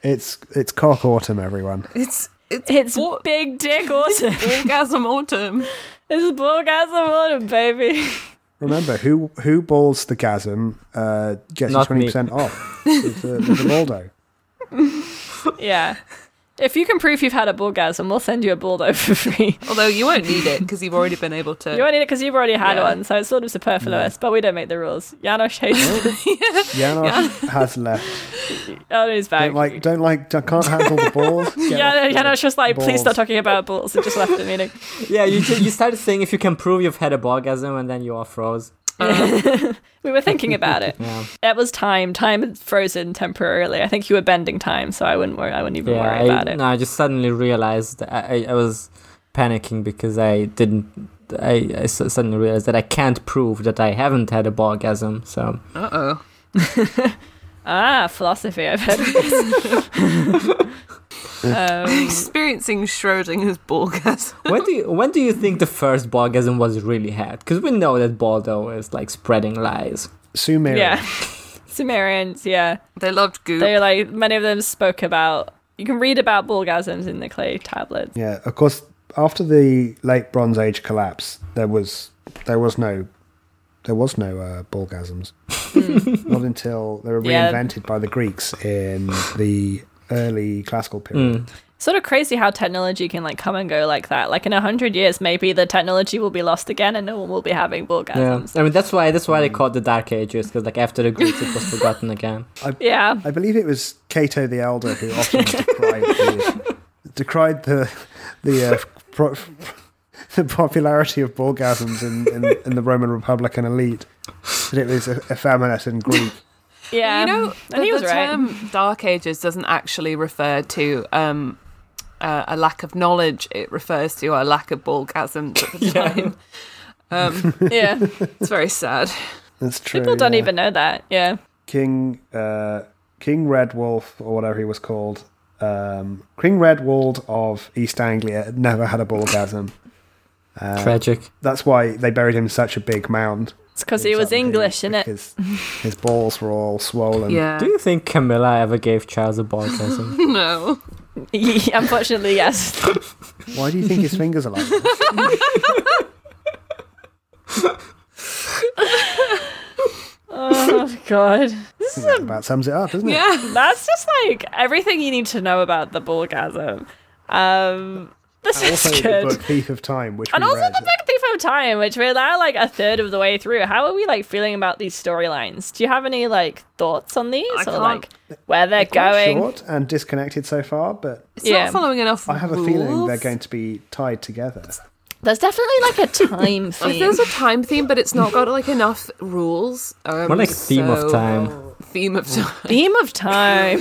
H: It's it's cock autumn, everyone.
C: It's it's
D: It's
C: What?
D: big dick autumn.
C: orgasm autumn.
D: it's orgasm autumn, baby.
H: Remember who who balls the gasm uh, gets you
E: Not
H: twenty
E: me.
H: percent off with the, with the Waldo.
D: yeah. If you can prove you've had a bullgasm, we'll send you a bull though for free.
C: Although you won't need it because you've already been able to.
D: You won't need it because you've already had
C: Yeah.
D: one, so it's sort of superfluous. But we don't make the rules. Janosch hates.
B: Janosch has left.
D: oh, he's back.
B: Don't like, don't like, don't- can't handle the balls. Get off
D: yeah,
B: the
D: Janosch was like, please stop
B: balls.
D: talking about balls. It just left the meeting.
E: Yeah, you ju- you started saying if you can prove you've had a borgasm and then you are froze.
C: um,
D: We were thinking about it.
E: Yeah.
D: That was time. Time is frozen temporarily. I think you were bending time, so I wouldn't worry. I wouldn't even
E: Yeah,
D: worry
E: I,
D: about it.
E: no, I just suddenly realized I, I, I was panicking because I didn't. I, I s- suddenly realized that I can't prove that I haven't had a borgasm. So
C: Uh oh.
D: Ah, philosophy. I've heard. Of this. um,
C: Experiencing Schrodinger's ballgasm.
E: when do you, when do you think the first borgasm was really had? Because we know that Baldo is like spreading lies.
B: Sumeria.
D: yeah, Sumerians. Yeah,
C: They loved goo.
D: they like many of them spoke about. You can read about bullgasms in the clay tablets.
B: Yeah, of course. After the late Bronze Age collapse, there was there was no there was no uh, ballgasms. Not until they were
D: Hmm. Yeah.
B: reinvented by the Greeks in the early classical period.
D: Sort of crazy how technology can like come and go like that. Like in a hundred years, maybe the technology will be lost again, and no one will be having
E: Yeah,
D: bullgasms.
E: I mean that's why that's why they called the Dark Ages because like after the Greeks it was forgotten again.
D: Yeah.
B: I believe it was Cato the Elder who often decried the, decried the the uh, pro, the popularity of ballgasms in, in, in the Roman Republican elite. That it was effeminate and Greek.
D: Yeah,
C: you know,
D: and he
C: the,
D: was
C: the
D: right.
C: term Dark Ages doesn't actually refer to um, uh, a lack of knowledge. It refers to a lack of ballgasms at the time. Um,
D: yeah,
C: it's very sad.
B: That's true.
D: people don't
B: yeah.
D: even know that. Yeah,
B: King uh, King Redwolf or whatever he was called. Um, King Redwald of East Anglia never had a ballgasm.
E: Tragic.
B: That's why they buried him in such a big mound.
D: it's because he was English,
B: in
D: innit?
B: His, his balls were all swollen.
C: Yeah.
E: Do you think Camilla ever gave Charles a borgasm?
C: No.
D: Unfortunately, yes.
B: Why do you think his fingers are like that?
D: oh God,
B: I think that about sums it up, doesn't it?
C: Yeah.
D: that's just like everything you need to know about the bullgasm. Um, this
B: Also, the
D: is good.
B: book Thief of Time, which
D: And
B: we
D: also
B: read.
D: the big thief of time, which we're now like a third of the way through. How are we like feeling about these storylines? Do you have any like thoughts on these or
C: can't-
D: like where they're
B: Quite
D: going?
B: short and disconnected so far, but
C: It's
D: Yeah.
C: not following enough.
B: I have a feeling
C: rules.
B: they're going to be tied together.
D: There's definitely like a time
C: Like,
D: theme.
C: there's a time theme, but it's not got like enough rules. Um,
E: More like theme of
C: so-
E: time.
C: Theme of time.
D: theme of time.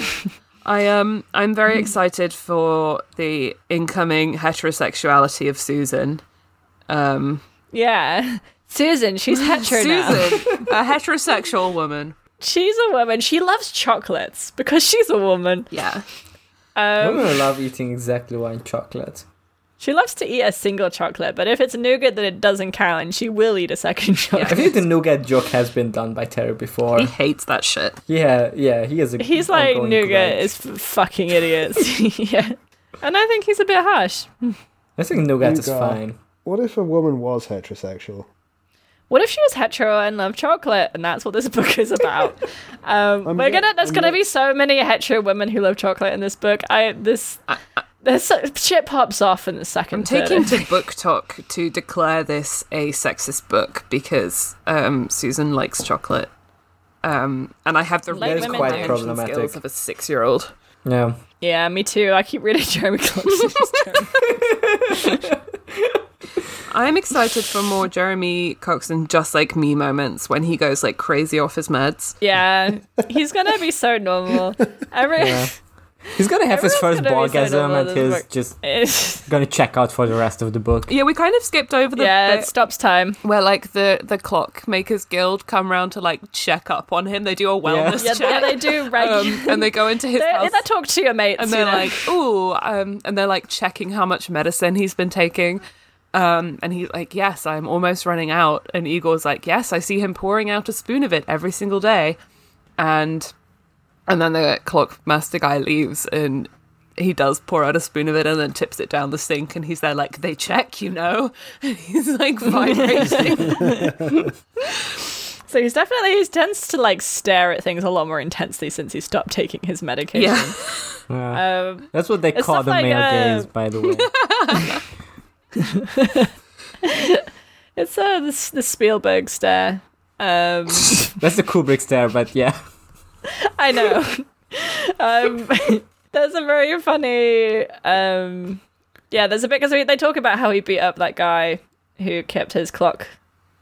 C: I um, I'm
D: Mm.
C: very excited for the incoming heterosexuality of Susan. Um,
D: yeah. Susan, she's hetero now.
C: Susan, a heterosexual woman.
D: She's a woman. She loves chocolates because she's a woman.
C: Yeah.
D: Um,
E: Women love eating exactly one chocolate.
D: she loves to eat a single chocolate, but if it's nougat, then it doesn't count, and she will eat a second
E: I
D: chocolate.
E: think the nougat joke has been done by Terry before.
C: He hates that shit.
E: Yeah, yeah, he is a.
D: He's like
E: ongoing
D: nougat
E: grudge.
D: is f- fucking idiots. yeah, and I think he's a bit harsh.
E: I think nougat, is
B: Nougat.
E: fine.
B: What if a woman was heterosexual?
D: What if she was hetero and loved chocolate, and that's what this book is about? Um, we're
B: not-
D: gonna. There's
B: I'm
D: gonna
B: not-
D: be so many hetero women who love chocolate in this book. I this. There's so, shit pops off in the 2nd
C: I'm taking to Book Talk to declare this a sexist book because um, Susan likes chocolate. Um, and I have the
D: Like
C: reading
D: women That is quite
C: comprehension
E: problematic.
C: skills of a six year old.
E: Yeah,
D: Yeah, me too. I keep reading Jeremy Clarkson's Jeremy.
C: I'm excited for more Jeremy Coxon just like me moments when he goes like crazy off his meds.
D: Yeah, he's gonna be so normal. Every-
E: he's gonna have his first
D: Everyone's gonna be so normal
E: borgasm,
D: in
E: and
D: this
E: he's
D: book.
E: just
D: it's-
E: gonna check out for the rest of the book.
C: Yeah, we kind of skipped over the
D: yeah, it
C: bit
D: stops time.
C: where like the the Clockmakers Guild come round to like check up on him. They do a wellness
D: Yeah,
C: check.
D: they, they do regular.
C: um, and they go into his
D: they,
C: house
D: they talk to your mates,
C: and
D: you
C: they're
D: know.
C: like, "Ooh," um, and they're like checking how much medicine he's been taking. Um, and he's like, "Yes, I'm almost running out." And Igor's like, "Yes, I see him pouring out a spoon of it every single day." And and then the clock master guy leaves, and he does pour out a spoon of it, and then tips it down the sink. And he's there like, "They check, you know." And he's like vibrating.
D: So he's definitely he tends to like stare at things a lot more intensely since he stopped taking his medication.
C: Yeah.
E: Yeah.
D: Um,
E: That's what they
D: it's
E: call
D: stuff
E: the
D: like,
E: male
D: uh,
E: gaze, by the way.
D: it's uh, the, the Spielberg stare. Um,
E: That's the Kubrick stare, but yeah.
D: I know. um, there's a very funny. Um, yeah, there's a bit because they talk about how he beat up that guy who kept his clock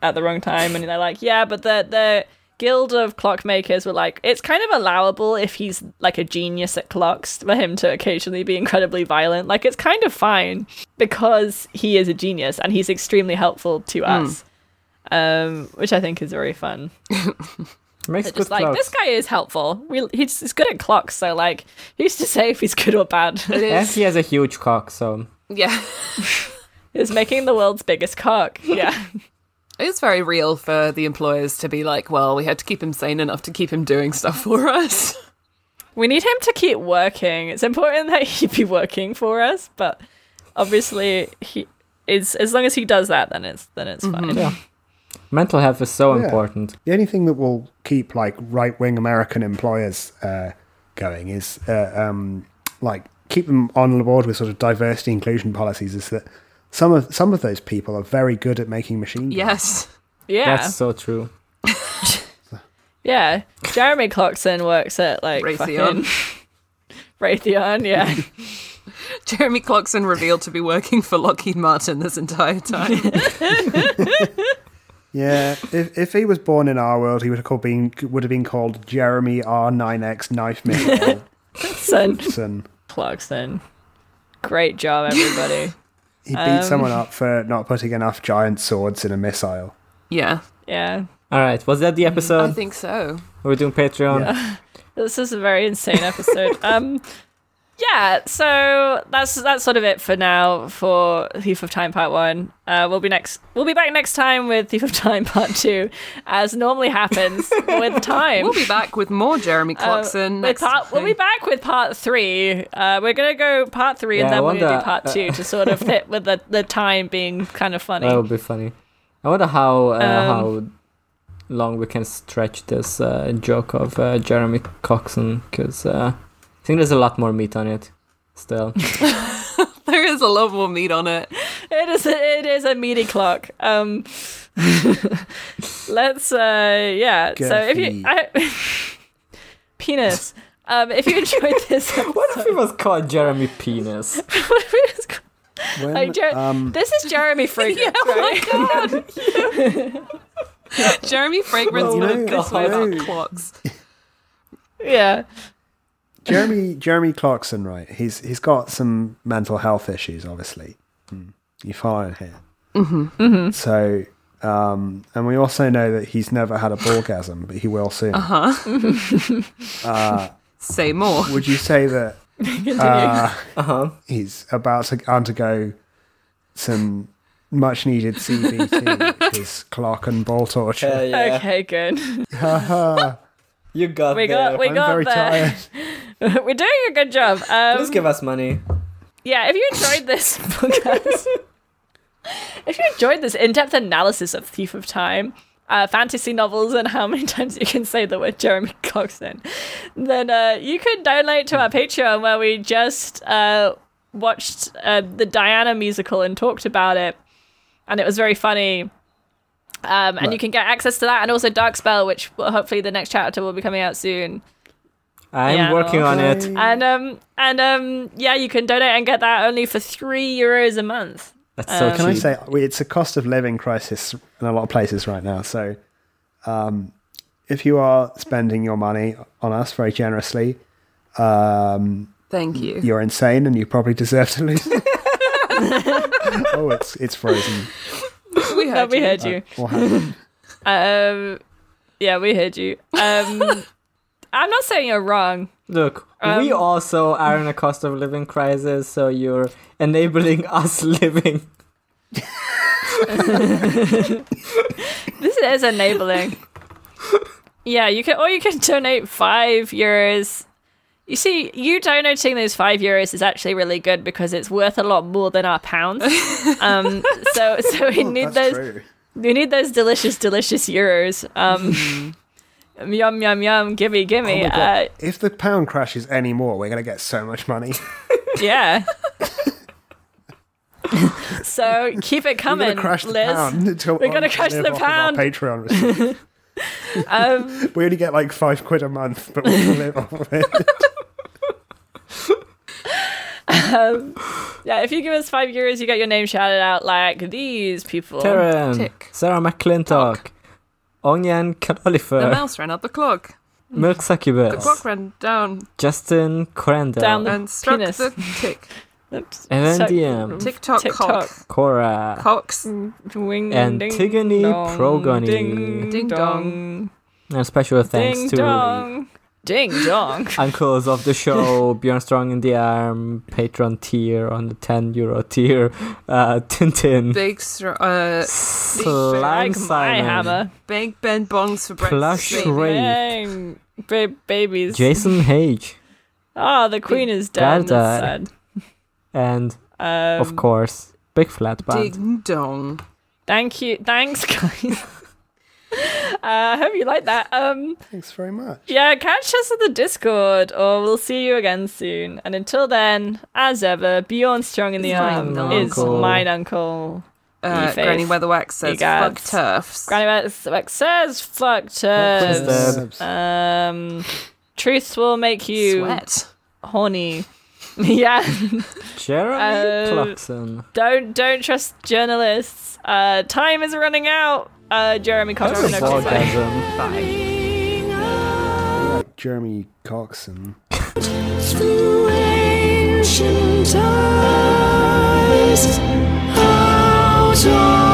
D: at the wrong time, and they're like, yeah, but the the guild of clockmakers were like, it's kind of allowable if he's like a genius at clocks for him to occasionally be incredibly violent. Like it's kind of fine because he is a genius and he's extremely helpful to us. Um, which I think is very fun
E: Makes
D: that
E: good
D: just like
E: clothes.
D: this guy is helpful. We, he's, he's good at clocks, so like who's to say if he's good or bad?
C: It
E: And
C: is.
E: he has a huge cock, so
C: Yeah.
D: he's making the world's biggest cock. Yeah,
C: It's very real for the employers to be like, well, we had to keep him sane enough to keep him doing stuff for us.
D: we need him to keep working. It's important that he be working for us, but obviously he is. As long as he does that, then it's then it's fine.
E: Mm-hmm. yeah. Mental health is so
B: Yeah.
E: important.
B: The only thing that will keep like right wing American employers uh, going is uh, um, like keep them on board with sort of diversity inclusion policies. Is that some of some of those people are very good at making machine guns.
C: Yes.
D: Yeah,
E: That's so true.
D: yeah. Jeremy Clarkson works at like
C: Raytheon.
D: fucking Raytheon. Yeah.
C: Jeremy Clarkson revealed to be working for Lockheed Martin this entire time.
B: Yeah, if if he was born in our world, he would have called being would have been called Jeremy R nine X Knife Missile.
D: Son
B: Son.
D: Clarkson. Great job, everybody.
B: He beat someone up for not putting enough giant swords in a missile.
C: yeah.
D: yeah.
E: All right, was
D: Mm-hmm.
E: that the
C: I
D: Um,
E: episode?
C: think so.
E: We're doing Patreon.
D: This is a very insane episode. um, yeah, so that's that's sort of it for now for Thief of Time Part One. Uh, we'll be next. We'll be back next time with Thief of Time Part Two, as normally happens with time.
C: We'll be back with more Jeremy
D: Uh,
C: Clarkson
D: with
C: next
D: part, we'll be
C: thing.
D: back with part three. Uh, we're gonna go part three,
E: Yeah,
D: and
E: I
D: then we're gonna
E: wonder- uh,
D: do part two to sort of fit with the, the time being kind of funny.
E: That would be funny. I wonder how uh,
D: Um,
E: how long we can stretch this uh, joke of uh, Jeremy Coxon because uh, I think there's a lot more meat on it. Still,
C: There is a lot more meat on it.
D: It is a, it is a meaty clock. Um, let's uh, yeah. So if you I, penis, um, if you enjoyed this, episode,
E: what if it was called Jeremy Penis?
D: what if it is-
B: When,
D: like, Jer-
B: um,
D: this is Jeremy Fragrance, right?
C: Jeremy Fragrance
D: Oh,
B: Well,
C: would have
B: no,
C: this way
B: no.
C: about clocks.
D: yeah,
B: Jeremy Jeremy Clarkson, right? He's he's got some mental health issues, obviously. Hmm. You follow here. Mm-hmm. Mm-hmm. So, um, and we also know that he's never had a orgasm, but he will soon.
C: Say more.
B: Would you say that uh, he's about to undergo some much needed CBT, which is clock and ball torture?
D: Okay, good.
E: you got
D: We got we
B: I'm
D: got
B: very
D: there.
B: tired.
D: We're doing a good job. Um,
E: Please give us money.
D: yeah, if you enjoyed this podcast, if you enjoyed this in-depth analysis of Thief of Time, uh, fantasy novels, and how many times you can say the word Jeremy Clarkson, then uh, you could donate to our Patreon where we just uh, watched uh, the Diana musical and talked about it, and it was very funny. Um, and you can get access to that, and also Darkspell, which will hopefully the next chapter will be coming out soon.
E: I'm
D: Yeah,
E: working on it.
D: And um, and um, yeah, you can donate and get that only for three euros a month.
E: That's so
D: Um,
B: Can I
E: cheap.
B: say we- it's a cost of living crisis in a lot of places right now? So, um, if you are spending your money on us very generously, um,
C: Thank you.
B: you're insane and you probably deserve to lose. oh, it's it's frozen.
C: We
D: No,
C: heard
D: we
C: you.
D: heard you.
B: What happened?
D: Um, yeah, we heard you. Um, I'm not saying you're wrong.
E: Look, we
D: Um,
E: also are in a cost of living crisis, so you're enabling us living.
D: This is enabling. yeah, you can, or you can donate five euros. You see, you donating those five euros is actually really good because it's worth a lot more than our pounds. um, so, so we need
B: Oh, That's
D: those.
B: true.
D: We need those delicious, delicious euros. Um, yum, yum, yum. Gimme, gimme.
B: Oh my
D: uh,
B: God. if the pound crashes any more, we're going to get so much money.
D: yeah. so keep it
B: We're
D: coming,
B: going to crash the
D: Liz.
B: pound. until-
D: We're gonna
B: on-
D: crash
B: live
D: the
B: off of our
D: pound. Um,
B: Patreon. receipts. we only get like five quid a month, but we can live off of it.
D: Yeah, if you give us five euros, you get your name shouted out like these people.
E: Karen,
C: Tick.
E: Sarah McClintock, Onyan
C: The
E: Calolifer,
C: mouse ran up the clock.
E: Milk
C: The
E: Succubus,
C: clock ran down
E: Justin Crandall,
D: Down the-
C: and struck
D: Penis.
C: the tick.
D: Oops.
E: Evan
D: So-
E: Diem,
C: Tick tock
D: Tick
C: cock.
D: tock.
E: Cora,
C: Cox.
D: Mm. Wing,
E: And
D: ding,
E: Tigony
D: dong,
E: Progony.
D: Ding,
C: Ding
D: dong.
E: and special thanks
D: Ding
E: to
D: dong. Ding dong.
E: the uncles of the show, Bjorn Strong in the Arm, Patron tier on the 10 euro tier, uh, Tintin,
C: Big str- uh,
E: Slime
D: like my
E: Simon,
D: hammer.
C: big Ben Bongs for breakfast.
E: Plush
C: baby.
E: Rape.
D: Bang. Ba- babies.
E: Jason Hage,
D: Ah, the queen is dead.
E: Dada.
D: That's sad.
E: and
D: Um,
E: of course, Big Flat Band.
C: Ding dong.
D: Thank you. Thanks, guys. Uh, I hope you like that. Um,
B: Thanks very much.
D: yeah, catch us on the Discord, or we'll see you again soon. And until then, as ever, Beyond Strong in the
C: Mine
D: Arm is
E: uncle.
D: mine uncle.
C: Uh,
D: Ye-face.
C: Granny Weatherwax says, "Fuck
D: Egads.
C: turfs."
D: Granny Wex Wex says, "Fuck
E: Fuck
D: turds." Um, truth will make you
C: Sweat.
D: horny. yeah, Uh,
E: Jeremy Clarkson.
D: don't don't trust journalists. Uh, time is running out. Uh, Jeremy Cox.
E: That's a
D: no, goodbye.
E: orgasm.
D: Bye.
B: Like Jeremy Coxon.
G: Through ancient times, out of